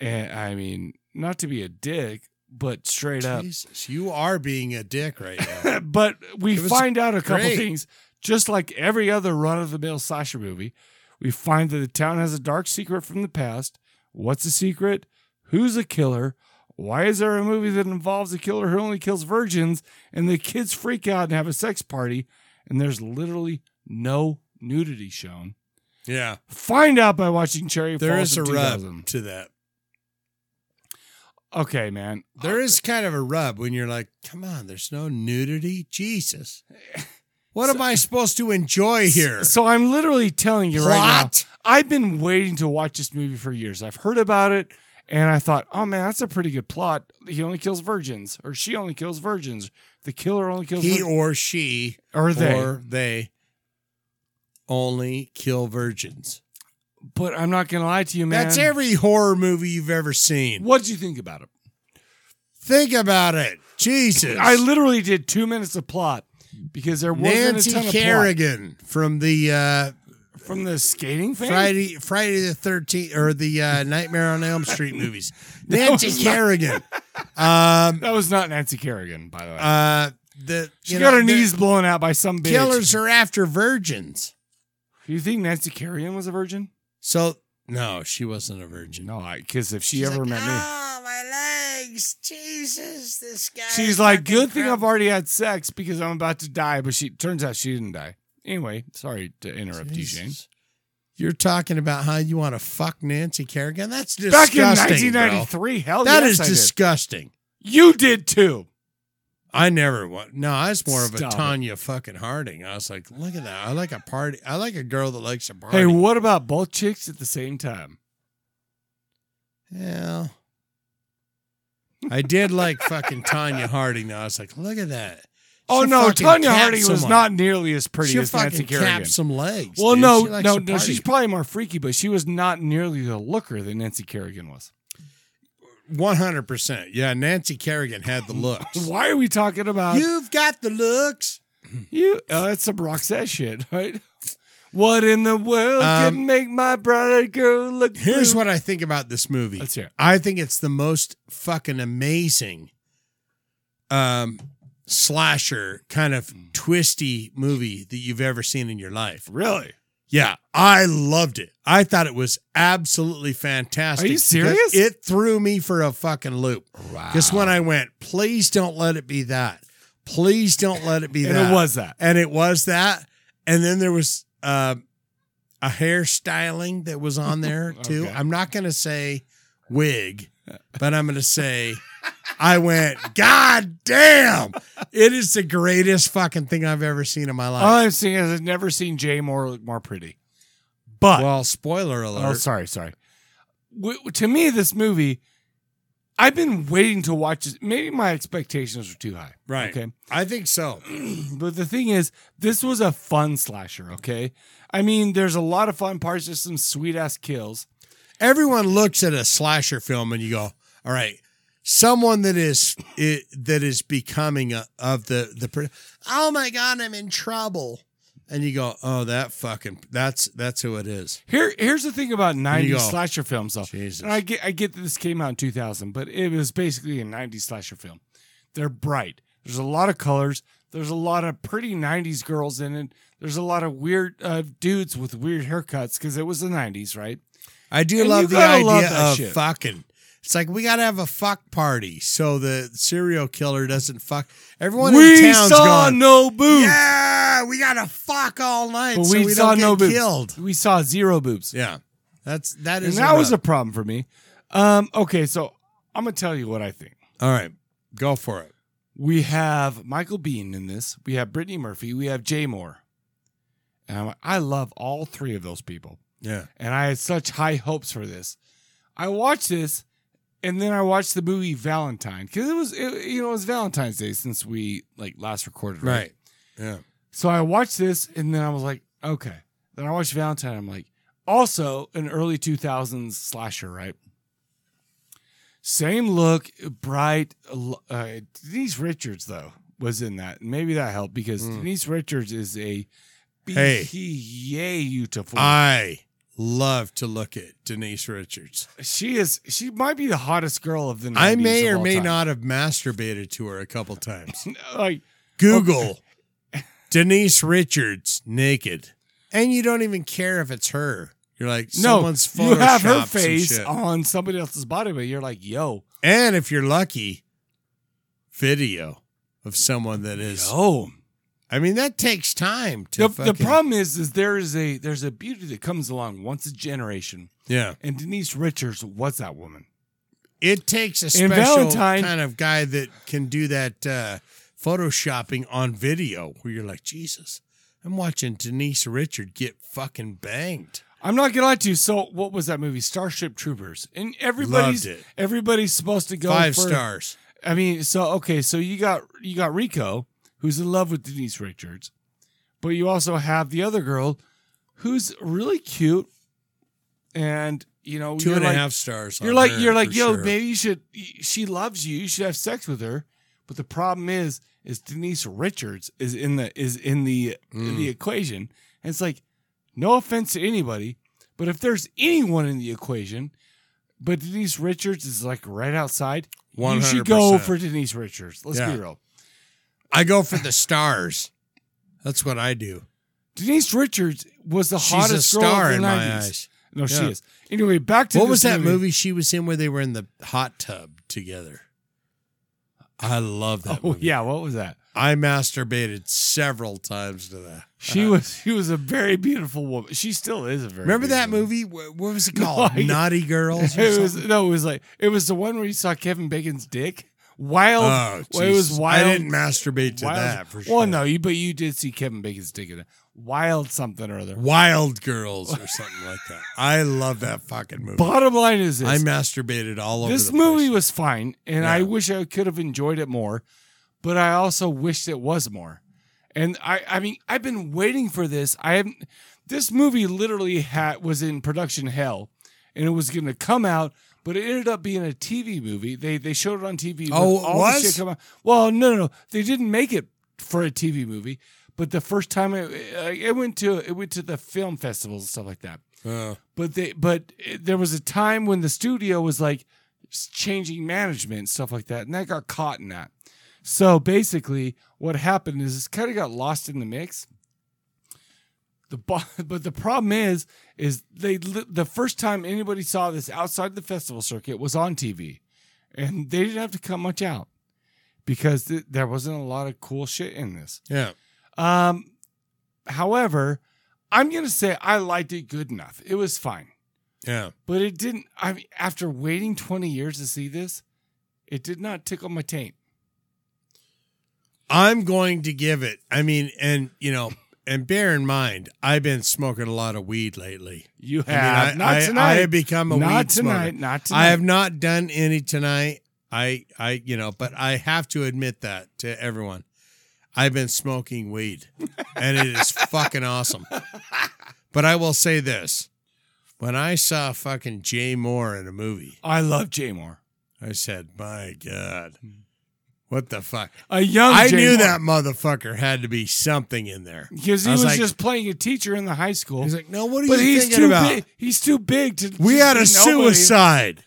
S1: And I mean, not to be a dick, but straight up,
S2: Jesus, you are being a dick right
S1: <laughs>
S2: now.
S1: but we
S2: It was
S1: find out a couple
S2: great.
S1: things. Just like every other run of the mill slasher movie, we find that the town has a dark secret from the past. What's the secret? Who's a killer? Why is there a movie that involves a killer who only kills virgins? And the kids freak out and have a sex party, and there's literally no nudity shown.
S2: yeah.
S1: Find out by watching Cherry
S2: There
S1: Falls.
S2: is a
S1: in
S2: rub
S1: 2000.
S2: to that.
S1: Okay, man.
S2: There is kind of a rub when you're like, come on, there's no nudity.
S1: <laughs>
S2: Jesus. What am I supposed to enjoy here?
S1: So I'm literally telling you right
S2: Plot?
S1: now. I've been waiting to watch this movie for years. I've heard about it, and I thought, oh man, that's a pretty good plot. He only kills virgins, or she only kills virgins. The killer only kills
S2: he
S1: vir-
S2: or she
S1: Or they.
S2: or they only kill virgins.
S1: But I'm not gonna lie to you, man.
S2: That's every horror movie you've ever seen.
S1: What'd you think about it?
S2: Think about it. Jesus.
S1: I literally did two minutes of plot because there wasn't
S2: Nancy
S1: a ton
S2: Kerrigan from the uh,
S1: of plot from the skating thing.
S2: Friday Friday the thirteenth or the uh, Nightmare on Elm
S1: <laughs>
S2: Street movies.
S1: That
S2: Nancy
S1: was not- <laughs>
S2: Kerrigan. um,
S1: That was not Nancy Kerrigan, by the way.
S2: uh, the
S1: she
S2: you
S1: got
S2: know,
S1: her
S2: the
S1: knees blown out by some bitch.
S2: Killers are after virgins.
S1: You think Nancy Kerrigan was a virgin?
S2: So no, she wasn't a virgin.
S1: No, because if she ever met me.
S2: Oh my legs, Jesus! This guy.
S1: She's like, good thing I've already had sex because I'm about to die. But she turns out she didn't die. Anyway, sorry to interrupt you, Shane.
S2: You're talking about how you want to fuck Nancy Kerrigan. That's
S1: Back
S2: disgusting.
S1: in
S2: bro.
S1: 1993, hell
S2: That
S1: yes,
S2: is
S1: I did.
S2: disgusting.
S1: You did too.
S2: I never want. No, I was more of
S1: Stop
S2: a
S1: it.
S2: Tanya fucking Harding. I was like, look at that. I like a party. I like a girl that likes a party.
S1: Hey, what about both chicks at the same time?
S2: Yeah. I did <laughs> like fucking Tanya Harding. Though I was like, look at that.
S1: Oh
S2: She
S1: no,
S2: fucking
S1: Tanya
S2: capped
S1: Harding was
S2: someone.
S1: not nearly as pretty
S2: she
S1: as
S2: fucking
S1: Nancy
S2: capped
S1: Kerrigan.
S2: some legs.
S1: well,
S2: dude.
S1: no,
S2: She likes
S1: no,
S2: to
S1: no.
S2: party.
S1: She's probably more freaky, but she was not nearly the looker that Nancy Kerrigan was.
S2: One hundred <laughs> percent. Yeah, Nancy Kerrigan had the looks.
S1: Why are we talking about?
S2: You've got the looks.
S1: You, uh, that's some Roxette shit, <laughs> right? What in the world
S2: Um,
S1: can make my bride girl look?
S2: Here's
S1: blue?
S2: what I think about this movie.
S1: Let's hear it.
S2: I think it's the most fucking amazing um slasher kind of twisty movie that you've ever seen in your life.
S1: Really?
S2: Yeah, I loved it. I thought it was absolutely fantastic.
S1: Are you
S2: because
S1: serious? Ah.
S2: It threw me for a fucking loop.
S1: Wow.
S2: Because when I went, please don't let it be that. Please don't let it be
S1: And it
S2: that.
S1: was that.
S2: And it was that. And then there was uh, a hairstyling that was
S1: <laughs>
S2: on there too.
S1: Okay.
S2: I'm not going to say wig,
S1: <laughs>
S2: but I'm going to say I went, God damn. It is the greatest fucking thing I've ever seen in my life.
S1: All I've seen is I've never seen Jay Moore look more pretty. But
S2: well, spoiler alert.
S1: oh, sorry, sorry. W- to me, this movie, I've been waiting to watch. This. Maybe my expectations were too high.
S2: Right.
S1: Okay.
S2: I think so.
S1: but the thing is, this was a fun slasher. Okay. I mean, there's a lot of fun parts. There's some sweet ass kills.
S2: Everyone looks at a slasher film and you go, "All right, someone that is it, that is becoming a, of the the per- oh my god, I'm in trouble," and you go, "Oh, that fucking that's that's who it is."
S1: Here, here's the thing about
S2: you
S1: 90s
S2: go,
S1: slasher films, though. And I get, I get that this came out in 2000, but it was basically a 90s slasher film. They're bright. There's a lot of colors. There's a lot of pretty 90s girls in it. There's a lot of weird uh, dudes with weird haircuts because it was the 90s, right?
S2: I do
S1: And you
S2: love the
S1: gotta
S2: idea
S1: love that
S2: of
S1: shit.
S2: fucking. It's like we gotta have a fuck party so the serial killer doesn't fuck. Everyone
S1: we
S2: in town's
S1: saw
S2: gone.
S1: no boobs.
S2: Yeah, we gotta fuck all night,
S1: But
S2: so
S1: we,
S2: we
S1: saw
S2: don't get
S1: no boobs.
S2: killed.
S1: We saw zero boobs.
S2: Yeah, that's that
S1: And
S2: is.
S1: that was a
S2: rough-
S1: problem for me. Um, okay, so I'm going to tell you what I think.
S2: all right. Go for it.
S1: We have Michael Bean in this. We have Brittany Murphy. We have Jay Moore. And I'm like, I love all three of those people.
S2: Yeah.
S1: And I had such high hopes for this. I watched this and then I watched the movie Valentine because it was, it, you know, it was Valentine's Day since we like last recorded.
S2: Right. Yeah.
S1: So I watched this and then I was like, okay. Then I watched Valentine. I'm like, also an early 2000s slasher, right? Same look, bright. Uh, Denise Richards, though, was in that. Maybe that helped because
S2: Mm.
S1: Denise Richards is a
S2: Hey.
S1: beautiful.
S2: I love to look at Denise Richards.
S1: she is, she might be the hottest girl of the 90s.
S2: I may
S1: of
S2: or
S1: all
S2: may
S1: time.
S2: not have masturbated to her a
S1: <laughs>
S2: couple times.
S1: Like,
S2: Google Denise Richards naked, and you don't even care if it's her. You're like,
S1: no,
S2: someone's
S1: you have her
S2: Photoshopped some
S1: face
S2: shit.
S1: on somebody else's body, but you're like, yo,
S2: and if you're lucky, video of someone that is.
S1: yo.
S2: I mean, that takes time to.
S1: the,
S2: fucking,
S1: the problem is is there is a there's a beauty that comes along once a generation
S2: Yeah,
S1: and denise richards was that woman
S2: it takes a
S1: And
S2: special
S1: Valentine-
S2: kind of guy that can do that uh, photoshopping on video, where you're like, Jesus, I'm watching Denise Richard get fucking banged.
S1: i'm not gonna lie to you so what was that movie starship troopers and everybody's
S2: Loved it.
S1: everybody's supposed to go
S2: Five
S1: for-
S2: stars.
S1: i mean so okay so you got you got rico who's in love with denise richards but you also have the other girl who's really cute and you know
S2: Two
S1: you're
S2: and a half
S1: like-
S2: stars.
S1: You're
S2: on
S1: like
S2: her,
S1: you're like
S2: Oh, for
S1: yo,
S2: sure.
S1: maybe you should. She loves you. You should have sex with her. But the problem is, is Denise Richards is in the is in the in
S2: Mm.
S1: the equation. And it's like, no offense to anybody, but if there's anyone in the equation, but Denise Richards is like right outside, you should go
S2: 100%.
S1: for Denise Richards. Let's
S2: Yeah.
S1: be real.
S2: I go for the stars. That's what I do.
S1: Denise Richards was the
S2: She's a
S1: hottest
S2: star
S1: girl of
S2: in
S1: the
S2: my
S1: 90s.
S2: eyes.
S1: No, she
S2: Yeah.
S1: is. Anyway, back to
S2: what
S1: this
S2: was that movie. she was in where they were in the hot tub together? I love that.
S1: Oh
S2: movie.
S1: yeah, what was that?
S2: I masturbated several times to that.
S1: She was she was a very beautiful woman. She still is a very.
S2: Uh-huh. Remember that
S1: beautiful woman.
S2: movie? What,
S1: <laughs>
S2: what was it
S1: No,
S2: called?
S1: I- <laughs>
S2: Naughty Girls. Or
S1: It was
S2: something?
S1: no, it was like it was the one where you saw Kevin Bacon's dick. Wild.
S2: Oh,
S1: well, it was
S2: Jesus.
S1: wild.
S2: I didn't masturbate to
S1: wild-
S2: that for sure.
S1: Well, no, you but you did see Kevin Bacon's dick in that. Wild something or other.
S2: Wild Girls or something like that. I love that fucking movie.
S1: Bottom line is this:
S2: I masturbated all over
S1: this
S2: the place.
S1: movie was fine, and I
S2: Yeah.
S1: wish I could have enjoyed it more, but I also wished it was more. And I, I mean, I've been waiting for this. I haven't. This movie literally had was in production hell, and it was going to come out, but it ended up being a TV movie. They they showed it on TV. with
S2: Oh, it
S1: all the
S2: was?
S1: shit come out. Well, no, no, no, they didn't make it for a TV movie. But the first time it, it went to it went to the film festivals and stuff like that.
S2: Uh,
S1: But they but it- there was a time when the studio was like s- changing management and stuff like that, and that got caught in that. So basically, what happened is it kind of got lost in the mix. The bo- <laughs> but the problem is is they li- the first time anybody saw this outside the festival circuit was on TV, and they didn't have to cut much out because th- there wasn't a lot of cool shit in this.
S2: Yeah.
S1: Um, however, I'm gonna say I liked it good enough. It was fine,
S2: yeah.
S1: but it didn't. I mean, after waiting 20 years to see this, it did not tickle my taint.
S2: I'm going to give it. I mean, and you know, and bear in mind, I've been smoking a lot of weed lately.
S1: You
S2: I
S1: have. Not
S2: I,
S1: tonight.
S2: I have become a
S1: Not
S2: weed smoker.
S1: tonight. Not tonight.
S2: I have not done any tonight. I, I, you know, but I have to admit that to everyone. I've been smoking weed, and
S1: <laughs>
S2: it is fucking awesome. But I will say this: when I saw fucking Jay Moore in a movie,
S1: I love Jay Moore.
S2: I said, "My God, what the fuck?"
S1: A young
S2: I
S1: Jay
S2: knew
S1: Moore.
S2: that motherfucker had to be something in there
S1: Because he
S2: I
S1: was,
S2: like,
S1: just playing a teacher in the high school. He's
S2: like, no, what
S1: are
S2: you thinking
S1: too
S2: about?
S1: Big, he's too big to.
S2: We
S1: to
S2: had a
S1: be nobody.
S2: suicide.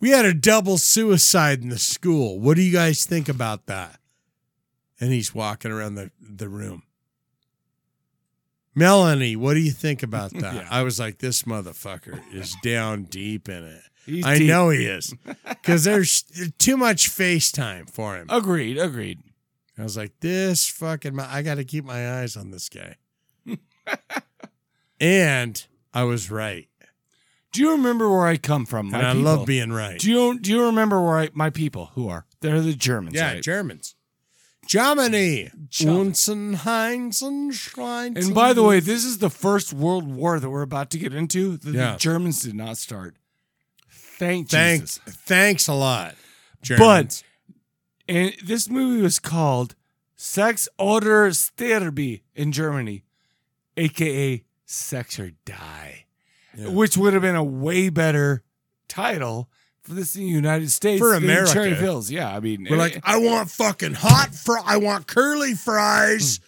S2: We had a double suicide in the school. What do you guys think about that? And he's walking around the, the room. Melanie, what do you
S1: <laughs>
S2: think about that?
S1: Yeah.
S2: I was like, this motherfucker
S1: <laughs>
S2: is down deep in it.
S1: He's
S2: I
S1: deep.
S2: know
S1: <laughs>
S2: he is. Because there's too much FaceTime for him.
S1: Agreed. Agreed.
S2: I was like, this fucking, I got to keep my eyes on
S1: <laughs>
S2: this guy. and I was right.
S1: Do you remember where I come from? My
S2: And I love
S1: people?
S2: being right.
S1: Do you do you remember where I, my people who are? They're the Germans.
S2: Yeah,
S1: right?
S2: Germans. Germany.
S1: Germany.
S2: Unsen, Heinsen, Schweinsen.
S1: And by the way, this is the first World War that we're about to get into that
S2: Yeah.
S1: the Germans did not start. Thank
S2: thanks,
S1: Jesus.
S2: thanks a lot,
S1: <laughs>
S2: Germans.
S1: But and this movie was called Sex Oder Sterbe in Germany, aka Sex or Die,
S2: Yeah.
S1: which would have been a way better title for this in the United States
S2: For
S1: than
S2: America.
S1: Cherry Hills, yeah. I mean,
S2: we're like, I want fucking hot fr- I want curly fries,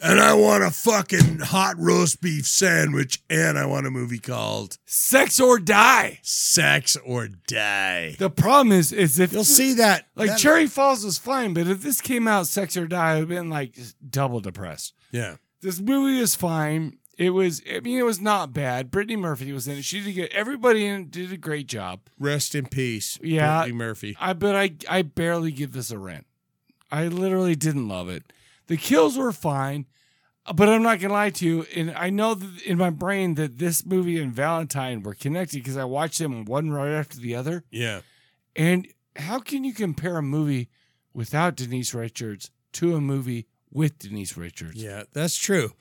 S1: Hmm.
S2: and I want a fucking hot roast beef sandwich, and I want a movie called
S1: Sex or Die.
S2: Sex or Die.
S1: The problem is, is if
S2: You'll see that
S1: <laughs> like
S2: that-
S1: Cherry Falls was fine, but if this came out Sex or Die, I'd have been like double depressed.
S2: Yeah,
S1: This movie is fine. It was, I mean, it was not bad. Brittany Murphy was in it. She did get everybody in it did a great job.
S2: rest in peace,
S1: Yeah.
S2: Brittany Murphy.
S1: I but I I barely give this a rent. I literally didn't love it. The kills were fine, but I'm not gonna lie to you. And I know that in my brain that this movie and Valentine were connected because I watched them one right after the other.
S2: Yeah,
S1: And how can you compare a movie without Denise Richards to a movie with Denise Richards?
S2: yeah, that's true.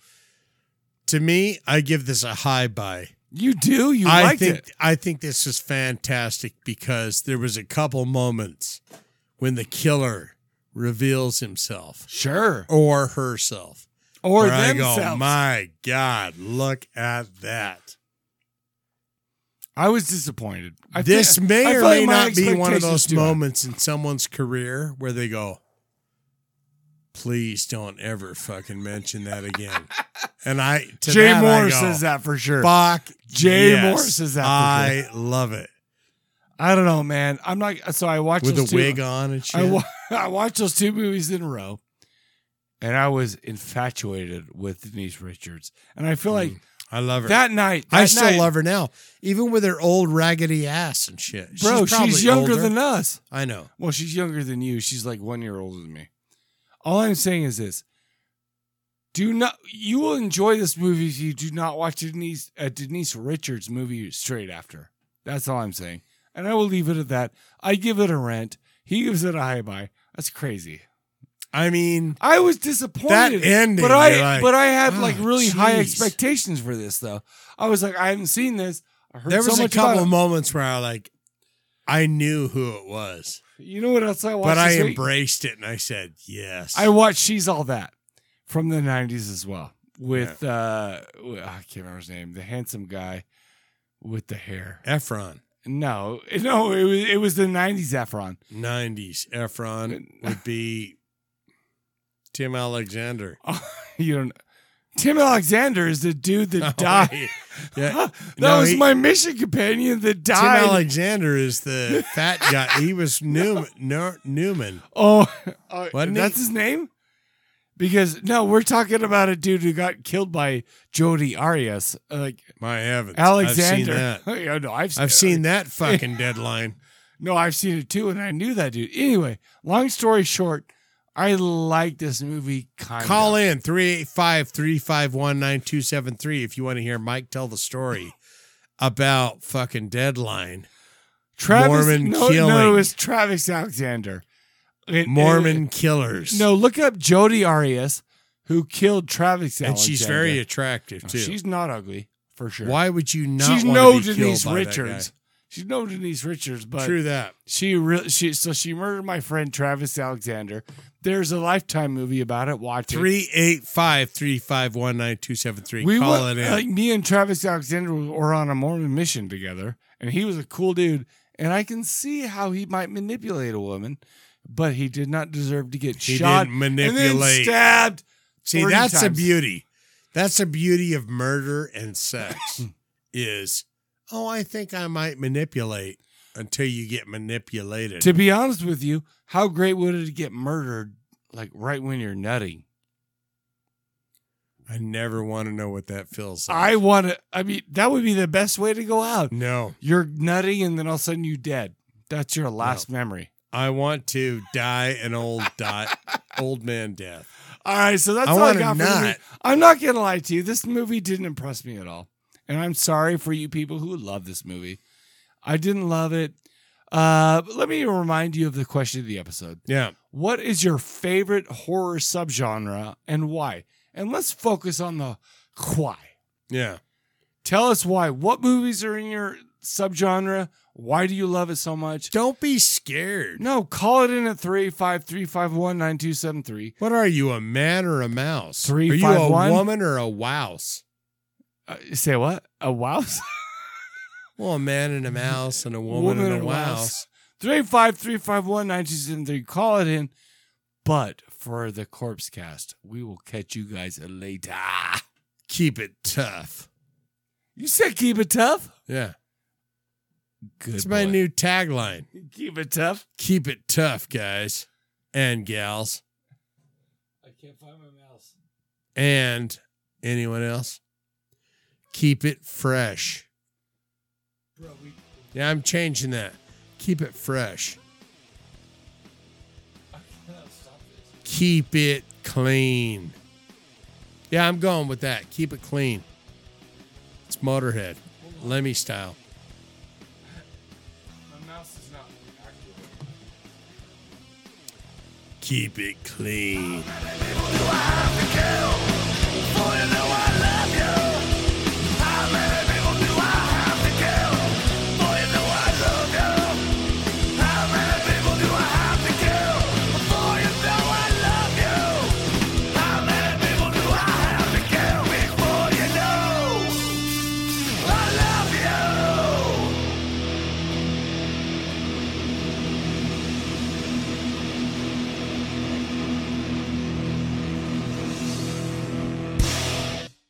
S2: To me, I give this a high buy.
S1: You do. You
S2: I
S1: liked
S2: think
S1: it.
S2: I think this is fantastic because there was a couple moments when the killer reveals himself
S1: Sure.
S2: or herself.
S1: Or
S2: Where Oh, I go,
S1: themselves.
S2: my God, look at that.
S1: I was disappointed. I thi-
S2: this may
S1: I
S2: or
S1: felt like
S2: may
S1: my
S2: not be one of
S1: expectations
S2: those
S1: too high.
S2: moments in someone's career where they go, please don't ever fucking mention
S1: <laughs>
S2: that again. and I to
S1: Jay
S2: that I
S1: Moore
S2: go,
S1: says that for sure.
S2: Fuck
S1: Jay
S2: yes,
S1: Moore says that for
S2: I love it.
S1: I don't know, man. I'm not. So I watched
S2: With
S1: those
S2: a
S1: two-
S2: wig on and shit.
S1: <laughs> I, wa- I watched those two movies in a row, and I was infatuated with Denise Richards. And I feel like
S2: I love her.
S1: that night,
S2: Mm. I
S1: that
S2: still
S1: night-
S2: love her now, even with her old raggedy ass and shit.
S1: bro. She's,
S2: probably
S1: younger
S2: older.
S1: than us.
S2: I know.
S1: Well, she's younger than you. She's like one year older than me. All I'm saying is this: do not. You will enjoy this movie if you do not watch Denise a Denise Richards movie straight after. That's all I'm saying, and I will leave it at that. I give it a rent. He gives it a high buy. That's crazy.
S2: I mean,
S1: I was disappointed.
S2: That ending,
S1: but I
S2: you're like,
S1: but I had like
S2: "Ah,
S1: really high
S2: jeez."
S1: expectations for this though. I was like, I haven't seen this. I heard
S2: there
S1: so
S2: was a
S1: much about
S2: couple
S1: it.
S2: moments where I like, I knew who it was,
S1: You know what else I watched?
S2: but I
S1: this week?
S2: embraced it and I said yes.
S1: I watched She's All That from the '90s as well with uh I can't remember his name, the handsome guy with the hair.
S2: Efron,
S1: No, no, it was it was the '90s Efron.
S2: nineties Efron would be
S1: <laughs>
S2: Tim Alexander.
S1: <laughs> you don't. Tim Alexander is the dude
S2: <laughs>
S1: that <laughs> died.
S2: Yeah.
S1: that
S2: No,
S1: was
S2: he-
S1: my mission companion that died.
S2: Tim Alexander
S1: <laughs>
S2: is the fat guy. He was Newman. No, Newman.
S1: Oh, <laughs> uh,
S2: Wasn't
S1: that's
S2: he?
S1: his name? Because no, we're talking about a dude who got killed by Jody Arias. Like
S2: my heavens,
S1: Alexander.
S2: I've seen
S1: <laughs>
S2: that.
S1: yeah, no, I've seen
S2: I've
S1: <laughs>
S2: seen that fucking deadline.
S1: No, I've seen it too, and I knew that dude. Anyway, long story short, I like this movie. Kind
S2: Call in 385 351 9273 if you want to hear Mike tell the story about fucking deadline.
S1: Travis,
S2: Mormon
S1: no,
S2: killing.
S1: No, it was Travis Alexander. It-
S2: Mormon
S1: it-
S2: killers.
S1: No, look up Jody Arias, who killed Travis
S2: And
S1: Alexander.
S2: she's very attractive,
S1: No,
S2: too.
S1: Oh, She's not ugly for sure.
S2: Why would you not
S1: She's
S2: want
S1: no
S2: to be
S1: Denise
S2: killed by that
S1: Richards.
S2: guy?
S1: She's no Denise Richards, but
S2: True that.
S1: She really she so she murdered my friend Travis Alexander. There's a lifetime movie about it. Watch it.
S2: 385 351 9273.
S1: We
S2: Call
S1: wa- uh,
S2: it in.
S1: Like me and Travis Alexander were on a Mormon mission together, and he was a cool dude. And I can see how he might manipulate a woman, but he did not deserve to get
S2: He
S1: shot
S2: didn't manipulate.
S1: and then stabbed.
S2: See,
S1: 40
S2: that's a
S1: times.
S2: beauty. That's a beauty of murder and
S1: <clears throat>
S2: sex is, oh, I think I might manipulate until you get manipulated.
S1: To be honest with you, how great would it get murdered like right when you're nutting?
S2: I never want to know what that feels like.
S1: I want to. I mean, that would be the best way to go out.
S2: No.
S1: You're nutting, and then all of a sudden you dead. That's your last memory.
S2: I want to die an old dot old man death.
S1: All right, so that's
S2: I
S1: all I
S2: wanna
S1: got for the
S2: nut.
S1: movie. I'm not gonna lie to you. This movie didn't impress me at all, and I'm sorry for you people who love this movie. I didn't love it. Uh, but let me remind you of the question of the episode.
S2: Yeah.
S1: What is your favorite horror subgenre and why? And let's focus on the why.
S2: Yeah.
S1: Tell us why. What movies are in your subgenre? Why do you love it so much?
S2: Don't be scared.
S1: No, call it in at 353519273.
S2: What are you, a man or a mouse?
S1: Three,
S2: are you
S1: five,
S2: a
S1: one?
S2: woman or a wouse?
S1: Uh, say what? A <laughs> wouse?
S2: Well, a man and a mouse and a woman, and a wouse.
S1: 353519273. Call it in. But for the corpse cast, we will catch you guys later.
S2: Keep it tough.
S1: You said keep it tough?
S2: Yeah.
S1: Good
S2: It's my
S1: boy.
S2: new tagline.
S1: Keep it tough.
S2: Keep it tough, guys and gals.
S1: I can't find my mouse.
S2: And anyone else? Keep it fresh. Yeah, I'm changing that. Keep it fresh. Keep it clean. Yeah, I'm going with that. Keep it clean. It's Motorhead, Lemmy style.
S1: My mouse is not active.
S2: Keep it clean.
S6: Keep